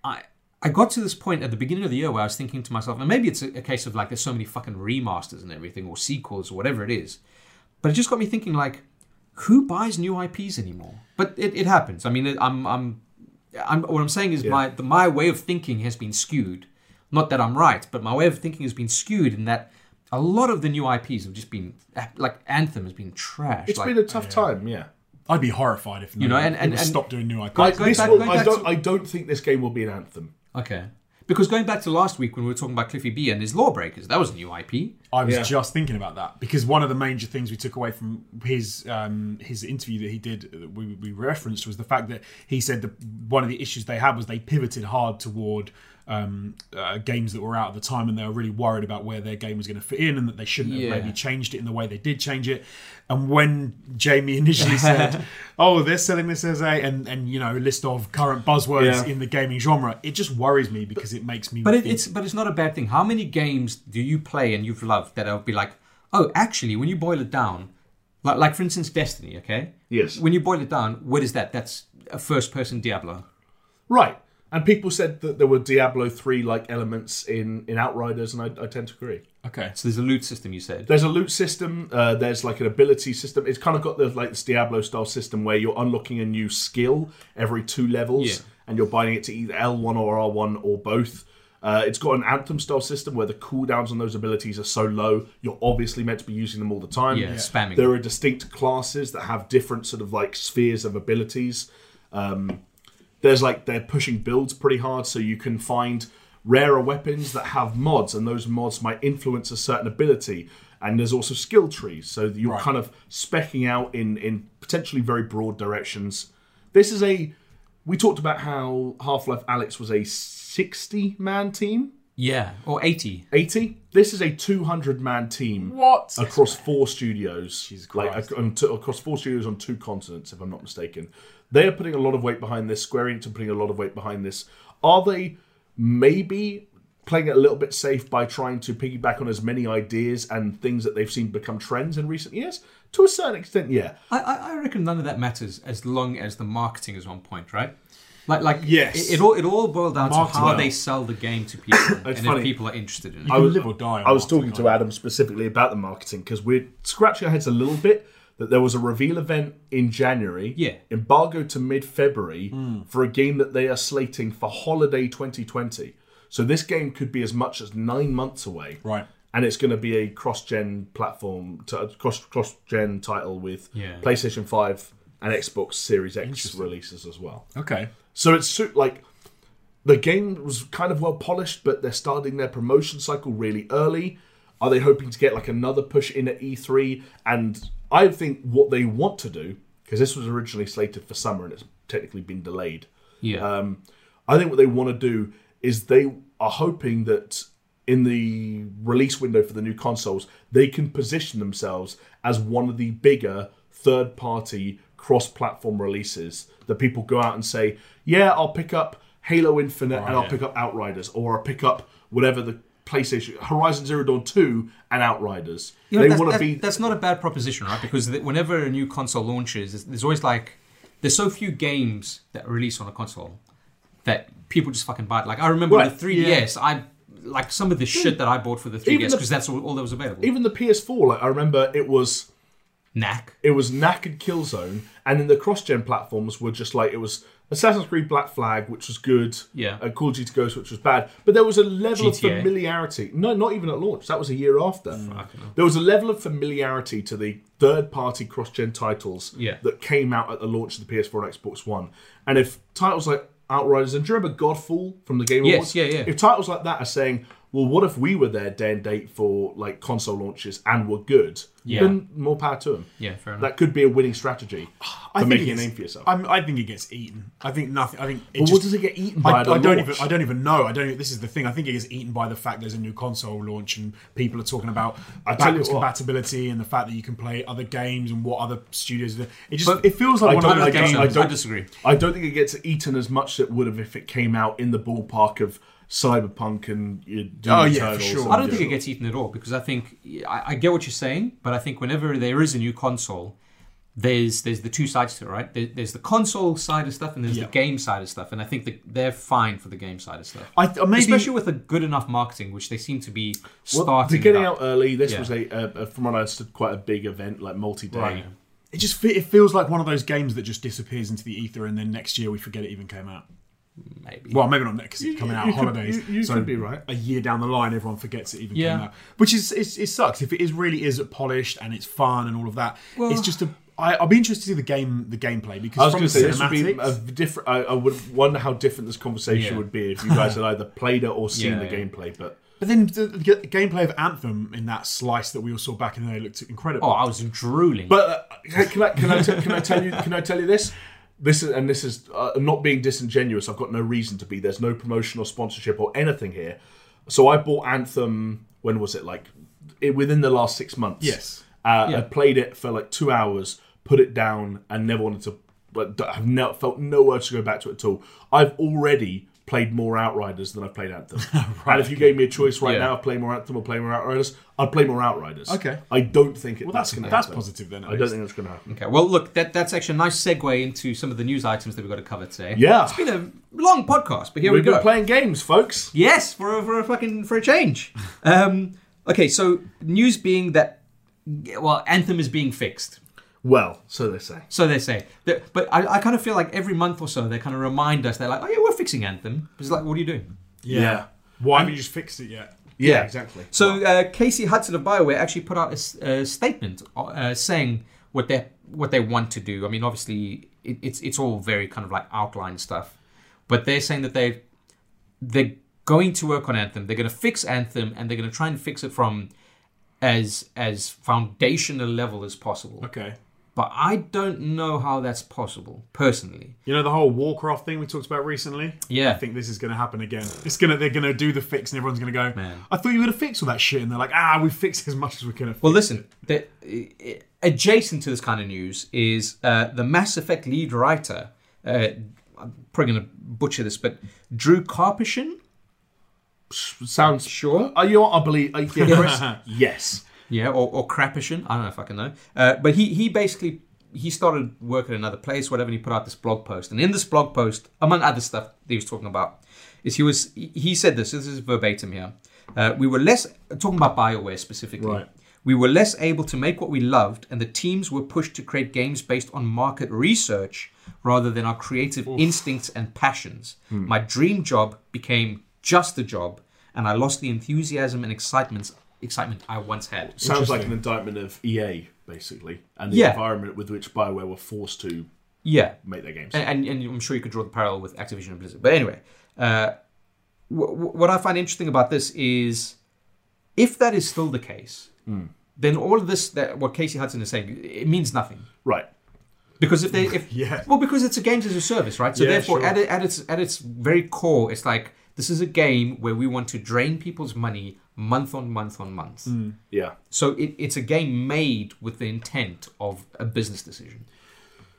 Speaker 1: I I got to this point at the beginning of the year where I was thinking to myself, and maybe it's a, a case of like there's so many fucking remasters and everything, or sequels, or whatever it is. But it just got me thinking, like, who buys new IPs anymore? But it, it happens. I mean, it- I'm I'm I'm what I'm saying is my the, my way of thinking has been skewed. Not that I'm right, but my way of thinking has been skewed in that a lot of the new IPs have just been like Anthem has been trash.
Speaker 3: it's
Speaker 1: like,
Speaker 3: been a tough time, yeah.
Speaker 2: I'd be horrified if you
Speaker 1: know, and- and- and-
Speaker 2: stop doing new IPs.
Speaker 1: Going
Speaker 3: This
Speaker 1: back-
Speaker 3: will,
Speaker 1: going
Speaker 3: I,
Speaker 1: back
Speaker 3: don't,
Speaker 1: to-
Speaker 3: I don't think this game will be an anthem.
Speaker 1: okay. Because going back to last week when we were talking about Cliffy B and his Lawbreakers, that was a new IP.
Speaker 2: I was
Speaker 3: Yeah.
Speaker 2: just thinking about that because one of the major things we took away from his um, his interview that he did that we, we referenced was the fact that he said that one of the issues they had was they pivoted hard toward um, uh, games that were out at the time and they were really worried about where their game was going to fit in and that they shouldn't
Speaker 1: Yeah.
Speaker 2: have maybe changed it in the way they did change it. And when Jamie initially said, "Oh, they're selling this as a and and you know list of current buzzwords
Speaker 3: Yeah.
Speaker 2: in the gaming genre," it just worries me because it makes me.
Speaker 1: But it,
Speaker 2: think-
Speaker 1: it's but it's not a bad thing. How many games do you play and you've loved that I'll be like, oh, actually, when you boil it down, like like for instance, Destiny, okay?
Speaker 3: Yes.
Speaker 1: When you boil it down, what is that? That's a first-person Diablo.
Speaker 3: Right. And people said that there were Diablo 3 like elements in, in Outriders, and I, I tend to agree.
Speaker 2: okay.
Speaker 1: So there's a loot system, you said.
Speaker 3: There's a loot system. Uh, there's like an ability system. It's kind of got the like this Diablo style system where you're unlocking a new skill every two levels,
Speaker 1: Yeah.
Speaker 3: and you're binding it to either L1 or R1 or both. Uh, it's got an anthem style system where the cooldowns on those abilities are so low, you're obviously meant to be using them all the time.
Speaker 1: Yeah, Yeah. spamming.
Speaker 3: There are distinct classes that have different sort of like spheres of abilities. Um, there's like they're pushing builds pretty hard so you can find rarer weapons that have mods and those mods might influence a certain ability and there's also skill trees so that you're kind of specking out in in potentially very broad directions this is a we talked about how half-life alex was a 60 man team
Speaker 1: Yeah, or 80.
Speaker 3: 80 this is a 200 man team
Speaker 2: What?
Speaker 3: across four studios.
Speaker 2: Jesus
Speaker 3: like
Speaker 2: Christ.
Speaker 3: ac- on two- across four studios on two continents, if I'm not mistaken. They are putting a lot of weight behind this. Square Enix are putting a lot of weight behind this. Are they maybe playing it a little bit safe by trying to piggyback on as many ideas and things that they've seen become trends in recent years? To a certain extent, yeah.
Speaker 1: I, I I reckon none of that matters as long as the marketing is on point, right? Like like
Speaker 2: Yes.
Speaker 1: it, it all it all boiled down to
Speaker 2: Marketing.
Speaker 1: how they sell the game to people and
Speaker 3: funny.
Speaker 1: if people are interested in it.
Speaker 2: I would live or die. on
Speaker 3: I was
Speaker 2: marketing,
Speaker 3: talking
Speaker 2: I
Speaker 3: to Adam specifically about the marketing because we're scratching our heads a little bit that there was a reveal event in January,
Speaker 1: Yeah.
Speaker 3: embargo to mid February
Speaker 2: Hmm.
Speaker 3: for a game that they are slating for holiday 2020. So this game could be as much as nine months away,
Speaker 2: Right.
Speaker 3: And it's going to be a cross-gen platform, to, cross cross-gen title with
Speaker 1: Yeah.
Speaker 3: PlayStation 5 and Xbox Series X releases as well.
Speaker 2: Okay.
Speaker 3: So it's su- like the game was kind of well polished, but they're starting their promotion cycle really early. Are they hoping to get like another push in at E3? And I think what they want to do, because this was originally slated for summer and it's technically been delayed,
Speaker 1: yeah.
Speaker 3: um, I think what they want to do is they are hoping that in the release window for the new consoles, they can position themselves as one of the bigger third party cross platform releases that people go out and say, Yeah, I'll pick up Halo Infinite and I'll
Speaker 2: yeah.
Speaker 3: pick up Outriders, or I'll pick up whatever the PlayStation Horizon Zero Dawn 2 and Outriders.
Speaker 1: You know,
Speaker 3: they
Speaker 1: that's,
Speaker 3: want to
Speaker 1: that's-
Speaker 3: be
Speaker 1: That's not a bad proposition, right? Because th- whenever a new console launches, there's- there's always like there's so few games that release on a console that people just fucking buy it. Like I remember
Speaker 3: Right,
Speaker 1: the 3DS, I like some of the shit that I bought for the 3DS
Speaker 3: the-
Speaker 1: because that's all, all that was available.
Speaker 3: even the PS4, like I remember it was
Speaker 1: Knack.
Speaker 3: it was knackered Killzone, and then the cross-gen platforms were just like it was Assassin's Creed Black Flag, which was good,
Speaker 1: Yeah.
Speaker 3: and Call of Duty Ghost, which was bad. But there was a level of
Speaker 1: GTA.
Speaker 3: familiarity. No, not even at launch. That was a year after.
Speaker 1: Mm,
Speaker 3: There was a level of familiarity to the third-party cross-gen titles
Speaker 1: Yeah.
Speaker 3: that came out at the launch of the PS4 and Xbox One. And if titles like Outriders and do you remember Godfall from the Game
Speaker 1: Yes,
Speaker 3: Awards?
Speaker 1: yeah, yeah.
Speaker 3: If titles like that are saying, well, what if we were their day and date for like console launches and were good?
Speaker 1: Yeah.
Speaker 3: Then more power to them.
Speaker 1: Yeah, fair enough.
Speaker 3: That could be a winning strategy for
Speaker 2: think
Speaker 3: making
Speaker 2: it
Speaker 3: a
Speaker 2: gets-
Speaker 3: name for yourself.
Speaker 2: I'm, I think it gets eaten. I think nothing. I think. It
Speaker 3: But
Speaker 2: just,
Speaker 3: what does it get eaten by?
Speaker 2: I,
Speaker 3: at the
Speaker 2: I don't
Speaker 3: launch?
Speaker 2: even. I don't even know. I don't. Even, this is the thing. I think it gets eaten by the fact there's a new console launch and people are talking about
Speaker 3: tell you
Speaker 2: backwards
Speaker 3: what.
Speaker 2: compatibility and the fact that you can play other games and what other studios. It just.
Speaker 1: But-
Speaker 2: it feels like
Speaker 3: I
Speaker 2: one
Speaker 3: don't
Speaker 2: of those
Speaker 3: like
Speaker 2: games.
Speaker 3: I don't-
Speaker 1: I disagree.
Speaker 3: I don't think it gets eaten as much as it would have if it came out in the ballpark of Cyberpunk and your Doom
Speaker 2: Oh, yeah, for
Speaker 3: Eternals
Speaker 2: sure.
Speaker 3: and
Speaker 1: I don't think
Speaker 3: your-
Speaker 1: it gets eaten at all because I think I, I get what you're saying, but I think whenever there is a new console, there's there's the two sides to it, right? There, there's the console side of stuff and there's
Speaker 2: Yeah.
Speaker 1: the game side of stuff, and I think that they're fine for the game side of stuff,
Speaker 2: I th- maybe
Speaker 1: especially with a good enough marketing, which they seem to be
Speaker 3: Well,
Speaker 1: starting.
Speaker 3: they're getting
Speaker 1: it
Speaker 3: out
Speaker 1: up.
Speaker 3: early. This
Speaker 1: Yeah.
Speaker 3: was a, a, a, from what I understood, quite a big event, like multi-day.
Speaker 1: Right.
Speaker 2: it just. fe- It feels like one of those games that just disappears into the ether and then next year we forget it even came out.
Speaker 1: maybe.
Speaker 2: Well, maybe not next because it's coming out
Speaker 3: you
Speaker 2: on
Speaker 3: could-
Speaker 2: holidays.
Speaker 3: you- you could be right.
Speaker 2: A year down the line, everyone forgets it even
Speaker 1: Yeah.
Speaker 2: came out, which is it's, it sucks. If it is really is polished and it's fun and all of that, it's just a. I, I'll be interested to see the game the gameplay because
Speaker 3: I was
Speaker 2: from
Speaker 3: going to
Speaker 2: the
Speaker 3: say this would be
Speaker 2: cinematics,
Speaker 3: a different. I, I would wonder how different this conversation
Speaker 1: Yeah.
Speaker 3: would be if you guys had either played it or seen
Speaker 1: Yeah,
Speaker 3: the
Speaker 1: yeah.
Speaker 3: gameplay. But
Speaker 2: but then the, the g- gameplay of Anthem in that slice that we all saw back in the day looked incredible.
Speaker 1: oh, I was drooling.
Speaker 3: But uh, can I can I, t- can I tell you can I tell you this? This is and this is uh, not being disingenuous. I've got no reason to be. There's no promotion or sponsorship or anything here. So I bought Anthem. When was it? Like it, within the last six months.
Speaker 2: Yes.
Speaker 3: Uh,
Speaker 1: Yeah.
Speaker 3: I played it for like two hours, put it down, and never wanted to. But d- I've no, felt no urge to go back to it at all. I've already played more Outriders than I've played Anthem. and if you gave me a choice right
Speaker 1: Yeah.
Speaker 3: now, play more Anthem or play more Outriders, I'd play more Outriders.
Speaker 2: Okay.
Speaker 3: I don't think it,
Speaker 2: well,
Speaker 3: that's
Speaker 2: that's
Speaker 3: going to
Speaker 2: that's
Speaker 3: happen.
Speaker 2: positive then. at
Speaker 3: I don't
Speaker 2: least.
Speaker 3: think that's going to happen.
Speaker 1: okay, well, look, that that's actually a nice segue into some of the news items that we've got to cover today.
Speaker 3: Yeah.
Speaker 1: it's been a long podcast, but here
Speaker 3: We've
Speaker 1: we go.
Speaker 3: been playing games, folks.
Speaker 1: Yes, for a, for a fucking for a change. Um, okay, so news being that well, Anthem is being fixed,
Speaker 3: Well, so they say.
Speaker 1: so they say. The- But I, I kind of feel like every month or so they kind of remind us. They're like, oh yeah, we're fixing Anthem. It's like, what are you doing?
Speaker 2: yeah.
Speaker 3: Yeah.
Speaker 2: Why haven't you just fixed it yet?
Speaker 3: Yeah, exactly.
Speaker 1: So uh, Casey Hudson of Bioware actually put out a s- a, statement uh, saying what they what they want to do. I mean, obviously, it, it's it's all very kind of like outline stuff, but they're saying that they they're going to work on Anthem. They're going to fix Anthem, and they're going to try and fix it from as as foundational level as possible.
Speaker 2: Okay.
Speaker 1: But I don't know how that's possible personally.
Speaker 2: You know the whole Warcraft thing we talked about recently.
Speaker 1: Yeah.
Speaker 2: I think this is going to happen again. It's gonna they're gonna do the fix, and everyone's gonna go.
Speaker 1: Man.
Speaker 2: I thought you would have fixed all that shit, and they're like, ah, we fixed as much as we can.
Speaker 1: Well, listen, the, adjacent to this kind of news is uh, the Mass Effect lead writer. Uh, I'm probably going to butcher this, but Drew Carpishin.
Speaker 3: Sounds.
Speaker 1: Sure.
Speaker 3: Are you? know what? I believe. I yeah, Chris? yes.
Speaker 1: Yeah, or, or Crapishin. I don't know if I can know. Uh, but he, he basically he started work at another place, whatever, and he put out this blog post. And in this blog post, among other stuff that he was talking about, is he was he he said this. This is verbatim here. Uh, we were less talking about Bioware specifically.
Speaker 2: Right.
Speaker 1: We were less able to make what we loved, and the teams were pushed to create games based on market research rather than our creative instincts and passions. My dream job became just a job, and I lost the enthusiasm and excitement excitement I once had.
Speaker 3: Sounds like an indictment of EA, basically, and the
Speaker 1: Yeah.
Speaker 3: environment with which Bioware were forced to
Speaker 1: Yeah,
Speaker 3: make their games.
Speaker 1: and, and, and I'm sure you could draw the parallel with Activision and Blizzard. But anyway, uh, wh- wh- what I find interesting about this is if that is still the case,
Speaker 2: Hmm.
Speaker 1: then all of this that what Casey Hudson is saying it means nothing
Speaker 3: right.
Speaker 1: because if they if
Speaker 2: Yeah.
Speaker 1: well because it's a games as a service right so
Speaker 2: Yeah,
Speaker 1: therefore
Speaker 2: sure.
Speaker 1: at, it, at its at its very core it's like This is a game where we want to drain people's money month on month on month.
Speaker 2: Hmm.
Speaker 3: Yeah.
Speaker 1: So it, it's a game made with the intent of a business decision.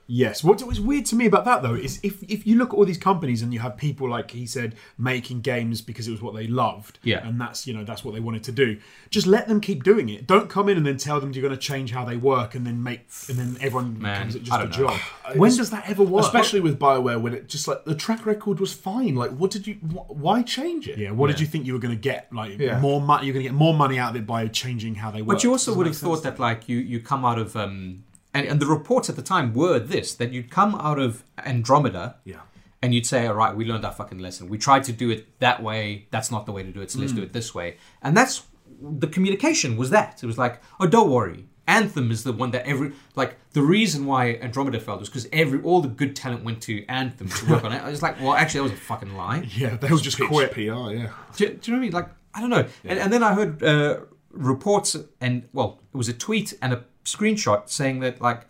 Speaker 2: Yes. What was weird to me about that though is if if you look at all these companies and you have people like he said making games because it was what they loved,
Speaker 1: Yeah.
Speaker 2: and that's you know that's what they wanted to do. Just let them keep doing it. Don't come in and then tell them you're going to change how they work and then make and then everyone
Speaker 1: Man,
Speaker 2: becomes it
Speaker 1: I
Speaker 2: just a
Speaker 1: don't know.
Speaker 2: job. When does that ever work?
Speaker 3: Especially with Bioware, when it just like the track record was fine. Like, what did you? Wh- why change it?
Speaker 2: yeah. What did you think you were going to get? Like
Speaker 3: Yeah.
Speaker 2: more money? You're going to get more money out of it by changing how they work.
Speaker 1: But you also
Speaker 2: Doesn't
Speaker 1: would
Speaker 2: make
Speaker 1: have thought that like you you come out of um and, and the reports at the time were this that you'd come out of Andromeda
Speaker 3: Yeah.
Speaker 1: and you'd say all right we learned our fucking lesson we tried to do it that way that's not the way to do it so
Speaker 2: Mm.
Speaker 1: let's do it this way and that's the communication was that it was like oh don't worry Anthem is the one that every like the reason why Andromeda failed was because every all the good talent went to Anthem to work on it. I was like, well, actually, that was a fucking lie.
Speaker 2: Yeah, they'll just quit.
Speaker 3: PR. Yeah.
Speaker 1: Do, do you know what I mean? Like, I don't know. And, and then I heard uh, reports, and well, it was a tweet and a screenshot saying that, like,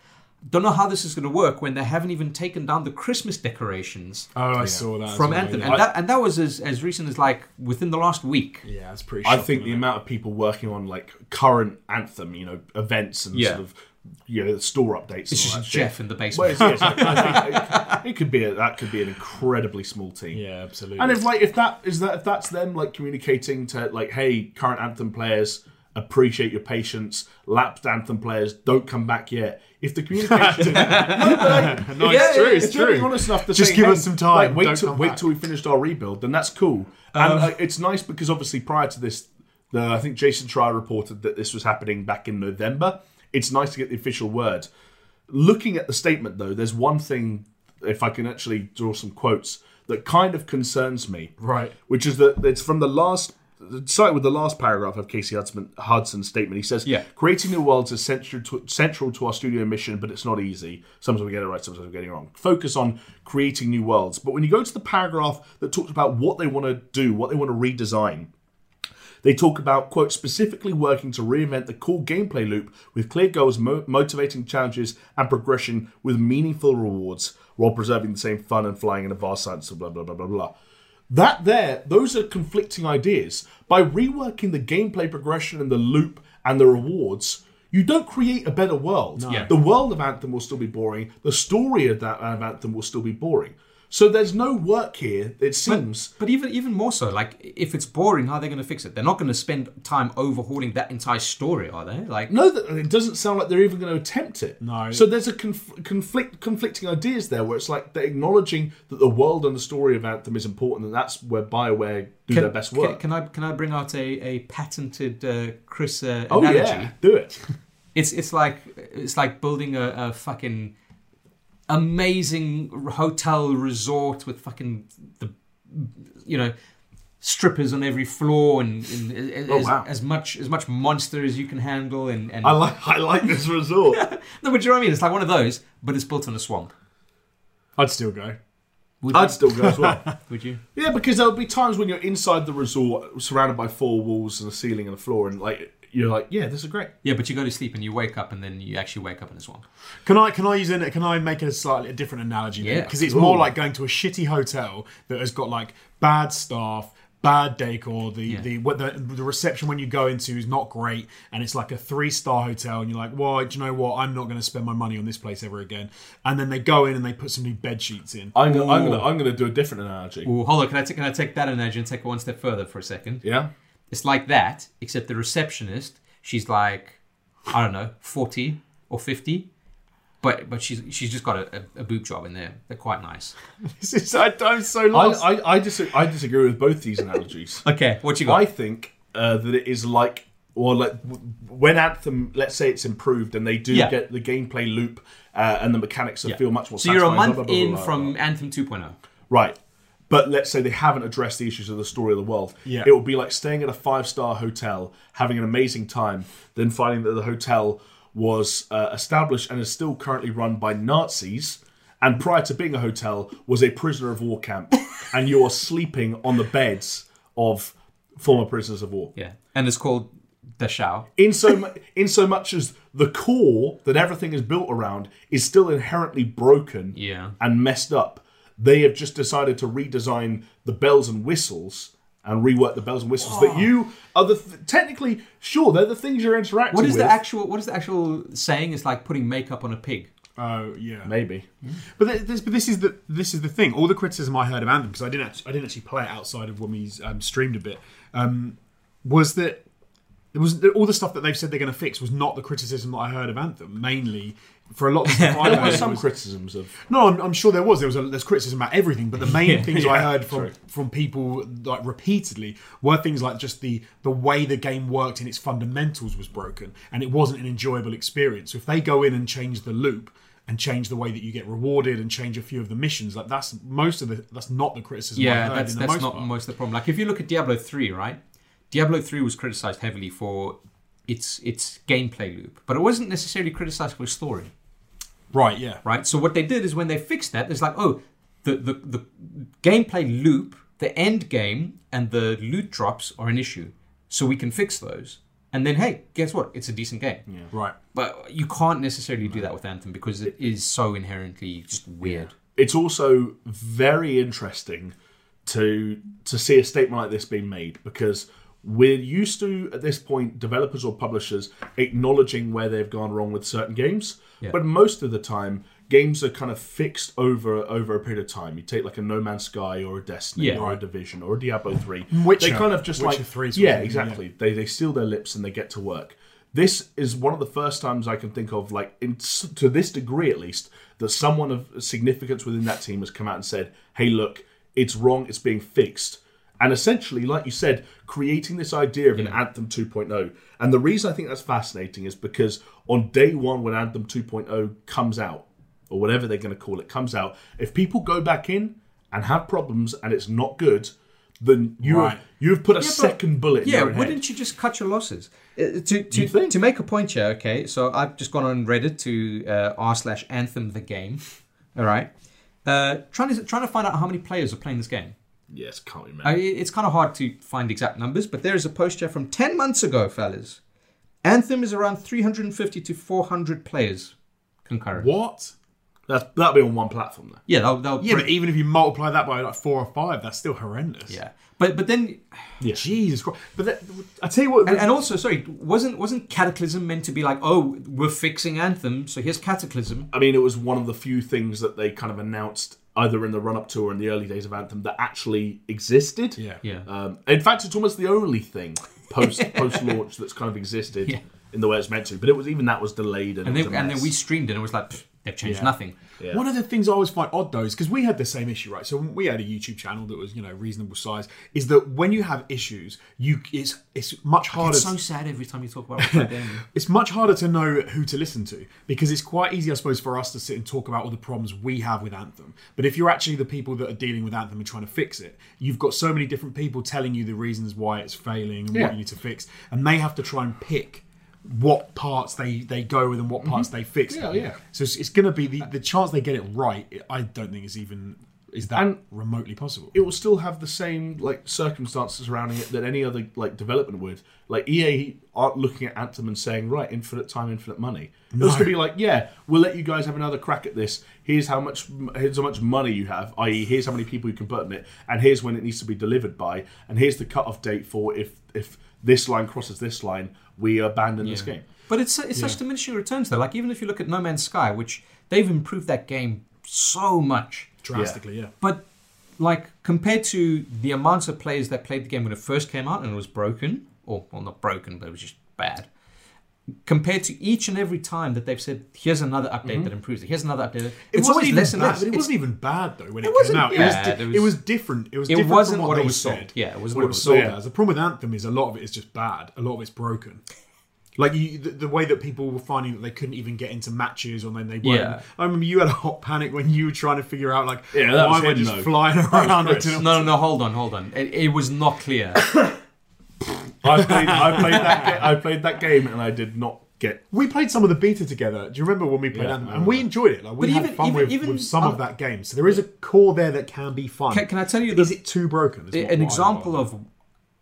Speaker 1: don't know how this is going to work when they haven't even taken down the Christmas decorations
Speaker 2: Oh, I saw that as
Speaker 1: from
Speaker 2: well,
Speaker 1: Anthem,
Speaker 2: yeah.
Speaker 1: and
Speaker 3: I-
Speaker 1: that and that was as, as recent as like within the last week.
Speaker 2: Yeah, that's pretty.
Speaker 3: I
Speaker 2: shocking,
Speaker 3: think the
Speaker 2: isn't it?
Speaker 3: amount of people working on like current anthem, you know, events and
Speaker 1: Yeah.
Speaker 3: sort of you know store updates.
Speaker 1: It's
Speaker 3: and all
Speaker 1: just
Speaker 3: that shit.
Speaker 1: Jeff in the
Speaker 3: Well,
Speaker 1: basement.
Speaker 3: it's- yeah, it's like, I think it, it could be a, that could be an incredibly small team.
Speaker 2: Yeah, absolutely.
Speaker 3: And if like if that is that if that's them like communicating to like hey current anthem players appreciate your patience lapsed anthem players don't come back yet if the communication
Speaker 2: no,
Speaker 1: Yeah,
Speaker 2: it's true.
Speaker 1: yeah,
Speaker 2: It's
Speaker 3: if you're being
Speaker 2: true.
Speaker 3: honest enough to
Speaker 2: Just
Speaker 3: say,
Speaker 2: give
Speaker 3: hey,
Speaker 2: us some time,
Speaker 3: like, wait
Speaker 2: don't
Speaker 3: till
Speaker 2: come
Speaker 3: wait
Speaker 2: back. Um,
Speaker 3: till we finished our rebuild then that's cool and uh, it's nice because obviously prior to this the, I think Jason Try reported that this was happening back in November it's nice to get the official word looking at the statement though there's one thing if i can actually draw some quotes that kind of concerns me
Speaker 2: Right.
Speaker 3: which is that it's from the last starting with the last paragraph of casey Hudson, hudson's statement he says
Speaker 1: Yeah.
Speaker 3: creating new worlds is central to, central to our studio mission but it's not easy sometimes we get it right sometimes we get it wrong focus on creating new worlds but when you go to the paragraph that talks about what they want to do what they want to redesign they talk about, quote, specifically working to reinvent the core gameplay loop with clear goals, mo- motivating challenges, and progression with meaningful rewards while preserving the same fun and flying in a vast science, blah, blah, blah, blah, blah. That there, those are conflicting ideas. By reworking the gameplay progression and the loop and the rewards, you don't create a better world.
Speaker 1: Yeah.
Speaker 3: The world of Anthem will still be boring. The story of that of Anthem will still be boring. So there's no work here, it seems.
Speaker 1: But even even more so, like if it's boring, how are they going to fix it? They're not going to spend time overhauling that entire story, are they? Like,
Speaker 3: No, that it doesn't sound like they're even going to attempt it.
Speaker 2: No.
Speaker 3: So there's a conf- conflict, conflicting ideas there, where it's like they're acknowledging that the world and the story of Anthem is important, and that's where Bioware do their best work.
Speaker 1: Can, I can I bring out a, a patented uh, Chris uh,
Speaker 3: oh
Speaker 1: analogy?
Speaker 3: yeah, do it.
Speaker 1: It's it's like it's like building a, a fucking amazing hotel resort with fucking the you know strippers on every floor and, and
Speaker 3: Oh,
Speaker 1: as,
Speaker 3: wow.
Speaker 1: as much as much monster as you can handle and, and
Speaker 3: I like I like this resort.
Speaker 1: no, but do you know what I mean? It's like one of those, but it's built on a swamp.
Speaker 2: I'd still go.
Speaker 1: Would you?
Speaker 3: I'd still go as well.
Speaker 1: Would you?
Speaker 3: Yeah, because there'll be times when you're inside the resort, surrounded by four walls and a ceiling and a floor, and like you're like, yeah, this is great.
Speaker 1: Yeah, but you go to sleep and you wake up and then you actually wake up in a swamp.
Speaker 2: Can I can I use an can I make it a slightly a different analogy?
Speaker 1: Yeah.
Speaker 2: because it's more
Speaker 3: Ooh.
Speaker 2: like going to a shitty hotel that has got like bad staff, bad decor. The the what the the reception when you go into is not great, and it's like a three star hotel, and you're like, well, do you know what? I'm not going to spend my money on this place ever again. And then they go in and they put some new bed sheets in.
Speaker 3: I'm gonna, I'm gonna I'm gonna do a different analogy.
Speaker 1: Well, hold on. Can I, t- can I take that analogy and take it one step further for a second?
Speaker 3: Yeah.
Speaker 1: It's like that, except the receptionist, she's like, I don't know, 40 or 50. But but she's she's just got a, a, a boob job in there. They're quite nice.
Speaker 2: This is I, I'm so
Speaker 3: I
Speaker 2: lost.
Speaker 3: I I, dis- I disagree with both these analogies.
Speaker 1: Okay, what you
Speaker 3: I think uh, that it is like, or like w- when Anthem, let's say it's improved and they do
Speaker 1: Yeah.
Speaker 3: get the gameplay loop uh, and the mechanics that feel much more.
Speaker 1: so you're a
Speaker 3: satisfying,
Speaker 1: month
Speaker 3: blah, blah, blah,
Speaker 1: in
Speaker 3: blah,
Speaker 1: from
Speaker 3: blah.
Speaker 1: Anthem oh. 2.0.
Speaker 3: right, but let's say they haven't addressed the issues of the story of the world.
Speaker 2: Yeah.
Speaker 3: it will be like staying at a five star hotel, having an amazing time, then finding that the hotel was uh, established and is still currently run by Nazis. And prior to being a hotel, was a prisoner of war camp, and you are sleeping on the beds of former prisoners of war
Speaker 1: Yeah. And it's called The Shao.
Speaker 3: in so mu- in so much as the core that everything is built around is still inherently broken
Speaker 1: Yeah.
Speaker 3: and messed up They have just decided to redesign the bells and whistles and rework the bells and whistles that you are the th- technically sure they're the things you're interacting
Speaker 1: What is
Speaker 3: with.
Speaker 1: the actual? What is the actual saying? It's like putting makeup on a pig.
Speaker 2: Oh yeah.
Speaker 3: Maybe
Speaker 2: But th- this, but this is the this is the thing. All the criticism I heard of Anthem because I didn't actually, I didn't actually play it outside of when we um, streamed a bit um, was that it was that all the stuff that they've said they're going to fix was not the criticism that I heard of Anthem. Mainly for a lot of stuff I
Speaker 3: there were
Speaker 2: heard, it
Speaker 3: some
Speaker 2: was-
Speaker 3: criticisms of
Speaker 2: No, I'm, I'm sure there was. There was a, there's criticism about everything, but the main things I
Speaker 3: yeah,
Speaker 2: heard from, from people like repeatedly were things like just the the way the game worked in its fundamentals was broken, and it wasn't an enjoyable experience. So if they go in and change the loop and change the way that you get rewarded and change a few of the missions, like that's most of the that's not the criticism. I
Speaker 1: Yeah,
Speaker 2: heard
Speaker 1: that's
Speaker 2: in the
Speaker 1: that's
Speaker 2: most
Speaker 1: not
Speaker 2: part.
Speaker 1: most of the problem. Like if you look at Diablo three, right? Diablo three was criticized heavily for its its gameplay loop, but it wasn't necessarily criticized for its story,
Speaker 2: right. Yeah,
Speaker 1: right? So what they did is when they fixed that, it's like oh, the the, the gameplay loop, the end game, and the loot drops are an issue, so we can fix those. And then hey, guess what? It's a decent game.
Speaker 2: right.
Speaker 1: But you can't necessarily do that with Anthem because it is so inherently just weird.
Speaker 3: it's also very interesting to to see a statement like this being made because we're used to at this point developers or publishers acknowledging where they've gone wrong with certain games but most of the time games are kind of fixed over over a period of time you take like a no man's sky or a destiny
Speaker 1: Yeah.
Speaker 3: or a division or a diablo 3
Speaker 2: Witcher.
Speaker 3: they kind of just
Speaker 2: Witcher
Speaker 3: like
Speaker 2: 3 is
Speaker 3: yeah
Speaker 2: one,
Speaker 3: exactly they, they seal their lips and they get to work. This is one of the first times I can think of, like in, to this degree at least, that someone of significance within that team has come out and said, "Hey, look, it's wrong. It's being fixed." And essentially, like you said, creating this idea of an Anthem 2.0. And the reason I think that's fascinating is because on day one, when Anthem 2.0 comes out, or whatever they're going to call it, comes out, if people go back in and have problems and it's not good, then you
Speaker 2: Right.
Speaker 3: have, you have put a second bullet. in
Speaker 1: Yeah,
Speaker 3: your own head.
Speaker 1: wouldn't you just cut your losses? Uh, to to,
Speaker 3: think?
Speaker 1: to make a point here, okay. So I've just gone on Reddit to uh, r slash Anthem the game. All right, uh, trying to trying to find out how many players are playing this game.
Speaker 3: Yes, can't remember.
Speaker 1: Uh, it- it's kind of hard to find exact numbers, but there is a post here from ten months ago, fellas. Anthem is around 350 to 400 players concurrent.
Speaker 2: What?
Speaker 3: That's that'll be on one platform though.
Speaker 1: Yeah, they'll, they'll
Speaker 2: Yeah, but even if you multiply that by like four or five, that's still horrendous.
Speaker 1: yeah. But but then
Speaker 2: Jesus Christ! But that, I tell you what,
Speaker 1: And, and also, sorry, wasn't wasn't Cataclysm meant to be like, oh, we're fixing Anthem, so here's Cataclysm?
Speaker 3: I mean, it was one of the few things that they kind of announced either in the run-up to or in the early days of Anthem that actually existed.
Speaker 2: yeah,
Speaker 1: Yeah.
Speaker 3: Um, in fact, it's almost the only thing post post launch that's kind of existed
Speaker 1: Yeah.
Speaker 3: in the way it's meant to. But it was even that was delayed and,
Speaker 1: and
Speaker 3: it
Speaker 1: then
Speaker 3: was a
Speaker 1: and then
Speaker 3: mess.
Speaker 1: we streamed it, and it was like, pfft, they've changed
Speaker 2: Yeah.
Speaker 1: nothing.
Speaker 3: Yeah.
Speaker 2: One of the things I always find odd though is because we had the same issue, right? So when we had a YouTube channel that was, you know, reasonable size. Is that when you have issues, you it's it's much harder.
Speaker 1: It's so sad every time you talk about what they're doing.
Speaker 2: it's much harder to know who to listen to because it's quite easy, I suppose, for us to sit and talk about all the problems we have with Anthem. But if you're actually the people that are dealing with Anthem and trying to fix it, you've got so many different people telling you the reasons why it's failing and
Speaker 3: Yeah.
Speaker 2: what you need to fix, and they have to try and pick what parts they they go with and what parts they fix.
Speaker 3: Mm-hmm. Yeah, yeah.
Speaker 2: So it's, it's going to be the, the chance they get it right. I don't think is even is that
Speaker 3: And-
Speaker 2: remotely possible.
Speaker 3: it will still have the same like circumstances surrounding it that any other like development would. Like EA aren't looking at Anthem and saying, right, infinite time, infinite money. It was to be like, yeah, we'll let you guys have another crack at this. Here's how much here's how much money you have, i.e., here's how many people you can put in it, and here's when it needs to be delivered by, and here's the cutoff date for if if this line crosses this line, we abandon this game.
Speaker 1: But it's it's such diminishing returns though. Like even if you look at No Man's Sky, which they've improved that game so much,
Speaker 2: Drastically, yeah.
Speaker 1: but like compared to the amounts of players that played the game when it first came out and it was broken, or well not broken, but it was just bad. Compared to each and every time that they've said, "Here's another update
Speaker 2: Mm-hmm.
Speaker 1: that improves it. Here's another update."
Speaker 2: It
Speaker 1: it's
Speaker 2: wasn't
Speaker 1: always
Speaker 2: even
Speaker 1: less and
Speaker 2: bad,
Speaker 1: less.
Speaker 2: but it
Speaker 1: It's-
Speaker 2: wasn't even bad though when it,
Speaker 1: wasn't
Speaker 2: came out.
Speaker 1: bad,
Speaker 2: It, was
Speaker 1: it
Speaker 2: di-
Speaker 1: was-
Speaker 2: it was different. It was
Speaker 1: it
Speaker 2: different
Speaker 1: wasn't
Speaker 2: from what,
Speaker 1: what it
Speaker 2: they
Speaker 1: was
Speaker 2: said.
Speaker 1: sold. Yeah, it wasn't
Speaker 2: what it was sold as. The problem with Anthem is a lot of it is just bad. A lot of it's broken. Like you, the, the way that people were finding that they couldn't even get into matches, or then they weren't.
Speaker 1: Yeah.
Speaker 2: I remember you had a hot panic when you were trying to figure out like
Speaker 3: Yeah, that
Speaker 2: why
Speaker 3: was
Speaker 2: we're
Speaker 3: him,
Speaker 2: just
Speaker 3: though.
Speaker 2: flying around.
Speaker 3: Chris.
Speaker 2: until-
Speaker 1: No, no, no. Hold on, hold on. It, it was not clear.
Speaker 3: I played, I played that ga- I played that game and I did not get
Speaker 2: We played some of the beta together. Do you remember when we played
Speaker 3: Yeah,
Speaker 2: Anthem?
Speaker 3: I
Speaker 2: And we enjoyed it. Like we
Speaker 1: But
Speaker 2: had
Speaker 1: even-
Speaker 2: fun
Speaker 1: even-
Speaker 2: with,
Speaker 1: even-
Speaker 2: with some
Speaker 1: uh,
Speaker 2: of that game. So there is a core there that can be fun.
Speaker 1: Can- can I tell you
Speaker 2: Is
Speaker 1: the-
Speaker 2: it too broken? is what
Speaker 1: an
Speaker 2: I-
Speaker 1: example of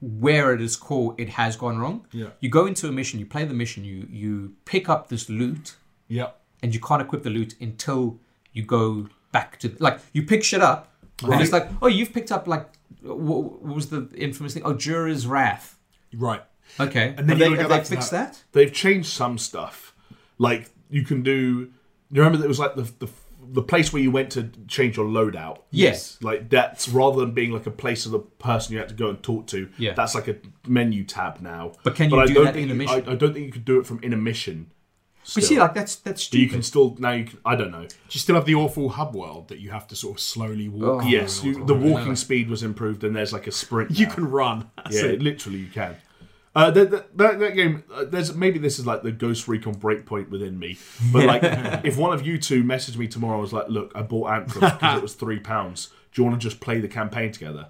Speaker 1: where at its core it has gone wrong.
Speaker 2: Yeah.
Speaker 1: You go into a mission, you play the mission, you you pick up this loot,
Speaker 2: Yeah.
Speaker 1: and you can't equip the loot until you go back to like you pick shit up. And it's like, oh, you've picked up like wh- wh- what was the infamous thing? Oh, Juror's Wrath.
Speaker 2: Right.
Speaker 1: Okay,
Speaker 2: And
Speaker 1: Have
Speaker 2: then you
Speaker 1: they,
Speaker 2: gotta go
Speaker 1: have
Speaker 2: back
Speaker 1: they
Speaker 2: to
Speaker 1: fixed that.
Speaker 3: They've changed some stuff. Like you can do. You remember that it was like the the the place where you went to change your loadout.
Speaker 1: Yes.
Speaker 3: Like that's rather than being like a place of the person you had to go and talk to.
Speaker 1: Yeah.
Speaker 3: That's like a menu tab now.
Speaker 1: But can you do
Speaker 3: don't
Speaker 1: that in
Speaker 3: think
Speaker 1: a
Speaker 3: you-
Speaker 1: mission?
Speaker 3: I, I don't think you could do it from in a mission.
Speaker 1: But
Speaker 3: still.
Speaker 1: see, like that's that's
Speaker 3: But you
Speaker 1: stupid.
Speaker 3: can still now. You can, I don't know.
Speaker 2: Do you still have the awful hub world that you have to sort of slowly walk?
Speaker 1: Oh.
Speaker 2: through
Speaker 3: Yes,
Speaker 2: in
Speaker 3: you,
Speaker 2: order
Speaker 3: the
Speaker 2: to-
Speaker 3: walking speed was improved, and there's like a sprint.
Speaker 2: You
Speaker 3: now.
Speaker 2: can run. That's
Speaker 3: Oh. yeah,
Speaker 2: it.
Speaker 3: literally you can. Uh, that, that, that, that game, uh, there's maybe this is like the Ghost Recon Breakpoint within me, but like if one of you two messaged me tomorrow, I was like, "Look, I bought Anthem because it was three pounds. Do you want to just play the campaign together?"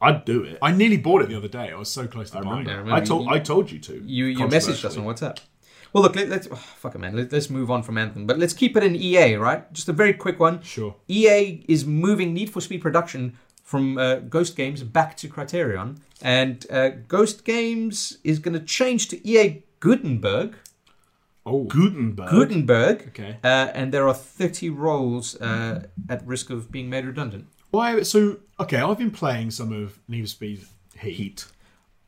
Speaker 3: I'd do it. I,
Speaker 2: I nearly bought it the other day. I was so close to buying
Speaker 1: remember.
Speaker 2: it.
Speaker 1: Yeah, maybe
Speaker 3: told
Speaker 1: you-
Speaker 3: I told you to.
Speaker 1: You you messaged us on WhatsApp. Well, look, let, let's oh, fuck it, man. Let, let's move on from Anthem, but let's keep it in EA, right? Just a very quick one.
Speaker 2: Sure.
Speaker 1: EA is moving Need for Speed production from uh, Ghost Games back to Criterion, and uh, Ghost Games is going to change to EA Gutenberg.
Speaker 2: Oh,
Speaker 3: Gutenberg.
Speaker 1: Gutenberg.
Speaker 2: Okay.
Speaker 1: Uh, and there are thirty roles uh, at risk of being made redundant.
Speaker 2: why? So okay, I've been playing some of Need for Speed Heat.
Speaker 3: Heat.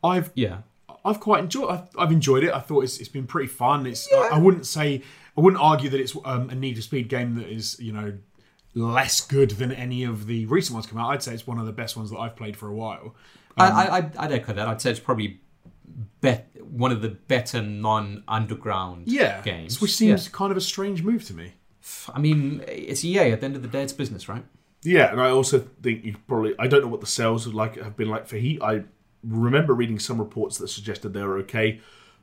Speaker 2: I've
Speaker 1: Yeah.
Speaker 2: I've quite enjoyed. I've, I've enjoyed it. I thought it's, it's been pretty fun. It's I, I wouldn't say I wouldn't argue that it's um, a Need for Speed game that is you know less good than any of the recent ones come out. I'd say it's one of the best ones that I've played for a while.
Speaker 1: I
Speaker 2: Um,
Speaker 1: I, I'd, I'd echo that. I'd say it's probably bet one of the better non underground
Speaker 2: Yeah,
Speaker 1: games.
Speaker 2: which seems kind of a strange move to me.
Speaker 1: Yeah. I mean, it's EA. At the end of the day, it's business, right?
Speaker 3: Yeah, and I also think you probably. I don't know what the sales would like have been like for Heat. I remember reading some reports that suggested they were okay,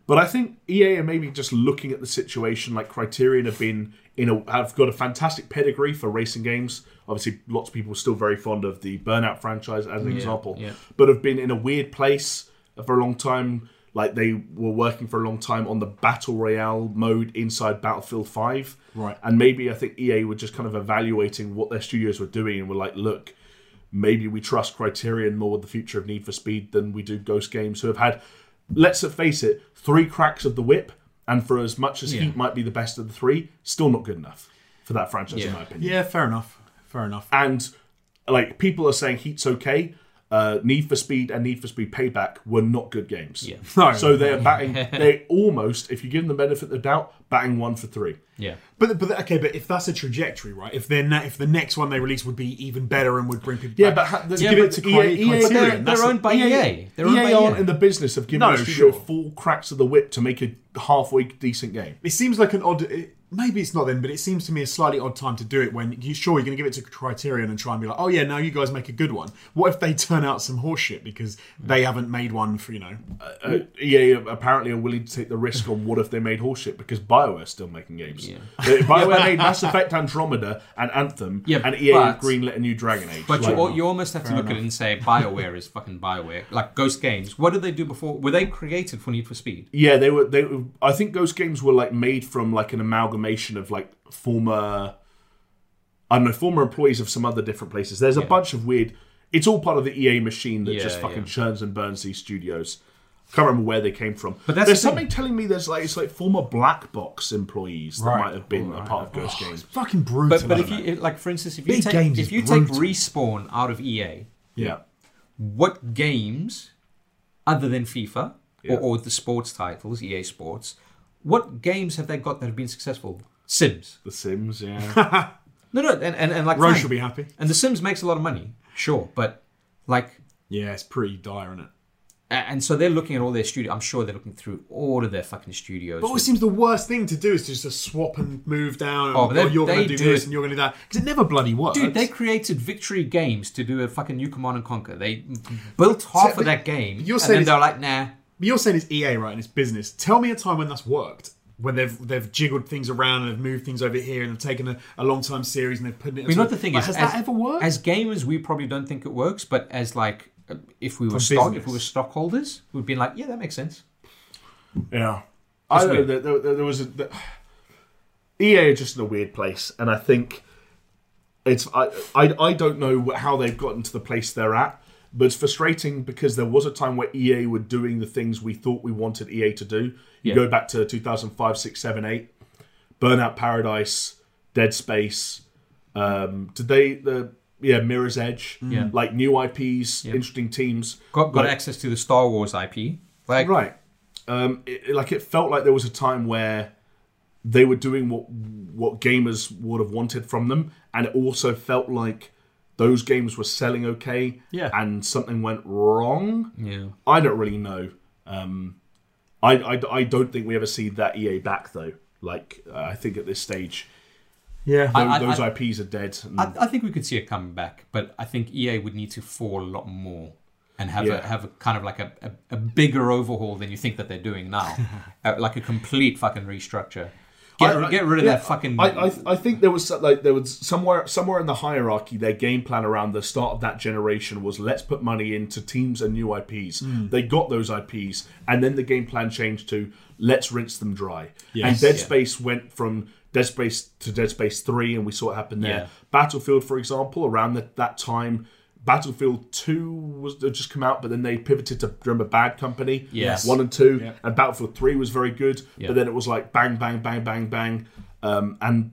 Speaker 3: but I think EA are maybe just looking at the situation. Like Criterion have been in a have got a fantastic pedigree for racing games. Obviously, lots of people are still very fond of the Burnout franchise as an example,
Speaker 1: yeah.
Speaker 3: but have been in a weird place for a long time. Like they were working for a long time on the battle royale mode inside Battlefield Five,
Speaker 2: Right.
Speaker 3: and maybe I think EA were just kind of evaluating what their studios were doing and were like, look, maybe we trust Criterion more with the future of Need for Speed than we do Ghost Games, who have had, let's face it, three cracks of the whip, and for as much as Heat might be the best of the three, still not good enough for that franchise, in
Speaker 1: Yeah.
Speaker 3: my opinion
Speaker 2: Yeah, fair enough. Fair enough.
Speaker 3: and like people are saying Heat's okay. Uh, Need for Speed and Need for Speed Payback were not good games.
Speaker 1: Yeah.
Speaker 2: No.
Speaker 3: So they are batting. They almost, if you give them the benefit of the doubt, batting one for three.
Speaker 1: Yeah.
Speaker 2: But but okay, but if that's a trajectory, right? If then if the next one they release would be even better and would bring people
Speaker 3: Yeah,
Speaker 2: back,
Speaker 3: but ha-
Speaker 2: to
Speaker 3: yeah,
Speaker 2: give
Speaker 3: but
Speaker 2: it to
Speaker 3: EA
Speaker 1: E
Speaker 2: Cri-
Speaker 3: EA
Speaker 2: Criterion,
Speaker 1: They're,
Speaker 2: that's E
Speaker 1: they're owned by E EA. They're owned by
Speaker 3: EA E aren't
Speaker 1: EA.
Speaker 3: in the business of giving
Speaker 2: No,
Speaker 3: a studio
Speaker 2: sure.
Speaker 3: full cracks of the whip to make a halfway decent game.
Speaker 2: It seems like an odd. It, maybe it's not then, but it seems to me a slightly odd time to do it when you sure you're going to give it to Criterion and try and be like, oh yeah, now you guys make a good one. What if they turn out some horseshit because they haven't made one for you know?
Speaker 3: Uh, EA apparently are willing to take the risk on what if they made horseshit because BioWare is still making games.
Speaker 1: Yeah.
Speaker 3: They- BioWare made Mass Effect Andromeda and Anthem,
Speaker 1: Yeah,
Speaker 3: and EA
Speaker 1: but-
Speaker 3: greenlit a new Dragon Age.
Speaker 1: But you,
Speaker 3: Like,
Speaker 1: al- you almost have to look at it and say Bioware is fucking Bioware. Like Ghost Games, what did they do before? Were they created for Need for Speed?
Speaker 3: Yeah, they were. They, were- I think Ghost Games were like made from like an amalgamation of like former, I don't know, former employees of some other different places. There's a bunch of weird. It's all part of the EA machine that just
Speaker 1: Yeah,
Speaker 3: fucking
Speaker 1: yeah.
Speaker 3: churns and burns these studios. Can't remember where they came from. But
Speaker 1: that's
Speaker 3: there's
Speaker 1: the thing.
Speaker 3: something telling me there's like it's like former Black Box employees that
Speaker 2: Right.
Speaker 3: might have been a part of Ghost Games.
Speaker 2: Fucking brutal.
Speaker 1: But but
Speaker 2: I
Speaker 1: if
Speaker 2: don't
Speaker 1: you
Speaker 2: know.
Speaker 1: like, for instance, if you
Speaker 2: Big
Speaker 1: take
Speaker 2: games
Speaker 1: if
Speaker 2: is
Speaker 1: you take
Speaker 2: brutal.
Speaker 1: respawn out of E EA,
Speaker 3: Yeah,
Speaker 1: what games other than FIFA
Speaker 3: Yeah.
Speaker 1: or, or the sports titles, EA Sports, what games have they got that have been successful? Sims.
Speaker 3: The Sims. Yeah,
Speaker 1: No, no, and, and, and like
Speaker 2: Roche
Speaker 1: fine.
Speaker 2: will be happy.
Speaker 1: And The Sims makes a lot of money, sure, but like,
Speaker 2: Yeah, it's pretty dire, isn't it?
Speaker 1: a- and so they're looking at all their studio. I'm sure they're looking through all of their fucking studios.
Speaker 2: But it always seems the worst thing to do is to just to swap and move down. And,
Speaker 1: Oh, but they-
Speaker 2: oh, you're going
Speaker 1: they
Speaker 2: to do,
Speaker 1: do
Speaker 2: this
Speaker 1: it-
Speaker 2: and you're going to do that because it never bloody works.
Speaker 1: Dude, they created Victory Games to do a fucking new Command and Conquer. They Mm-hmm. built half
Speaker 2: but
Speaker 1: of that game,
Speaker 2: you're
Speaker 1: and
Speaker 2: saying
Speaker 1: then
Speaker 2: it's-
Speaker 1: they're like, "Nah,
Speaker 2: But you're saying it's EA, right? And it's business. Tell me a time when that's worked. When they've they've jiggled things around and they've moved things over here and they've taken a, a long time series and they've put it.
Speaker 1: I mean, not the thing
Speaker 2: Like,
Speaker 1: is,
Speaker 2: has
Speaker 1: as,
Speaker 2: that ever worked?
Speaker 1: As gamers, we probably don't think it works, but as like, uh, if we were
Speaker 2: For
Speaker 1: stock,
Speaker 2: business.
Speaker 1: if we were stockholders, we'd be like, yeah, that makes sense.
Speaker 3: yeah. I don't know.
Speaker 1: weird.
Speaker 3: There, there, there was a, the, EA are just in a weird place, and I think it's I I, I don't know wh- how they've gotten to the place they're at, but it's frustrating because there was a time where EA were doing the things we thought we wanted EA to do. You
Speaker 1: Yeah.
Speaker 3: go back to 2005, 6, 7, 8, Burnout Paradise, Dead Space, Um, today the yeah Mirror's Edge,
Speaker 1: Yeah.
Speaker 3: like new IPs, interesting teams.
Speaker 1: Got, got
Speaker 3: Like-
Speaker 1: access to the Star Wars IP. Like,
Speaker 3: right um it, it- like it felt like there was a time where they were doing what what gamers would have wanted from them and it also felt like those games were selling okay
Speaker 2: Yeah.
Speaker 3: and something went wrong
Speaker 1: yeah.
Speaker 3: i don't really know um i i, I don't think we ever see that ea back though like uh, i think at this stage
Speaker 2: Yeah.
Speaker 3: tho-
Speaker 1: I- I-
Speaker 3: those
Speaker 1: I-
Speaker 3: ips are dead and
Speaker 1: I, I think we could see it coming back, but I think EA would need to fall a lot more and have
Speaker 3: Yeah.
Speaker 1: a, have a kind of like a, a, a bigger overhaul than you think that they're doing now, uh, like a complete fucking restructure. Get,
Speaker 3: I- I-
Speaker 1: get rid of
Speaker 3: yeah,
Speaker 1: that fucking.
Speaker 3: I, I, I think there was so- like there was somewhere somewhere in the hierarchy their game plan around the start of that generation was let's put money into teams and new IPs.
Speaker 1: Hmm.
Speaker 3: They got those IPs, and then the game plan changed to let's rinse them dry. and
Speaker 2: Yes.
Speaker 3: Dead
Speaker 1: Yeah.
Speaker 3: Space went from Dead Space to Dead Space Three, and we saw what happened there.
Speaker 1: Yeah.
Speaker 3: Battlefield, for example, around that that time. Battlefield 2 was had just come out, but then they pivoted to remember Bad Company.
Speaker 1: Yes.
Speaker 3: One and two,
Speaker 2: Yeah.
Speaker 3: and Battlefield Three was very good,
Speaker 1: Yeah.
Speaker 3: but then it was like bang, bang, bang, bang, bang, um, and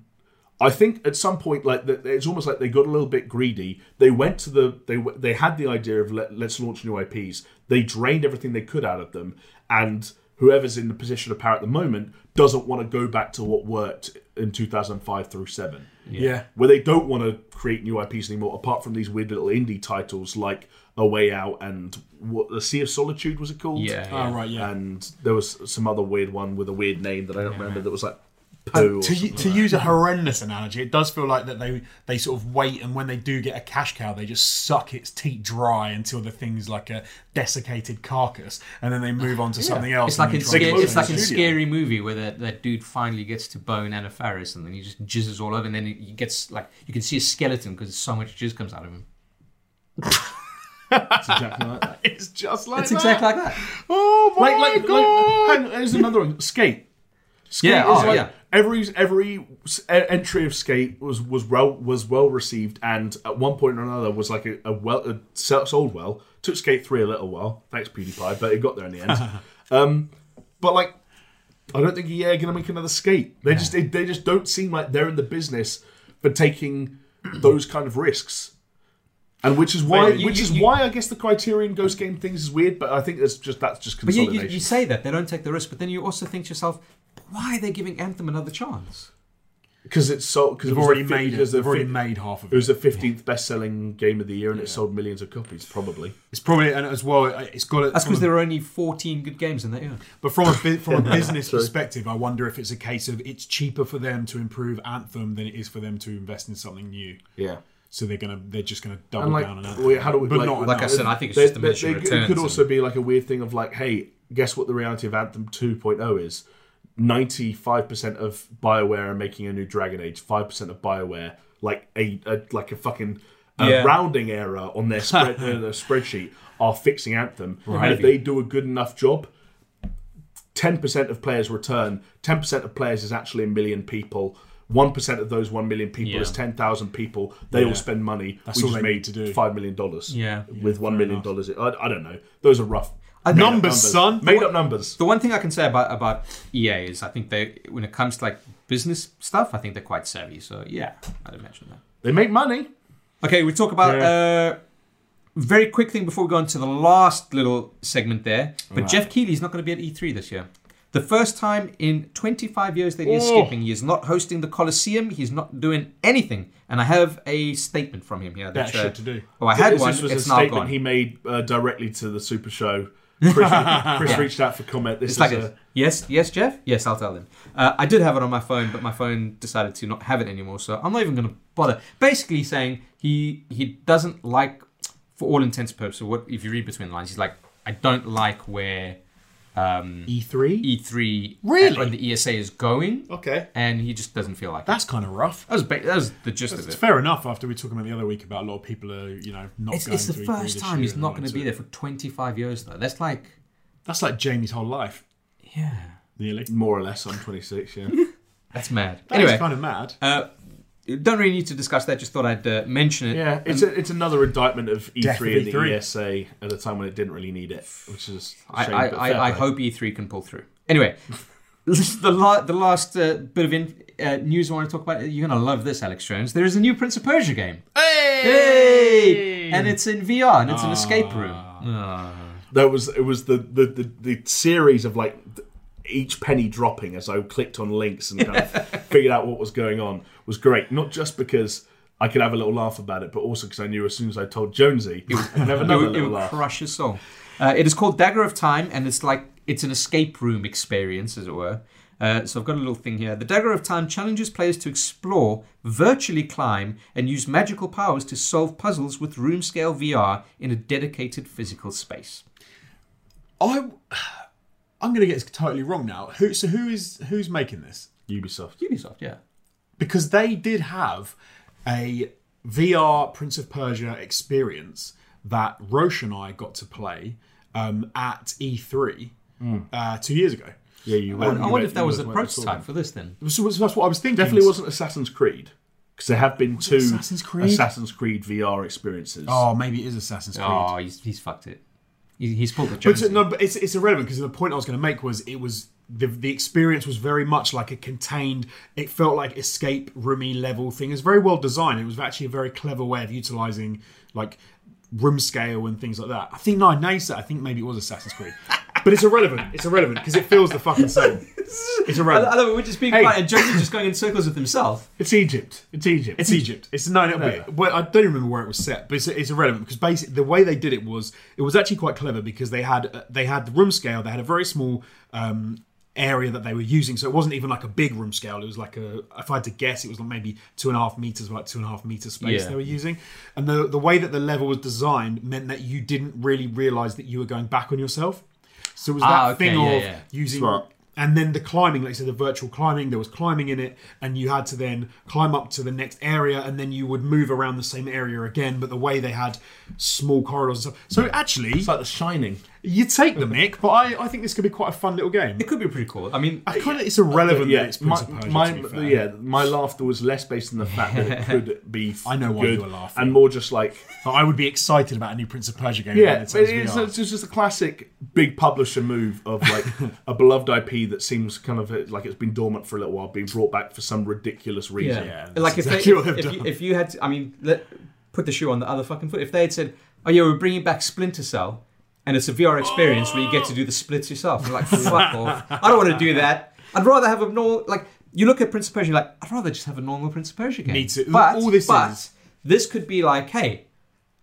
Speaker 3: I think at some point, like th- it's almost like they got a little bit greedy. They went to the they w- they had the idea of let, let's launch new IPs. They drained everything they could out of them, and whoever's in the position of power at the moment doesn't want to go back to what worked in 2005 through seven
Speaker 2: yeah.
Speaker 3: where they don't want to create new IPs anymore, apart from these weird little indie titles like A Way Out and what the Sea of Solitude was it called?
Speaker 1: Yeah,
Speaker 2: Oh, right, yeah.
Speaker 3: And there was some other weird one with a weird name that I don't remember. That was like Pooh.
Speaker 2: And
Speaker 3: or
Speaker 2: Uh, to,
Speaker 3: something.
Speaker 2: u- to use a horrendous analogy, it does feel like that they they sort of wait, and when they do get a cash cow, they just suck its teat dry until the thing's like a desiccated carcass, and then they move on to something else.
Speaker 1: It's like
Speaker 2: and they
Speaker 1: in,
Speaker 2: try and
Speaker 1: sca-
Speaker 3: Motion
Speaker 2: change
Speaker 1: it's like in
Speaker 2: it.
Speaker 3: Studio.
Speaker 1: scary movie where that, that dude finally gets to bone Anna Faris and then he just jizzes all over and then he he gets like you can see a skeleton because so much jizz comes out of him.
Speaker 3: It's exactly like that.
Speaker 2: It's just like
Speaker 1: It's
Speaker 2: that.
Speaker 1: exactly like that.
Speaker 2: Oh my
Speaker 3: Like, like,
Speaker 2: god!
Speaker 3: like, hang on, there's another one. Skate. Skate
Speaker 1: Yeah,
Speaker 3: is
Speaker 1: oh,
Speaker 3: like
Speaker 1: yeah.
Speaker 3: every every s- e- entry of Skate was was well was well received, and at one point or another was like a, a well a se- sold well. Took Skate three a little while, thanks PewDiePie, but it got there in the end. um, but like, I don't think EA are going to make another Skate. They just they, they just don't seem like they're in the business for taking those kind of risks. And which is why,
Speaker 1: you-
Speaker 3: which
Speaker 1: you-
Speaker 3: is
Speaker 1: you-
Speaker 3: why I guess the Criterion Ghost Game things is weird, but I think that's just that's just
Speaker 1: But you,
Speaker 3: consolidation.
Speaker 1: you, you say that they don't take the risk, but then you also think to yourself, why are they giving Anthem another chance?
Speaker 3: because it's so because
Speaker 2: They've already made it. They've already made half of
Speaker 3: It
Speaker 2: it.
Speaker 3: was the fifteenth best-selling game of the year, and it sold millions of copies, probably.
Speaker 2: It's probably and as well. it- It's got.
Speaker 1: That's because there are only 14 good games in that year.
Speaker 2: But from a bu- from a business perspective, I wonder if it's a case of it's cheaper for them to improve Anthem than it is for them to invest in something new.
Speaker 3: Yeah,
Speaker 2: So they're gonna they're just gonna double
Speaker 3: and like,
Speaker 2: down on that.
Speaker 3: well, how do we
Speaker 2: But
Speaker 3: like,
Speaker 2: not
Speaker 1: Like I
Speaker 2: enough.
Speaker 1: said, I think it's
Speaker 3: they-
Speaker 1: just
Speaker 3: they-
Speaker 1: diminishing
Speaker 3: they-
Speaker 1: returns.
Speaker 3: It could
Speaker 1: and-
Speaker 3: also be like a weird thing of like, hey, guess what? The reality of Anthem 2.0 is ninety-five percent of Bioware are making a new Dragon Age, five percent of Bioware, like a, a like a fucking a
Speaker 1: Yeah.
Speaker 3: rounding error on their, spread, uh, their spreadsheet are fixing Anthem, and if
Speaker 1: Maybe.
Speaker 3: they do a good enough job. 10% of players return. 10% of players is actually a million people. 1% of those 1 million people
Speaker 1: Yeah.
Speaker 3: is 10,000 people. They all
Speaker 2: Yeah.
Speaker 3: spend money.
Speaker 2: That's
Speaker 3: we
Speaker 2: all
Speaker 3: just
Speaker 2: they need
Speaker 3: made
Speaker 2: to do.
Speaker 3: $5 million dollars
Speaker 1: Yeah.
Speaker 3: with one million dollars. I, I don't know. Those are rough
Speaker 1: think-
Speaker 3: made-up
Speaker 2: Numbers, son.
Speaker 3: Made up numbers.
Speaker 1: The one thing I can say about about EA is I think they, when it comes to like business stuff, I think they're quite savvy. So yeah, I'd imagine that.
Speaker 3: They make money.
Speaker 1: Okay, we talk about uh, very quick thing before we go on to the last little segment there. But Jeff Keighley's not going to be at E3 this year. The first time in 25 years that he is
Speaker 2: Oh.
Speaker 1: skipping. He is not hosting the Coliseum. He's not doing anything. And I have a statement from him here.
Speaker 2: Better
Speaker 1: uh,
Speaker 2: shit to do.
Speaker 1: Oh, I had
Speaker 3: this
Speaker 1: one.
Speaker 3: this was
Speaker 1: it's
Speaker 3: a
Speaker 1: now
Speaker 3: statement
Speaker 1: gone.
Speaker 3: he made uh, directly to the Super Show. Chris, Chris reached out for comment. This
Speaker 1: It's
Speaker 3: is
Speaker 1: like
Speaker 3: a,
Speaker 1: a, yes, yes, Jeff. Yes, I'll tell them. Uh, I did have it on my phone, but my phone decided to not have it anymore, so I'm not even going to bother. Basically, saying he he doesn't like, for all intents and purposes, what if you read between the lines, he's like, I don't like where um,
Speaker 2: E E3.
Speaker 1: E3
Speaker 2: Really?
Speaker 1: and the ESA is going,
Speaker 2: Okay,
Speaker 1: and he just doesn't feel like it.
Speaker 2: that's kind of rough.
Speaker 1: That was ba- that was the gist of
Speaker 2: It's
Speaker 1: it.
Speaker 2: fair enough after we were talking about the other week about a lot of people are you know not
Speaker 1: It's,
Speaker 2: going
Speaker 1: it's the
Speaker 2: to E3
Speaker 1: first
Speaker 2: this
Speaker 1: time
Speaker 2: year
Speaker 1: he's
Speaker 2: and
Speaker 1: not
Speaker 2: all
Speaker 1: going
Speaker 2: that
Speaker 1: to be
Speaker 2: sort
Speaker 1: there
Speaker 2: of-
Speaker 1: for 25 years though. That's like
Speaker 2: That's like Jamie's whole life
Speaker 1: yeah,
Speaker 2: nearly.
Speaker 3: more or less. I'm 26. Yeah.
Speaker 1: that's mad.
Speaker 2: That's
Speaker 1: anyway,
Speaker 2: kind of mad.
Speaker 1: uh, don't really need to discuss that. Just thought I'd uh, mention it.
Speaker 3: yeah. It's a, it's another indictment of E3
Speaker 2: Death of E
Speaker 3: and
Speaker 2: E3.
Speaker 3: the ESA at a time when it didn't really need it, which is. a
Speaker 1: I,
Speaker 3: shame,
Speaker 1: I, E
Speaker 3: but
Speaker 1: I,
Speaker 3: fair
Speaker 1: I
Speaker 3: play.
Speaker 1: hope E3 can pull through. Anyway, the, la- the last uh, bit of in- uh, news I want to talk about. You're going to love this, Alex Jones. There is a new Prince of Persia game.
Speaker 3: Hey!
Speaker 1: Hey! And it's in VR and it's
Speaker 3: Ah.
Speaker 1: an escape room.
Speaker 3: That was it. Was the the the, the series of like th- each penny dropping as I clicked on links and kind of figured out what was going on was great. Not just because. I could have a little laugh about it, but also because I knew as soon as I told Jonesy, I'd
Speaker 1: It
Speaker 3: have another
Speaker 1: would- it
Speaker 3: little
Speaker 1: would
Speaker 3: laugh.
Speaker 1: crush your soul. Uh, it is called Dagger of Time, and it's like it's an escape room experience, as it were. Uh, so I've got a little thing here. The Dagger of Time challenges players to explore, virtually climb, and use magical powers to solve puzzles with room scale VR in a dedicated physical space.
Speaker 2: I, I'm going to get this totally wrong now. Who? So who is who's making this?
Speaker 3: Ubisoft.
Speaker 1: Ubisoft, yeah.
Speaker 2: Because they did have a VR Prince of Persia experience that Roche and I got to play um, at E3 uh, two years ago.
Speaker 3: Yeah, you
Speaker 1: I
Speaker 3: were.
Speaker 1: wonder if that was the prototype for this then.
Speaker 2: So that's what I was thinking.
Speaker 3: Definitely wasn't Assassin's Creed because there have been two
Speaker 2: Assassin's Creed?
Speaker 3: Assassin's Creed VR experiences.
Speaker 2: Oh, maybe it is Assassin's Creed.
Speaker 1: Oh, he's, he's fucked it. He, he's pulled the
Speaker 2: But
Speaker 1: Jones.
Speaker 2: no, but it's, it's irrelevant because the point I was going to make was it was the the experience was very much like a contained. It felt like escape roomy level thing. It was very well designed. It was actually a very clever way of utilizing like room scale and things like that. I think no, now you said- I think maybe it was Assassin's Creed, but it's irrelevant. It's irrelevant because it feels the fucking same. It's
Speaker 1: I, I
Speaker 2: irrelevant.
Speaker 1: love it. We're just being
Speaker 2: Hey.
Speaker 1: quiet, and Jones is just going in circles with himself.
Speaker 3: It's Egypt. It's Egypt.
Speaker 2: It's Egypt. It's no, no, but- well, I don't remember where it was set, but it's, it's irrelevant because basically the way they did it was it was actually quite clever because they had uh, they had the room scale. They had a very small um, area that they were using, so it wasn't even like a big room scale. It was like a if I had to guess, it was like maybe two and a half meters, like two and a half meter space
Speaker 1: Yeah.
Speaker 2: they were using. And the the way that the level was designed meant that you didn't really realize that you were going back on yourself. So it was
Speaker 1: Ah,
Speaker 2: that
Speaker 1: okay,
Speaker 2: thing
Speaker 1: yeah,
Speaker 2: of
Speaker 1: yeah.
Speaker 2: using
Speaker 3: Smart.
Speaker 2: and then the climbing like so the virtual climbing there was climbing in it and you had to then climb up to the next area and then you would move around the same area again but the way they had small corridors and stuff so actually
Speaker 3: It's like The Shining.
Speaker 2: you take the mick but I, I think this could be quite a fun little game
Speaker 1: It could be pretty cool. I mean,
Speaker 2: I kind of it's irrelevant
Speaker 3: Yeah,
Speaker 2: that it's
Speaker 3: my,
Speaker 2: Prince of Persia,
Speaker 3: my,
Speaker 2: to be fair.
Speaker 3: yeah, my laughter was less based on the fact that it could be. f-
Speaker 2: I know why
Speaker 3: good
Speaker 2: you were laughing.
Speaker 3: and more just like
Speaker 2: But I would be excited about a new Prince of Persia game
Speaker 3: yeah,
Speaker 2: when it
Speaker 3: it's,
Speaker 2: turns
Speaker 3: it's,
Speaker 2: VR.
Speaker 3: it's just a classic big publisher move of like a beloved IP that seems kind of uh, like it's been dormant for a little while, being brought back for some ridiculous reason.
Speaker 2: Yeah, that's
Speaker 1: like if
Speaker 2: exactly what
Speaker 1: they,
Speaker 2: they've
Speaker 1: if, you,
Speaker 2: done.
Speaker 1: if you had, to, I mean, let, put the shoe on the other fucking foot. If they had said, "Oh yeah, we're bringing back Splinter Cell," and it's a VR experience where you get to do the splits yourself, you're like, "Fuck off! I don't want to do that. I'd rather have a normal like." You look at Prince of Persia, you're like, "I'd rather just have a normal Prince of Persia game."
Speaker 2: Me too.
Speaker 1: But
Speaker 2: All this
Speaker 1: but
Speaker 2: is-
Speaker 1: this could be like, hey,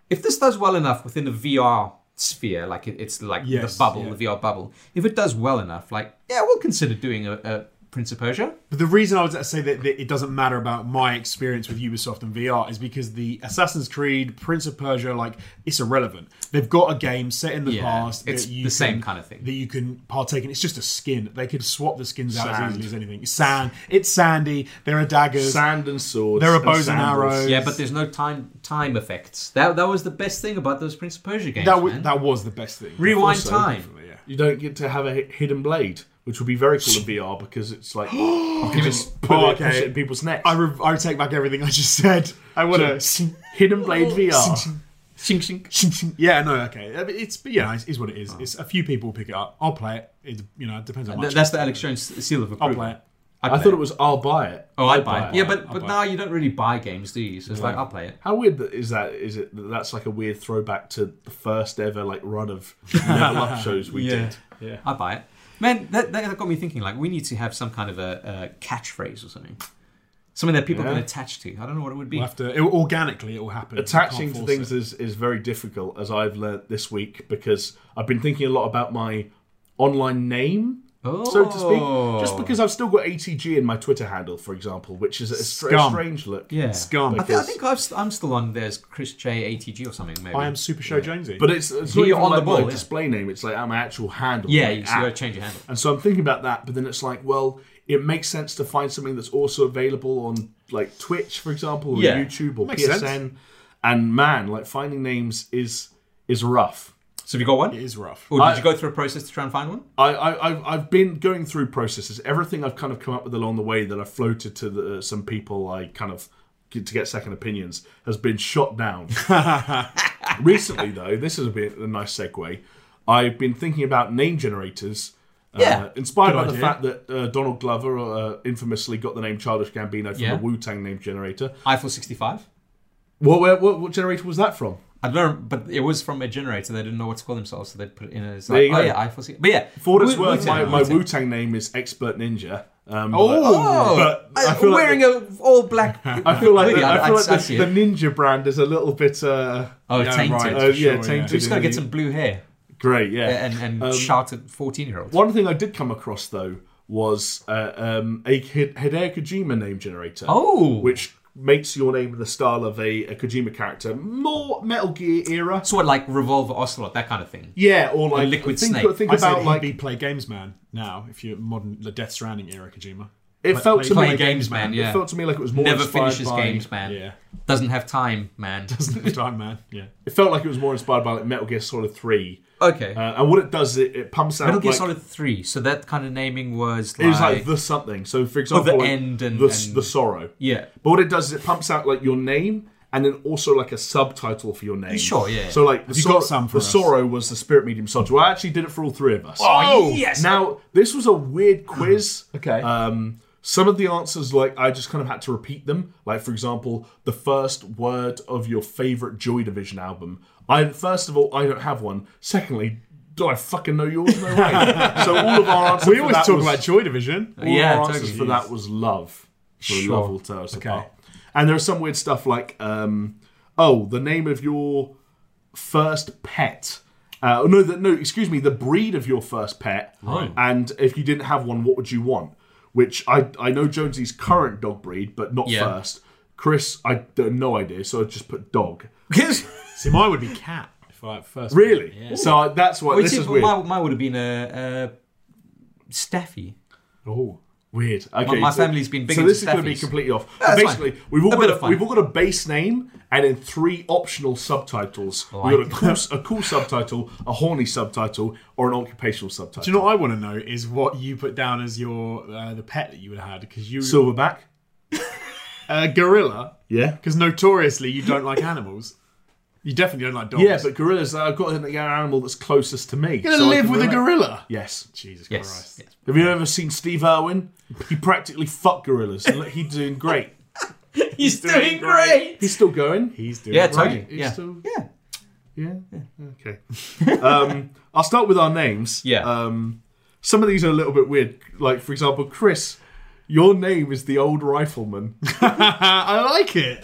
Speaker 1: if this does well enough within the VR sphere, like it, it's like
Speaker 2: Yes,
Speaker 1: the bubble,
Speaker 2: yeah.
Speaker 1: the VR bubble. If it does well enough, like yeah, we'll consider doing a, a Prince of Persia.
Speaker 2: But the reason I was going to say that, that it doesn't matter about my experience with Ubisoft and VR is because the Assassin's Creed, Prince of Persia, like it's irrelevant. They've got a game set in the
Speaker 1: Yeah,
Speaker 2: past.
Speaker 1: it's
Speaker 2: that you
Speaker 1: the same
Speaker 2: can-
Speaker 1: kind of thing.
Speaker 2: that you can partake in. It's just a skin. They could swap the skins out as
Speaker 3: Sand.
Speaker 2: easily as anything. Sand. It's sandy. There are daggers.
Speaker 3: Sand and swords.
Speaker 2: There are
Speaker 3: and
Speaker 2: bows and
Speaker 3: sandals.
Speaker 2: arrows.
Speaker 1: Yeah, but there's no time time effects. That that was the best thing about those Prince of Persia games.
Speaker 2: that, w-
Speaker 1: man.
Speaker 2: that was the best thing.
Speaker 1: Rewind
Speaker 3: also-
Speaker 1: time.
Speaker 2: Definitely, yeah.
Speaker 3: You don't get to have a hi- hidden blade, which would be very cool in VR because it's like you can just put
Speaker 2: Oh,
Speaker 3: it, push
Speaker 2: okay.
Speaker 3: it in people's necks.
Speaker 2: I, re- I take back everything I just said. I want to.
Speaker 3: hidden blade VR.
Speaker 1: Shing shing.
Speaker 2: yeah, no, okay. Uh, but It's but yeah, it's, it's what it
Speaker 3: Oh.
Speaker 2: is. It's a few people will pick it up. I'll play it. It you know it depends how much.
Speaker 1: Th- That's the Alex Jones seal of approval.
Speaker 2: I'll play it.
Speaker 3: I thought it was I'll buy it.
Speaker 1: Oh, I'd buy it. Yeah, but
Speaker 2: I'll
Speaker 1: but
Speaker 2: buy
Speaker 1: now you don't really buy games, do you? So it's like I'll play it.
Speaker 3: How weird that- is that? Is it that that's like a weird throwback to the first ever like run of level up shows we
Speaker 1: Yeah.
Speaker 3: did?
Speaker 2: Yeah.
Speaker 1: I buy it. Man, that, that got me thinking. Like, we need to have some kind of a, a catchphrase or something, something that people
Speaker 3: Yeah.
Speaker 1: can attach to. I don't know what it would be.
Speaker 2: We'll have to, it, organically, it will happen.
Speaker 3: Attaching to
Speaker 2: Can't force
Speaker 3: things
Speaker 2: it.
Speaker 3: is, is very difficult, as I've learnt this week, because I've been thinking a lot about my online name,
Speaker 1: oh,
Speaker 3: so to speak. Just because I've still got ATG in my Twitter handle, for example, which is a, str- a
Speaker 2: Scum.
Speaker 3: strange look.
Speaker 1: yeah,
Speaker 2: Scum.
Speaker 1: I, thi- I think I've, st- I'm still on. There's Chris J ATG or something. Maybe
Speaker 2: I am Super Show Jonesy.
Speaker 3: But it's, it's
Speaker 1: Who
Speaker 3: not
Speaker 1: you
Speaker 3: even
Speaker 1: on the
Speaker 3: like
Speaker 1: ball,
Speaker 3: my
Speaker 1: yeah.
Speaker 3: display name. It's like at my actual handle.
Speaker 1: Yeah,
Speaker 3: my
Speaker 1: you got to
Speaker 3: app.
Speaker 1: change your handle.
Speaker 3: And so I'm thinking about that, but then it's like, well, it makes sense to find something that's also available on like Twitch, for example, or
Speaker 1: Yeah.
Speaker 3: YouTube or
Speaker 2: Makes
Speaker 3: PSN.
Speaker 2: sense.
Speaker 3: And man, like finding names is is rough.
Speaker 1: So have you got one?
Speaker 2: it is rough.
Speaker 1: Or did
Speaker 3: I-
Speaker 1: you go through a process to try and find one?
Speaker 3: I, I I've, I've been going through processes. Everything I've kind of come up with along the way that I've floated to the, some people I kind of get to get second opinions has been shot down. Recently, though, this has been a nice segue. I've been thinking about name generators uh,
Speaker 1: Yeah.
Speaker 3: inspired
Speaker 2: Good
Speaker 3: by the
Speaker 2: idea.
Speaker 3: fact that uh, Donald Glover uh, infamously got the name Childish Gambino from
Speaker 1: Yeah.
Speaker 3: the Wu Tang name generator.
Speaker 1: Eiffel 65.
Speaker 3: What, what, what, what generator was that from?
Speaker 1: I don't know, but it was from a generator. They didn't know what to call themselves, so they put it in as
Speaker 3: There
Speaker 1: like,
Speaker 3: you
Speaker 1: oh
Speaker 3: go.
Speaker 1: yeah, Eiffel 65. But yeah,
Speaker 3: For what it's
Speaker 1: Wu-
Speaker 3: worth,
Speaker 1: Wu-Tang,
Speaker 3: my, my
Speaker 1: Wu-Tang.
Speaker 3: Wu Tang name is Expert Ninja. Um,
Speaker 2: Oh,
Speaker 1: Oh,
Speaker 3: But I
Speaker 1: I-
Speaker 3: feel like
Speaker 1: wearing a all black.
Speaker 3: I feel like, the, I feel like
Speaker 1: I'd, i
Speaker 3: the, the ninja brand is a little bit uh,
Speaker 1: Oh,
Speaker 2: Yeah,
Speaker 1: tainted.
Speaker 2: right.
Speaker 3: uh, yeah,
Speaker 2: sure, yeah.
Speaker 3: tainted.
Speaker 1: We just got to
Speaker 3: in
Speaker 1: get
Speaker 3: the-
Speaker 1: some blue hair
Speaker 3: great, yeah.
Speaker 1: and, and
Speaker 3: Um,
Speaker 1: shout at 14 year olds.
Speaker 3: One thing I did come across though was uh, um, a Hid- Hideo Kojima name generator.
Speaker 1: Oh!
Speaker 3: which makes your name the style of a, a Kojima character, more Metal Gear era.
Speaker 1: So what, like Revolver Ocelot, that kind of thing.
Speaker 3: Yeah, or like
Speaker 1: Liquid
Speaker 3: think,
Speaker 1: Snake.
Speaker 3: Think
Speaker 2: I about
Speaker 3: about
Speaker 2: said
Speaker 3: like
Speaker 2: like be play games man now if you're modern the Death Stranding era Kojima.
Speaker 3: it felt
Speaker 2: play-
Speaker 3: to
Speaker 1: Play
Speaker 3: me.
Speaker 1: games, man, yeah.
Speaker 3: It felt to me like it was more
Speaker 1: Never
Speaker 3: inspired
Speaker 1: finishes
Speaker 3: by,
Speaker 1: games, man.
Speaker 2: Yeah,
Speaker 1: Doesn't have time, man.
Speaker 2: It's time man. Yeah,
Speaker 3: It felt like it was more inspired by like Metal Gear Solid Three.
Speaker 1: Okay.
Speaker 3: Uh, and what it does, is it, it pumps out
Speaker 1: Metal Gear
Speaker 3: like,
Speaker 1: Solid 3, so that kind of naming was like.
Speaker 3: it was like the something. So for example, like,
Speaker 1: Oh, end and-
Speaker 3: the, s-
Speaker 1: and-
Speaker 3: the sorrow.
Speaker 1: yeah.
Speaker 3: But what it does is it pumps out like your name and then also like a subtitle for your name.
Speaker 1: Sure, yeah.
Speaker 3: So like the,
Speaker 2: you
Speaker 3: sor-
Speaker 2: got some for
Speaker 3: the
Speaker 2: us?
Speaker 3: sorrow was the spirit medium subtitle. I actually did it for all three of us.
Speaker 1: Oh, yes!
Speaker 3: Now this was a weird quiz.
Speaker 2: Okay.
Speaker 3: Um, some of the answers like I just kind of had to repeat them. Like for example, the first word of your favorite Joy Division album. I first of all I don't have one. Secondly. Do I fucking know yours? No way. so all of our answers.
Speaker 2: we
Speaker 3: for
Speaker 2: always
Speaker 3: that
Speaker 2: talk
Speaker 3: was-
Speaker 2: about Joy Division.
Speaker 3: all
Speaker 1: Yeah,
Speaker 3: our answers
Speaker 1: totally.
Speaker 3: for that was love. For
Speaker 1: Sure.
Speaker 3: love will tear us apart. And there are some weird stuff like, um, oh, the name of your first pet. Uh, no, the, no, excuse me, the breed of your first pet.
Speaker 1: Right.
Speaker 3: And if you didn't have one, what would you want? Which I I know Jonesy's current dog breed, but not
Speaker 1: Yeah.
Speaker 3: first. Chris, I don't no idea, so I just put dog.
Speaker 2: See, mine would be cat if I first.
Speaker 3: Really?
Speaker 2: Yeah.
Speaker 3: So I, that's why
Speaker 1: Which
Speaker 3: this
Speaker 1: is,
Speaker 3: is weird.
Speaker 1: Mine, mine would have been uh, a, a Staffy.
Speaker 2: Oh,
Speaker 3: Weird. Okay,
Speaker 1: my
Speaker 3: so-
Speaker 1: family's been big
Speaker 3: So
Speaker 1: into
Speaker 3: this is going to be
Speaker 1: staffies.
Speaker 3: completely off.
Speaker 1: that's
Speaker 3: Basically,
Speaker 1: fine.
Speaker 3: we've all
Speaker 1: A bit of
Speaker 3: got a,
Speaker 1: fun.
Speaker 3: we've all got a base name and then three optional subtitles.
Speaker 1: like
Speaker 3: we've got a cool, s- a cool subtitle, a horny subtitle, or an occupational subtitle.
Speaker 2: do you know what I want to know is what you put down as your uh, the pet that you would have had because you
Speaker 3: Silverback.
Speaker 2: uh, gorilla
Speaker 3: Yeah.
Speaker 2: because notoriously you don't like animals. You definitely don't like dogs.
Speaker 3: Yeah, but gorillas. I've got an animal that's closest to me.
Speaker 2: you're gonna
Speaker 3: so I
Speaker 2: live
Speaker 3: can
Speaker 2: with a
Speaker 3: relate.
Speaker 2: gorilla.
Speaker 3: Yes.
Speaker 2: Jesus
Speaker 1: Yes.
Speaker 2: Christ.
Speaker 1: yes.
Speaker 3: Have you ever seen Steve Irwin? He practically fucked gorillas. and look, He's doing great.
Speaker 1: He's
Speaker 2: doing doing great.
Speaker 3: He's still going.
Speaker 2: He's doing
Speaker 1: Yeah,
Speaker 2: it right.
Speaker 1: totally.
Speaker 3: He's
Speaker 1: Yeah.
Speaker 3: still
Speaker 1: yeah.
Speaker 3: Yeah. Okay. um, I'll start with our names.
Speaker 1: Yeah.
Speaker 3: Um, some of these are a little bit weird. Like, for example, Chris, your name is the old rifleman.
Speaker 2: I like it.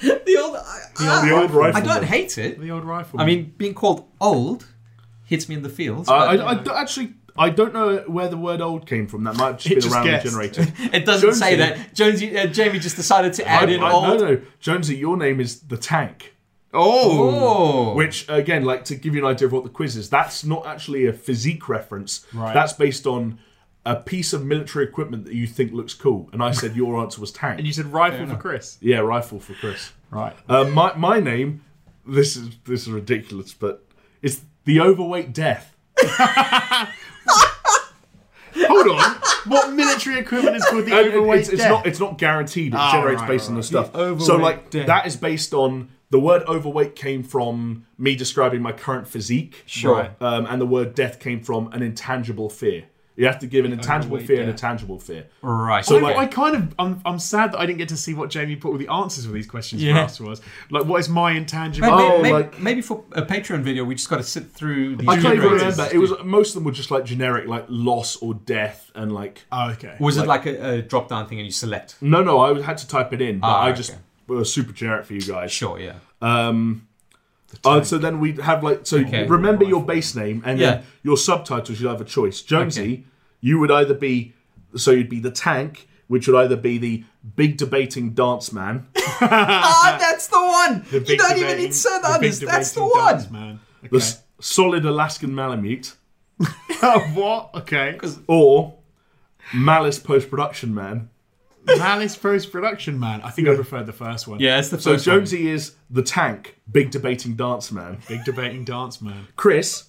Speaker 1: The old. I, I-
Speaker 3: the old
Speaker 1: I
Speaker 3: rifleman.
Speaker 1: don't hate it.
Speaker 2: The old rifle.
Speaker 1: I mean, being called old hits me in the feels.
Speaker 3: I, Uh, I,
Speaker 1: but
Speaker 3: I don't- actually, I don't know where the word old came from. That might have just
Speaker 2: It
Speaker 3: been
Speaker 2: just
Speaker 3: around
Speaker 2: guessed.
Speaker 3: the generator.
Speaker 1: it doesn't say
Speaker 3: Jonesy.
Speaker 1: that. Jonesy, uh, Jamie just decided to
Speaker 3: I,
Speaker 1: add in old.
Speaker 3: no, no. Jonesy, your name is the tank.
Speaker 2: oh,
Speaker 1: Oh.
Speaker 3: Which, again, like to give you an idea of what the quiz is, that's not actually a physique reference.
Speaker 2: Right.
Speaker 3: That's based on a piece of military equipment that you think looks cool. And I said your answer was tank.
Speaker 2: and you said rifle for Chris.
Speaker 3: yeah, rifle for Chris.
Speaker 2: Right.
Speaker 3: Uh, my my name, this is this is ridiculous, but it's the overweight death.
Speaker 2: Hold on. What military equipment is called the
Speaker 3: And it-
Speaker 2: overweight
Speaker 3: it's, it's
Speaker 2: death?
Speaker 3: not it's not guaranteed. It
Speaker 2: Ah,
Speaker 3: generates
Speaker 2: right,
Speaker 3: based on
Speaker 2: right,
Speaker 3: the stuff.
Speaker 2: The overweight
Speaker 3: so like
Speaker 2: death.
Speaker 3: that is based on the word overweight came from me describing my current physique.
Speaker 1: Sure.
Speaker 2: Right.
Speaker 3: Um, and the word death came from an intangible fear. You have to give an intangible
Speaker 2: overweight
Speaker 3: fear and a
Speaker 2: death.
Speaker 3: tangible fear.
Speaker 1: Right.
Speaker 2: I,
Speaker 1: okay.
Speaker 2: I kind of, I'm, I'm sad that I didn't get to see what Jamie put all the answers for these questions for
Speaker 1: Yeah.
Speaker 2: us was. Like, what is my intangible?
Speaker 1: Maybe,
Speaker 3: Oh,
Speaker 1: maybe,
Speaker 3: like-
Speaker 1: maybe for a Patreon video, we just got to sit through these.
Speaker 3: I can't even
Speaker 1: generators.
Speaker 3: remember. It was most of them were just like generic, like loss or death, and like
Speaker 2: Oh, okay.
Speaker 1: Was it like a, a drop down thing and you select?
Speaker 3: no, no. I had to type it in, but
Speaker 1: Ah,
Speaker 3: I
Speaker 1: okay.
Speaker 3: just it was super generic for you guys.
Speaker 1: Sure, yeah.
Speaker 3: Oh, so then we have like so
Speaker 1: Okay.
Speaker 3: remember your base name and then
Speaker 1: Yeah.
Speaker 3: your subtitles. You'll have a choice. Jonesy,
Speaker 1: Okay.
Speaker 3: you would either be so you'd be the tank, which would either be the big debating dance man,
Speaker 1: Ah, that's the one!
Speaker 2: The big debating- the big debating dance, man.
Speaker 3: the
Speaker 2: Okay.
Speaker 3: s- solid Alaskan Malamute,
Speaker 2: what? Okay.
Speaker 3: or malice post production man.
Speaker 2: Malice Post Production Man. I think I preferred the first one.
Speaker 1: Yeah, it's the
Speaker 3: So
Speaker 1: first one.
Speaker 3: Jonesy is the tank, big debating dance man.
Speaker 2: Big debating dance man.
Speaker 3: Chris,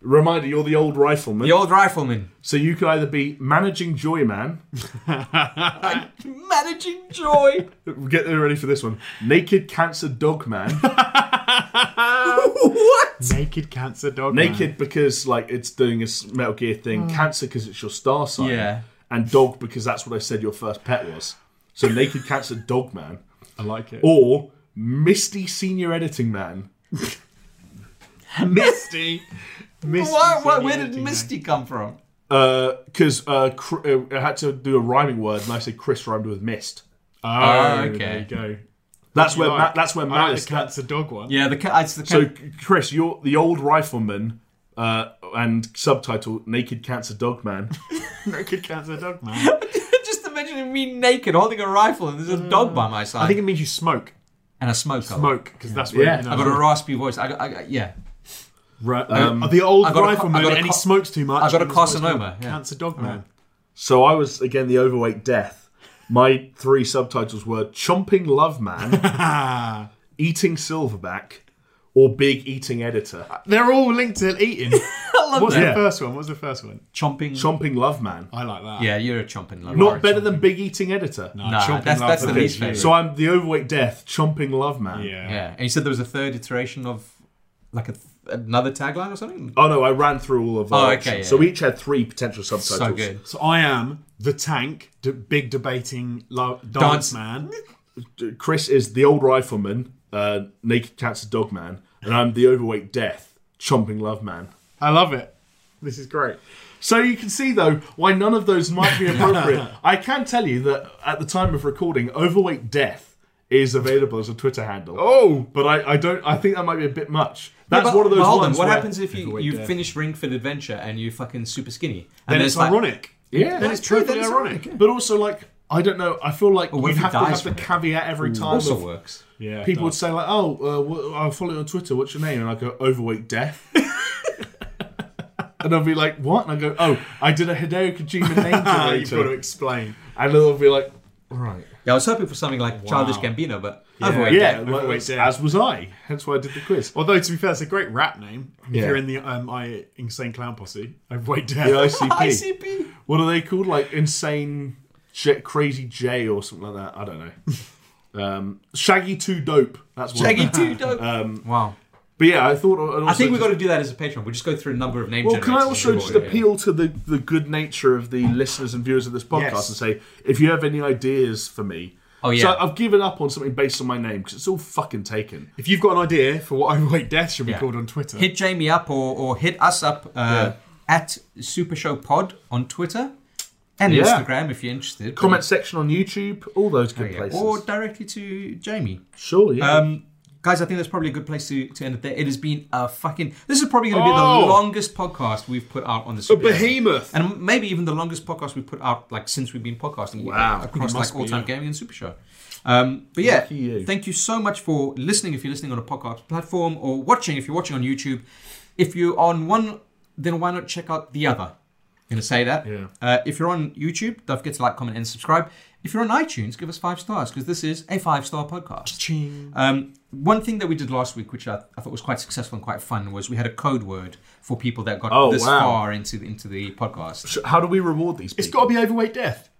Speaker 3: Reminder, you're the old rifleman.
Speaker 1: The old rifleman.
Speaker 3: so you could either be managing Joyman,
Speaker 1: Managing joy.
Speaker 3: get ready for this one, naked cancer dog man.
Speaker 1: what?
Speaker 2: Naked cancer dog. man.
Speaker 3: Naked because like it's doing this Metal Gear thing.
Speaker 2: Mm.
Speaker 3: Cancer because it's your star sign.
Speaker 1: Yeah.
Speaker 3: And dog because that's what I said your first pet was. So naked cancer dog man
Speaker 2: I like it.
Speaker 3: or Misty senior editing man.
Speaker 2: Misty. Misty.
Speaker 1: Why, why,
Speaker 2: said
Speaker 1: where
Speaker 2: the
Speaker 1: did
Speaker 2: editing
Speaker 1: Misty come from?
Speaker 3: Because uh, cr- uh, I had to do a rhyming word and I said Chris rhymed with mist.
Speaker 2: name.
Speaker 1: Oh,
Speaker 2: Oh, okay.
Speaker 1: okay.
Speaker 2: There you go.
Speaker 3: That's where
Speaker 2: You
Speaker 3: ma-
Speaker 2: like-
Speaker 3: that's where
Speaker 2: I like
Speaker 3: malice.
Speaker 2: the cancer dog one.
Speaker 1: Yeah, the ca- it's the
Speaker 3: so
Speaker 1: ca-
Speaker 3: Chris, you're the old rifleman. Uh, and subtitle Naked Cancer Dog Man.
Speaker 2: Naked cancer dog man.
Speaker 1: just imagining me naked holding a rifle and there's a dog by my side
Speaker 2: I think it means you smoke.
Speaker 1: and a smoke. colour.
Speaker 2: Smoke, because that's where
Speaker 3: Yeah.
Speaker 2: you know.
Speaker 1: I've got a raspy voice. I, got- I, got- yeah.
Speaker 2: Right, uh, the old
Speaker 1: I've got a co-
Speaker 2: rifleman,
Speaker 1: I've got a
Speaker 2: and he
Speaker 1: co-
Speaker 2: smokes too much.
Speaker 1: I've got a
Speaker 2: and that's why it's
Speaker 1: carcinoma,
Speaker 2: called
Speaker 1: yeah.
Speaker 2: cancer dog man.
Speaker 3: So I was again the overweight death. My three subtitles were Chomping Love Man,
Speaker 2: Ah,
Speaker 3: eating silverback or big eating editor
Speaker 2: they're all linked to eating.
Speaker 1: I love
Speaker 2: What's
Speaker 1: that.
Speaker 2: the first one? What's the first one?
Speaker 1: Chomping.
Speaker 3: chomping love man
Speaker 2: I like that.
Speaker 1: yeah, you're a chomping lover.
Speaker 3: not better than big eating editor
Speaker 2: No,
Speaker 1: Nah,
Speaker 2: chomping
Speaker 1: that's-
Speaker 2: love
Speaker 1: that's the
Speaker 2: man.
Speaker 1: least favourite.
Speaker 3: so i'm the overweight death chomping love man
Speaker 2: Yeah.
Speaker 1: Yeah, and you said there was a third iteration of like a th- another tagline or something.
Speaker 3: oh no i ran through all of
Speaker 1: Oh,
Speaker 3: our
Speaker 1: okay,
Speaker 3: options.
Speaker 1: yeah,
Speaker 3: so
Speaker 1: yeah.
Speaker 3: each had three potential subtitles
Speaker 1: So good.
Speaker 2: So I am the tank, d- big debating lo-
Speaker 1: Dance.
Speaker 2: dance, man.
Speaker 3: chris is the old rifleman uh, naked cancer dog man and i'm the overweight death chomping love man
Speaker 2: I love it. This is great.
Speaker 3: so you can see though why none of those might be appropriate i can tell you that at the time of recording overweight death is available as a twitter handle
Speaker 2: Oh,
Speaker 3: But I, I don't. I think that might be a bit much. That's
Speaker 1: Yeah, but-
Speaker 3: one of those
Speaker 1: but hold on,
Speaker 3: ones.
Speaker 1: What
Speaker 3: where-
Speaker 1: happens if you,
Speaker 2: Everywhere
Speaker 1: you
Speaker 2: dead.
Speaker 1: finish Ring Fit Adventure and you fucking super skinny? And
Speaker 2: then
Speaker 1: then
Speaker 2: it's
Speaker 1: like-
Speaker 2: ironic.
Speaker 3: Yeah,
Speaker 2: Then it's truly
Speaker 1: it's Oh,
Speaker 2: ironic.
Speaker 3: But also, like, I don't know. I feel like
Speaker 1: what
Speaker 3: you
Speaker 1: if he
Speaker 3: have to
Speaker 1: dies
Speaker 3: have the
Speaker 1: from it?
Speaker 3: caveat every time.
Speaker 1: also
Speaker 3: of-
Speaker 1: works.
Speaker 2: Yeah,
Speaker 3: people would say like, "Oh, uh, wh- I follow you on Twitter. What's your name?" And I go, "Overweight Death." and I'll be like, "What?" And I go, "Oh, I did a Hideo Kojima name
Speaker 2: Ah, you've got to
Speaker 3: generator."
Speaker 2: explain.
Speaker 3: and they'll be like, "All right."
Speaker 1: Yeah, I was hoping for something like Childish
Speaker 2: Wow.
Speaker 1: Gambino, but
Speaker 2: Yeah.
Speaker 1: overweight.
Speaker 3: Yeah,
Speaker 2: Death,
Speaker 3: like,
Speaker 2: Overweight Death.
Speaker 3: as was I. Hence why I did the quiz.
Speaker 2: Although to be fair, it's a great rap name. If
Speaker 3: Yeah.
Speaker 2: you're in the um, I Insane Clown Posse, I've weighed down.
Speaker 3: The ICP.
Speaker 1: ICP.
Speaker 3: What are they called? Like insane, J- crazy J or something like that. I don't know. Um, Shaggy Two Dope. That's one.
Speaker 1: Shaggy too dope. wow.
Speaker 3: But yeah, I thought. I'd
Speaker 1: I
Speaker 3: Um, also
Speaker 1: think we've
Speaker 3: just-
Speaker 1: got to do that as a Patreon. We'll just go through a number of name
Speaker 3: Well, can I
Speaker 1: generators
Speaker 3: also
Speaker 1: before
Speaker 3: just
Speaker 1: we-
Speaker 3: appeal to the, the good nature of the listeners and viewers of this podcast
Speaker 2: Yes.
Speaker 3: and say, if you have any ideas for me,
Speaker 1: Oh, yeah.
Speaker 3: so I've given up on something based on my name because it's all fucking taken.
Speaker 2: If you've got an idea for what overweight death should be
Speaker 1: Yeah.
Speaker 2: called on Twitter,
Speaker 1: Hit Jamie up or, or hit us up uh, at Super Show Pod on Twitter and
Speaker 3: Yeah.
Speaker 1: Instagram if you're interested.
Speaker 3: Comment section on YouTube, all those good
Speaker 1: Oh, Yeah.
Speaker 3: places.
Speaker 1: or directly to Jamie.
Speaker 3: sure, yeah.
Speaker 1: Um, guys, I think that's probably a good place to, to end it there. It has been a fucking. This is probably going to be
Speaker 2: Oh!
Speaker 1: the longest podcast we've put out on the
Speaker 2: a
Speaker 1: Super Show.
Speaker 2: behemoth.
Speaker 1: and maybe even the longest podcast we've put out like since we've been podcasting
Speaker 3: Wow.
Speaker 1: across
Speaker 2: It
Speaker 1: like
Speaker 2: must
Speaker 1: all
Speaker 2: be,
Speaker 1: time
Speaker 2: yeah.
Speaker 1: gaming and super show um, but yeah
Speaker 3: Lucky you.
Speaker 1: thank you so much for listening if you're listening on a podcast platform or watching if you're watching on youtube if you're on one then why not check out the other I'm gonna say that
Speaker 3: Yeah.
Speaker 1: uh, if you're on youtube don't forget to like comment and subscribe if you're on itunes give us five stars because this is a five star podcast
Speaker 2: Ching.
Speaker 1: um, one thing that we did last week, which I, I thought was quite successful and quite fun, was we had a code word for people that got
Speaker 3: Oh,
Speaker 1: this
Speaker 3: wow.
Speaker 1: far into the, into the podcast.
Speaker 3: So How do we reward these people?
Speaker 2: It's got to be overweight death.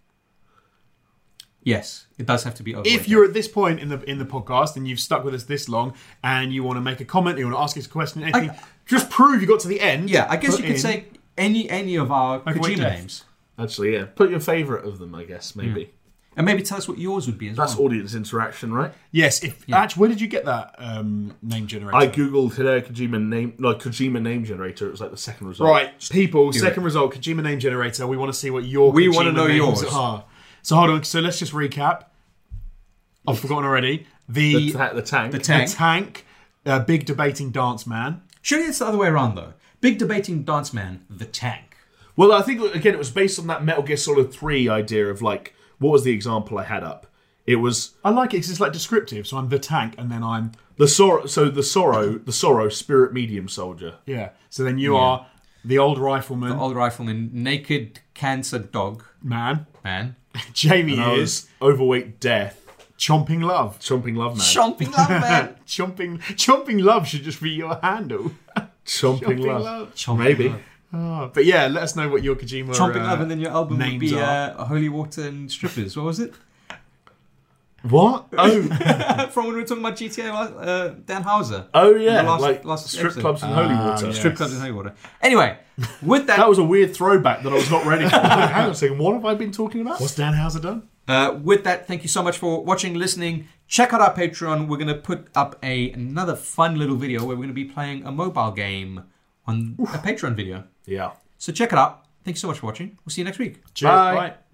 Speaker 1: Yes, it does have to be overweight.
Speaker 2: If you're at this point in the in the podcast and you've stuck with us this long and you want to make a comment, you want to ask us a question, anything, just prove you got to the end.
Speaker 1: yeah, I guess
Speaker 2: Put
Speaker 1: you could
Speaker 2: in-
Speaker 1: say any any of our
Speaker 2: Overweight
Speaker 1: Kojima
Speaker 2: death.
Speaker 1: names,
Speaker 3: Actually, yeah. Put your favourite of them, I guess, maybe. Hmm.
Speaker 1: and maybe tell us what yours would be as
Speaker 3: That's
Speaker 1: well.
Speaker 3: audience interaction, right?
Speaker 2: yes. If actually, where did you get that um, name generator?
Speaker 3: I googled Hideo Kojima name, no Kojima name generator. It was like the second result.
Speaker 2: right, people.
Speaker 1: it.
Speaker 2: Second result, Kojima name generator. We want to see what your
Speaker 1: We
Speaker 2: Kojima
Speaker 1: wanna know
Speaker 2: names
Speaker 1: yours.
Speaker 2: Are. So hold on. So let's just recap. I've forgotten already.
Speaker 3: The,
Speaker 2: The
Speaker 3: ta- the tank.
Speaker 1: The tank.
Speaker 2: the tank, uh, big debating dance man.
Speaker 1: Surely it's the other way around though. Big debating dance man, the tank.
Speaker 3: Well, I think again it was based on that Metal Gear Solid Three idea of like what was the example I had up? It was
Speaker 2: I like it 'cause it's like descriptive. So I'm the tank, and then I'm
Speaker 3: the sorrow. So the sorrow, the sorrow spirit medium soldier.
Speaker 2: yeah. So then you are the old rifleman
Speaker 1: Old rifleman, naked cancer dog
Speaker 2: man.
Speaker 1: man,
Speaker 2: Jamie
Speaker 3: I
Speaker 2: is
Speaker 3: was overweight death,
Speaker 2: chomping love.
Speaker 3: chomping love man.
Speaker 1: chomping love man.
Speaker 2: Chomping, chomping love should just be your handle.
Speaker 3: Chomping,
Speaker 2: Chomping
Speaker 3: love.
Speaker 2: Love.
Speaker 3: Maybe.
Speaker 1: love.
Speaker 2: Oh, but yeah, let us know what your Kojima.
Speaker 1: Chomping
Speaker 2: uh,
Speaker 1: Love, and then your album would
Speaker 2: names
Speaker 1: be
Speaker 2: are.
Speaker 1: uh, Holy Water and Strippers. What was it?
Speaker 3: What? Oh,
Speaker 1: From when we were talking about GTA, uh, Dan Hauser.
Speaker 3: oh yeah,
Speaker 1: The last-
Speaker 3: like
Speaker 1: last
Speaker 3: strip
Speaker 1: episode.
Speaker 3: clubs and holy
Speaker 2: Ah,
Speaker 3: water.
Speaker 2: yeah.
Speaker 1: Strip clubs and holy water. Anyway, with that,
Speaker 3: Oh, That was a weird throwback that I was not ready for. Hang on a second, what have I been talking about?
Speaker 2: What's Dan Houser done?
Speaker 1: uh, with that, thank you so much for watching, listening. Check out our Patreon. We're going to put up a another fun little video where we're going to be playing a mobile game on a Patreon video.
Speaker 3: Yeah.
Speaker 1: So check it out. Thank you so much for watching. We'll see you next week.
Speaker 2: Cheers.
Speaker 3: Bye.
Speaker 2: Bye.